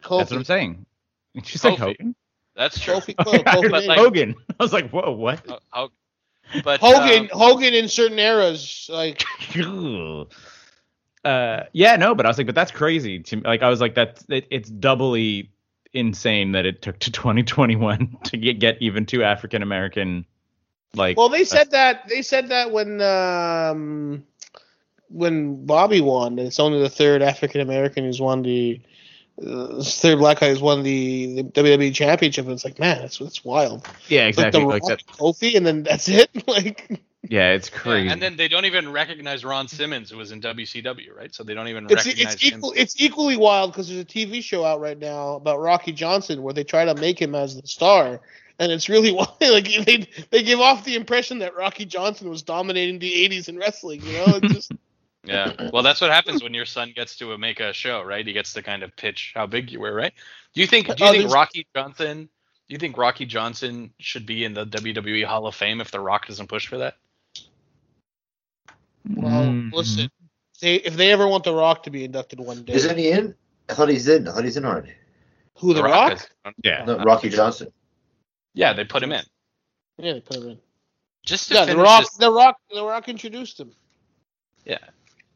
Speaker 7: That's what I'm
Speaker 4: Kofi,
Speaker 7: saying. She's
Speaker 5: Kofi.
Speaker 7: like Hogan.
Speaker 5: That's true.
Speaker 4: Kofi, Kofi,
Speaker 7: I was
Speaker 4: Kofi
Speaker 5: but
Speaker 7: like,
Speaker 5: like-
Speaker 7: Hogan. I was like, whoa, what?
Speaker 5: Uh, Ho- but
Speaker 4: Hogan,
Speaker 5: um,
Speaker 4: Hogan in certain eras, like
Speaker 7: uh, yeah, no, but I was like, but that's crazy. To me. Like, I was like, that's it, it's doubly insane that it took to 2021 to get, get even two African American. Like,
Speaker 4: well, they said that they said that when um when Bobby won, it's only the third African American who's won the uh, Theory Black Eye has won the, the WWE Championship, and it's like, man, that's that's wild.
Speaker 7: Yeah,
Speaker 4: It's like
Speaker 7: exactly.
Speaker 4: the
Speaker 7: Like
Speaker 4: Rock,
Speaker 7: that.
Speaker 4: Kofi, and then that's it. like
Speaker 7: Yeah, it's
Speaker 5: Yeah,
Speaker 7: crazy.
Speaker 5: and then they don't even recognize Ron Simmons, who was in WCW, right? So they don't even
Speaker 4: it's
Speaker 5: recognize
Speaker 4: it's equal
Speaker 5: him.
Speaker 4: it's equally wild because there's a TV show out right now about Rocky Johnson where they try to make him as the star. And it's really wild. Like they they give off the impression that Rocky Johnson was dominating the '80s in wrestling. You know, it's just
Speaker 5: Yeah. Well, that's what happens when your son gets to make a show, right? He gets to kind of pitch how big you were, right? Do you think? Do you
Speaker 4: Oh,
Speaker 5: think
Speaker 4: there's-
Speaker 5: Rocky Johnson? Do you think Rocky Johnson should be in the WWE Hall of Fame if The Rock doesn't push for that?
Speaker 4: Well,
Speaker 7: Mm.
Speaker 4: listen, they, if they ever want The Rock to be inducted one day,
Speaker 6: Isn't he in? I thought he's in. I thought he's in already.
Speaker 4: who The, Rock?
Speaker 5: is-
Speaker 7: Yeah.
Speaker 6: No, Rocky Johnson.
Speaker 5: yeah, they put him in.
Speaker 4: Yeah, they put him in.
Speaker 5: Just to
Speaker 4: Yeah, The
Speaker 5: finish
Speaker 4: Rock,
Speaker 5: this-
Speaker 4: The Rock, The Rock introduced him.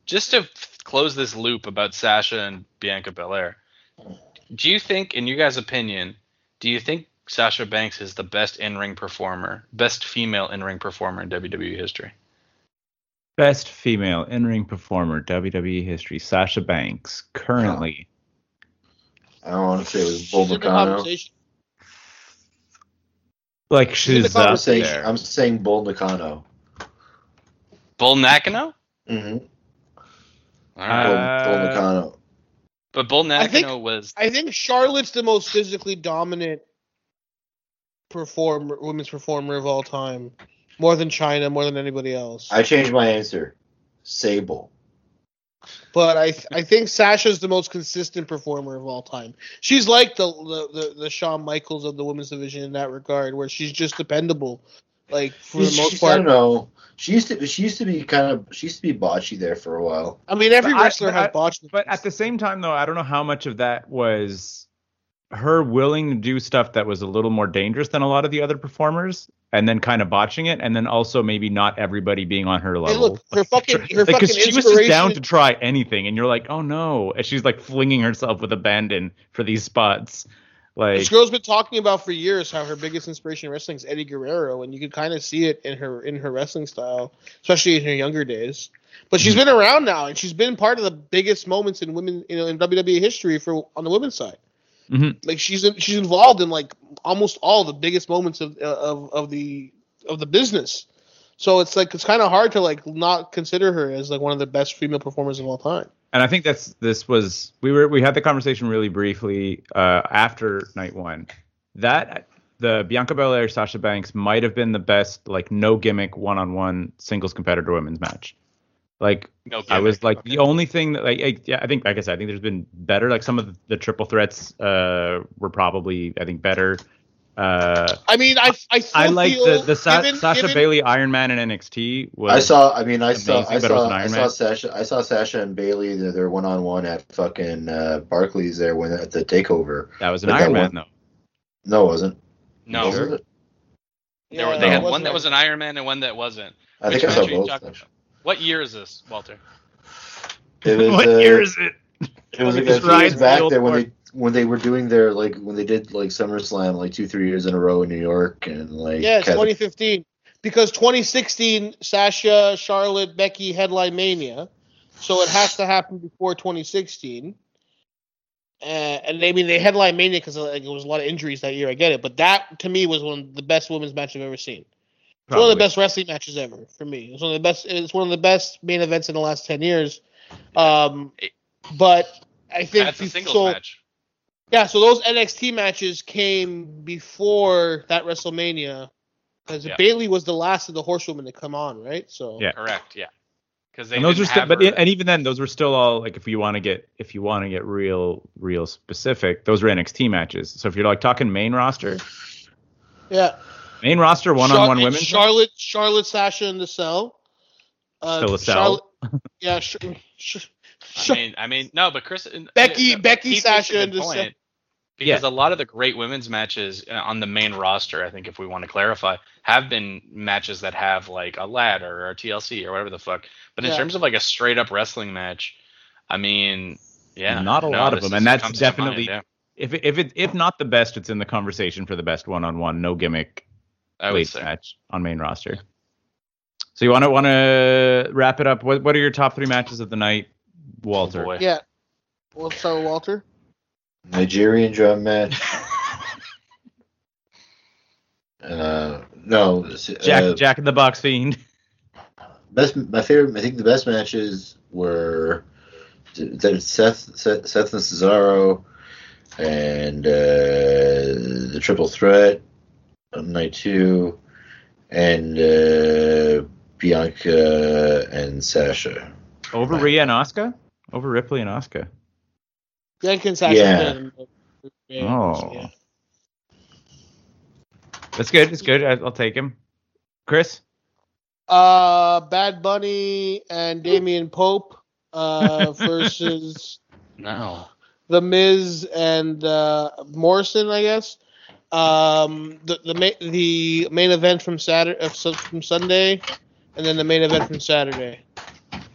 Speaker 5: just to f- close this loop about Sasha and Bianca Belair, do you think, in you guys' opinion, do you think Sasha Banks is the best in ring performer, best female in ring performer in WWE history?
Speaker 7: Best female in ring performer, WWE history, Sasha Banks, currently.
Speaker 6: I don't want to say it was Bull
Speaker 4: She's in the
Speaker 6: Nakano.
Speaker 4: conversation.
Speaker 7: Like,
Speaker 4: in the
Speaker 7: she's up
Speaker 6: Saying-
Speaker 7: there.
Speaker 6: I'm saying Bull Nakano.
Speaker 5: Bull Nakano?
Speaker 6: hmm
Speaker 5: All right.
Speaker 7: Uh,
Speaker 6: Bull, Bull Nakano.
Speaker 5: but Bull
Speaker 4: I
Speaker 5: Nakano
Speaker 4: think-
Speaker 5: was
Speaker 4: I think Charlotte's the most physically dominant performer, women's performer of all time, more than China, more than anybody else.
Speaker 6: I changed my answer. Sable.
Speaker 4: but I, th- I think Sasha's the most consistent performer of all time. She's like the the, the the Shawn Michaels of the women's division in that regard, where she's just dependable. Like for the
Speaker 6: She's-
Speaker 4: most
Speaker 6: she's- I
Speaker 4: part,
Speaker 6: don't know. She used to. She used to be kind of. She used to be botchy there for a while.
Speaker 4: I mean, every
Speaker 7: But I-
Speaker 4: wrestler
Speaker 7: but
Speaker 4: has
Speaker 7: I-
Speaker 4: botched.
Speaker 7: But at the same time, though, I don't know how much of that was her willing to do stuff that was a little more dangerous than a lot of the other performers, and then kind of botching it, and then also maybe not everybody being on her
Speaker 4: Hey,
Speaker 7: level.
Speaker 4: look, her fucking, her
Speaker 7: Like,
Speaker 4: fucking
Speaker 7: 'cause she was just down
Speaker 4: inspiration.
Speaker 7: to try anything, and you're like, oh no, and she's like flinging herself with abandon for these spots. Like,
Speaker 4: This girl's been talking about for years how her biggest inspiration in wrestling is Eddie Guerrero, and you could kind of see it in her in her wrestling style, especially in her younger days. But she's
Speaker 7: Hmm.
Speaker 4: been around now, and she's been part of the biggest moments in women, you know, in WWE history for on the women's side.
Speaker 7: Mhm.
Speaker 4: Like she's in, she's involved in like almost all the biggest moments of uh, of of the of the business. So it's like it's kind of hard to like not consider her as like one of the best female performers of all time.
Speaker 7: and I think that's this was we were we had the conversation really briefly uh, after night one. That the Bianca Belair Sasha Banks might have been the best like no gimmick one on one singles competitor women's match. Like
Speaker 5: no.
Speaker 7: I
Speaker 5: gimmick.
Speaker 7: was like
Speaker 5: Okay.
Speaker 7: the only thing that like I, yeah I think like I said I think there's been better like some of the triple threats uh were probably I think better. Uh,
Speaker 4: I mean, I I, still
Speaker 7: I like
Speaker 4: feel,
Speaker 7: the the Sa-
Speaker 4: given-
Speaker 7: Sasha
Speaker 4: given-
Speaker 7: Bailey Iron Man in NXT was
Speaker 6: I saw. I mean, I saw.
Speaker 7: amazing,
Speaker 6: I
Speaker 7: but it was
Speaker 6: saw.
Speaker 7: an
Speaker 6: I
Speaker 7: Iron
Speaker 6: saw
Speaker 7: Man.
Speaker 6: Sasha. I saw Sasha and Bailey. They're, they're one on one at fucking uh, Barclays there when at the takeover.
Speaker 7: that was an
Speaker 6: But that
Speaker 7: Iron Man
Speaker 6: one-
Speaker 7: though.
Speaker 6: No, it wasn't.
Speaker 5: no.
Speaker 6: Was it?
Speaker 5: There were,
Speaker 4: Yeah,
Speaker 5: they had
Speaker 4: it
Speaker 5: one
Speaker 4: wasn't-
Speaker 5: that was an Iron Man and one that wasn't.
Speaker 6: I think
Speaker 5: Which
Speaker 6: I saw
Speaker 5: match are you
Speaker 6: both.
Speaker 5: talking
Speaker 6: actually.
Speaker 5: What year is this, Walter?
Speaker 6: It was,
Speaker 7: what
Speaker 6: uh,
Speaker 7: year is it?
Speaker 6: It was
Speaker 7: It
Speaker 6: like
Speaker 7: just
Speaker 6: a few years
Speaker 7: rides the
Speaker 6: back
Speaker 7: old
Speaker 6: there when
Speaker 7: part.
Speaker 6: they when they were doing their like when they did like SummerSlam like two three years in a row in New York and like
Speaker 4: Yeah, it's
Speaker 6: Kathy-
Speaker 4: 2015 because 2016 Sasha, Charlotte, Becky headline Mania, so it has to happen before 2016. Uh, and I mean they headline Mania because like, there was a lot of injuries that year. I get it, but that to me was one of the best women's match I've ever seen. It's one of the
Speaker 7: Probably.
Speaker 4: best wrestling matches ever for me. It's one of the best. It's one of the best main events in the last 10 years. Um, but I think
Speaker 5: That's a
Speaker 4: the-
Speaker 5: singles
Speaker 4: so-
Speaker 5: match.
Speaker 4: yeah, so those NXT matches came before that WrestleMania because
Speaker 5: Yeah.
Speaker 4: Bailey was the last of the horsewomen to come on, right? So
Speaker 7: Yeah.
Speaker 5: Correct. Yeah. Because they
Speaker 7: and those
Speaker 5: didn't
Speaker 7: are still,
Speaker 5: have
Speaker 7: but
Speaker 5: her-
Speaker 7: and even then, those were still all like if you want to get if you want to get real, real specific, those were NXT matches. So if you're like talking main roster,
Speaker 4: yeah,
Speaker 7: main roster one on one
Speaker 4: Char-
Speaker 7: women,
Speaker 4: Charlotte, Charlotte, Sasha, and the Cell. Uh,
Speaker 7: Still a cell.
Speaker 4: Charlotte- yeah, sh- sh- sh-
Speaker 5: I mean, I mean, no, but Chris, uh,
Speaker 4: Becky-
Speaker 5: yeah, no,
Speaker 4: Becky,
Speaker 5: Keith makes
Speaker 4: Sasha,
Speaker 5: a good
Speaker 4: and just-
Speaker 5: point, because
Speaker 7: Yeah.
Speaker 5: a lot of the great women's matches uh, on the main roster, I think, if we want to clarify, have been matches that have like a ladder or a TLC or whatever the fuck. But in
Speaker 4: Yeah.
Speaker 5: terms of like a straight up wrestling match, I mean, yeah,
Speaker 7: Not a
Speaker 5: no,
Speaker 7: lot of
Speaker 5: this
Speaker 7: them, and
Speaker 5: is-
Speaker 7: that's
Speaker 5: comes to mind,
Speaker 7: definitely-
Speaker 5: yeah,
Speaker 7: if it- if it if not the best, it's in the conversation for the best one on one, no gimmick,
Speaker 5: I would
Speaker 7: late
Speaker 5: say.
Speaker 7: match on main roster. So you want to want to wrap it up? What what are your top three matches of the night, Walter?
Speaker 5: Boy.
Speaker 4: yeah. Well, so Walter,
Speaker 6: Nigerian drum match. uh, no, s-
Speaker 7: Jack
Speaker 6: uh,
Speaker 7: Jack in the Box Fiend.
Speaker 6: best my favorite. I think the best matches were that Seth, Seth Seth and Cesaro and uh, the Triple Threat on night two, and uh, Bianca and Sasha.
Speaker 7: Over
Speaker 6: Right.
Speaker 7: Rhea and Oscar? Over Ripley and Oscar.
Speaker 4: Jenkins has
Speaker 6: Yeah.
Speaker 4: been.
Speaker 7: Oh. That's good. That's good. I- I'll take him. Chris? Oh.
Speaker 4: Uh, Bad Bunny and Damian Pope uh, versus
Speaker 5: No.
Speaker 4: The Miz and uh, Morrison, I guess. Um, the the ma- the main event from Saturday uh, su- from Sunday, and then the main event from Saturday.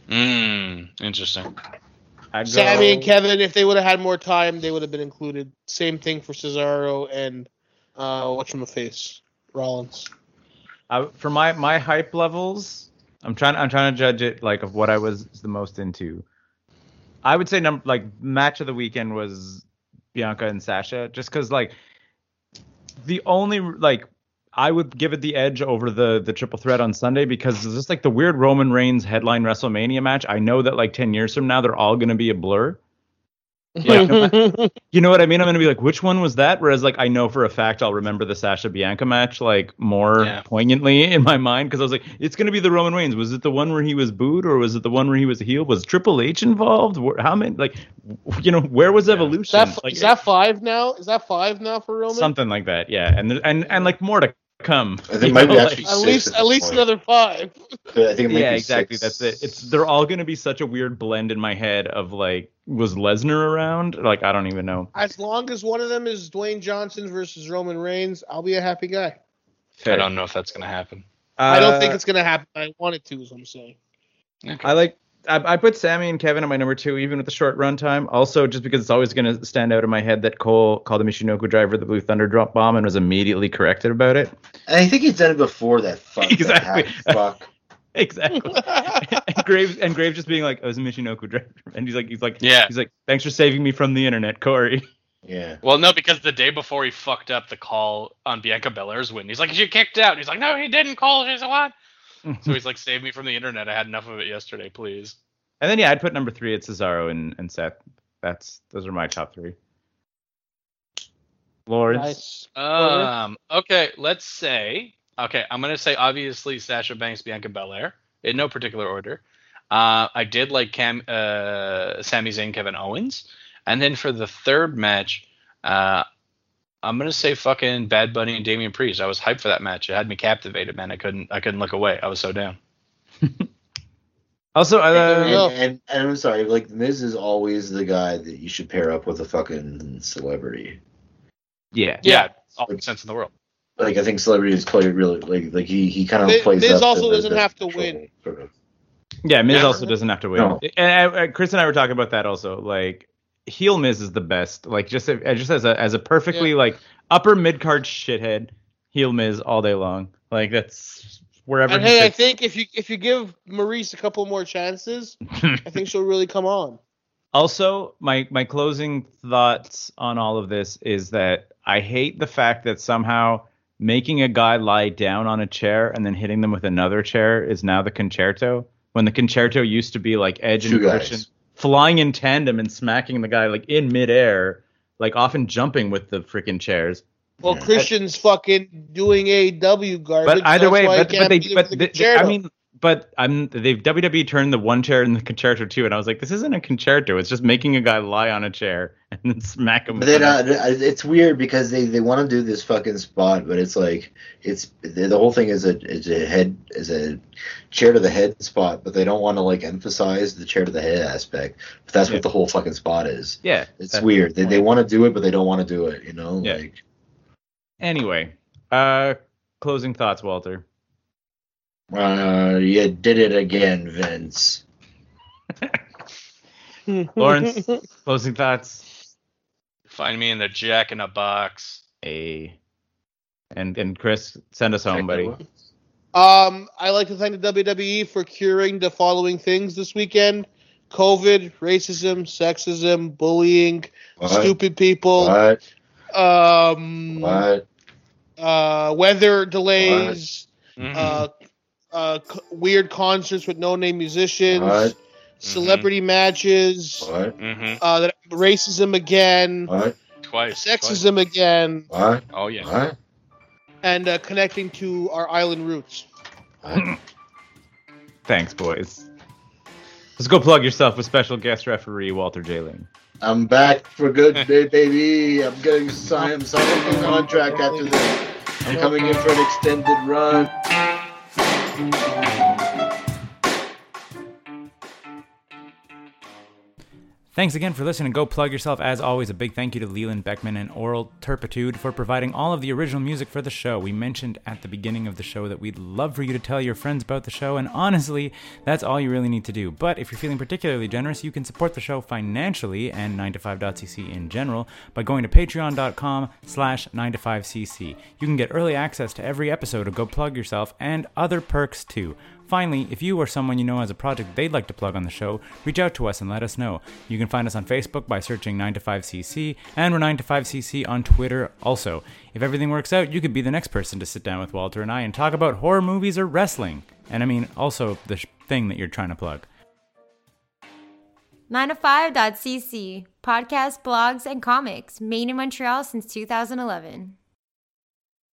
Speaker 5: Mm, interesting.
Speaker 7: I go,
Speaker 4: Sammy and Kevin, if they would have had more time, they would have been included. Same thing for Cesaro and uh, what's from the face Rollins.
Speaker 7: I, for my my hype levels, I'm trying I'm trying to judge it like of what I was the most into. I would say number like match of the weekend was Bianca and Sasha, just because like the only like I would give it the edge over the the triple threat on Sunday because it's just like the weird Roman Reigns headline WrestleMania match. I know that like ten years from now they're all gonna be a blur. You know what I mean? I'm gonna be like, which one was that? Whereas like I know for a fact I'll remember the Sasha Bianca match like more
Speaker 5: Yeah.
Speaker 7: poignantly in my mind because I was like, it's gonna be the Roman Reigns. Was it the one where he was booed or was it the one where he was healed? Was Triple H involved? Wh- How many like w- you know where was
Speaker 4: Is
Speaker 7: Evolution?
Speaker 4: that, f-
Speaker 7: Like,
Speaker 4: is that five now? Is that five now for Roman?
Speaker 7: something like that? Yeah, and there- and and like more to come.
Speaker 6: I think
Speaker 7: You
Speaker 6: might
Speaker 7: know,
Speaker 6: be
Speaker 7: like-
Speaker 6: actually
Speaker 4: at
Speaker 6: six
Speaker 4: least
Speaker 6: at
Speaker 4: at
Speaker 6: this
Speaker 4: least
Speaker 6: point.
Speaker 4: another five.
Speaker 6: I think it might
Speaker 7: yeah,
Speaker 6: be
Speaker 7: exactly.
Speaker 6: six.
Speaker 7: That's it. It's they're all gonna be such a weird blend in my head of like was Lesnar around? Like I don't even know.
Speaker 4: As long as one of them is Dwayne Johnson versus Roman Reigns, I'll be a happy guy.
Speaker 5: I don't know if that's gonna happen.
Speaker 4: I don't think
Speaker 7: Uh,
Speaker 4: it's gonna happen. I want it to, is what I'm saying.
Speaker 7: I like. I, I put Sammy and Kevin at my number two, even with the short run time. Also, just because it's always going to stand out in my head that Cole called the Michinoku driver the Blue Thunder drop bomb and was immediately corrected about it.
Speaker 6: And I think he's done it before. That fuck.
Speaker 7: Exactly.
Speaker 6: That hat fuck.
Speaker 7: Exactly. and Graves and Graves just being like, "I was a Michinoku driver," and he's like, he's like,
Speaker 5: Yeah.
Speaker 7: he's like, "Thanks for saving me from the internet, Corey."
Speaker 6: Yeah.
Speaker 5: Well, no, because the day before he fucked up the call on Bianca Belair's win. He's like, "She kicked out." He's like, "No, he didn't call. She's a what?" So he's like, "Save me from the internet. I had enough of it yesterday, please."
Speaker 7: And then yeah, I'd put number three at Cesaro and, and Seth. That's those are my top three. Lawrence.
Speaker 4: Nice.
Speaker 5: Um. Okay. Let's say. Okay. I'm gonna say obviously Sasha Banks, Bianca Belair, in no particular order. Uh, I did like Cam, uh, Sami Zayn, Kevin Owens, and then for the third match, uh, I'm gonna say fucking Bad Bunny and Damian Priest. I was hyped for that match. It had me captivated, man. I couldn't. I couldn't look away. I was so down.
Speaker 7: Also,
Speaker 4: There you
Speaker 7: uh,
Speaker 4: go.
Speaker 6: and, and, and I'm sorry, like Miz is always the guy that you should pair up with a fucking celebrity.
Speaker 7: yeah.
Speaker 5: Yeah. All the sense in the world.
Speaker 6: Like I think celebrities play really like like he he kind of
Speaker 4: Mi-
Speaker 6: plays.
Speaker 4: Miz
Speaker 6: up
Speaker 4: also
Speaker 6: the-
Speaker 4: doesn't
Speaker 6: the
Speaker 4: have to
Speaker 6: control,
Speaker 4: win.
Speaker 6: sort of.
Speaker 7: Yeah, Miz
Speaker 5: Yeah.
Speaker 7: also doesn't have to win.
Speaker 6: No.
Speaker 7: And I, I- Chris and I were talking about that also. Like, heel Miz is the best. Like, just a- just as a as a perfectly like upper mid card shithead, heel Miz all day long. Like that's wherever.
Speaker 4: And
Speaker 7: he
Speaker 4: hey, I
Speaker 7: fits.
Speaker 4: think if you if you give Maurice a couple more chances, I think she'll really come on.
Speaker 7: Also, my my closing thoughts on all of this is that I hate the fact that somehow making a guy lie down on a chair and then hitting them with another chair is now the concerto. When the concerto used to be like Edge and
Speaker 6: Two guys.
Speaker 7: Christian flying in tandem and smacking the guy like in midair, like often jumping with the freaking chairs.
Speaker 4: Well,
Speaker 6: Yeah.
Speaker 4: Christian's fucking doing AW garbage.
Speaker 7: But either
Speaker 4: that's
Speaker 7: way, but,
Speaker 4: why he
Speaker 7: but
Speaker 4: can't
Speaker 7: they
Speaker 4: beat him
Speaker 7: but
Speaker 4: with
Speaker 7: they-
Speaker 4: the concerto.
Speaker 7: I mean. But I'm they've WWE E turned the one chair in the concerto too, and I was like, this isn't a concerto. It's just making a guy lie on a chair and then smack him.
Speaker 6: But
Speaker 7: with
Speaker 6: then
Speaker 7: another
Speaker 6: uh, it's weird because they, they want to do this fucking spot, but it's like it's the the whole thing is a is a head is a chair to the head spot, but they don't want to like emphasize the chair to the head aspect. But that's
Speaker 7: Yeah.
Speaker 6: what the whole fucking spot is.
Speaker 7: Yeah,
Speaker 6: It's
Speaker 7: that's
Speaker 6: weird.
Speaker 7: the
Speaker 6: They they
Speaker 7: point.
Speaker 6: want to do it, but they don't want to do it. You know,
Speaker 7: Yeah.
Speaker 6: like
Speaker 7: Anyway, uh, closing thoughts, Walter.
Speaker 6: uh, you did it again, Vince.
Speaker 7: Lawrence, closing thoughts.
Speaker 5: Find me in the Jack in a Box.
Speaker 7: A. And and Chris, send us home, buddy.
Speaker 4: E Um, I like to thank the WWE for curing the following things this weekend: COVID, racism, sexism, bullying,
Speaker 3: What?
Speaker 4: stupid people,
Speaker 3: What?
Speaker 4: um,
Speaker 3: What?
Speaker 4: uh, weather delays,
Speaker 5: Mm-hmm.
Speaker 4: uh, uh, c- weird concerts with no name musicians,
Speaker 3: What?
Speaker 4: celebrity matches,
Speaker 3: What?
Speaker 5: hmm
Speaker 4: uh, that- racism again,
Speaker 3: What?
Speaker 5: Twice.
Speaker 4: sexism again,
Speaker 3: What?
Speaker 5: Twice. Oh yeah.
Speaker 3: What?
Speaker 4: and uh, connecting to our island roots.
Speaker 6: Thanks, boys. Let's go plug yourself with special guest referee Walter J. Ling.
Speaker 3: I'm back for good, ba- baby. I'm getting signed. I'm signing a contract after this. I'm coming in for an extended run.
Speaker 7: Thanks again for listening. Go plug yourself. As always, a big thank you to Leland Beckman and Oral Turpitude for providing all of the original music for the show. We mentioned at the beginning of the show that we'd love for you to tell your friends about the show, and honestly, that's all you really need to do. But if you're feeling particularly generous, you can support the show financially and 9to5.cc in general by going to patreon.com slash 9to5cc. You can get early access to every episode of Go Plug Yourself and other perks too. Finally, if you or someone you know has a project they'd like to plug on the show, reach out to us and let us know. You can find us on Facebook by searching 9to5cc, and we're 9to5cc on Twitter also. If everything works out, you could be the next person to sit down with Walter and I and talk about horror movies or wrestling. And I mean, also the sh- thing that you're trying to plug.
Speaker 8: 905.cc, podcast, blogs, and comics, made in Montreal since 2011.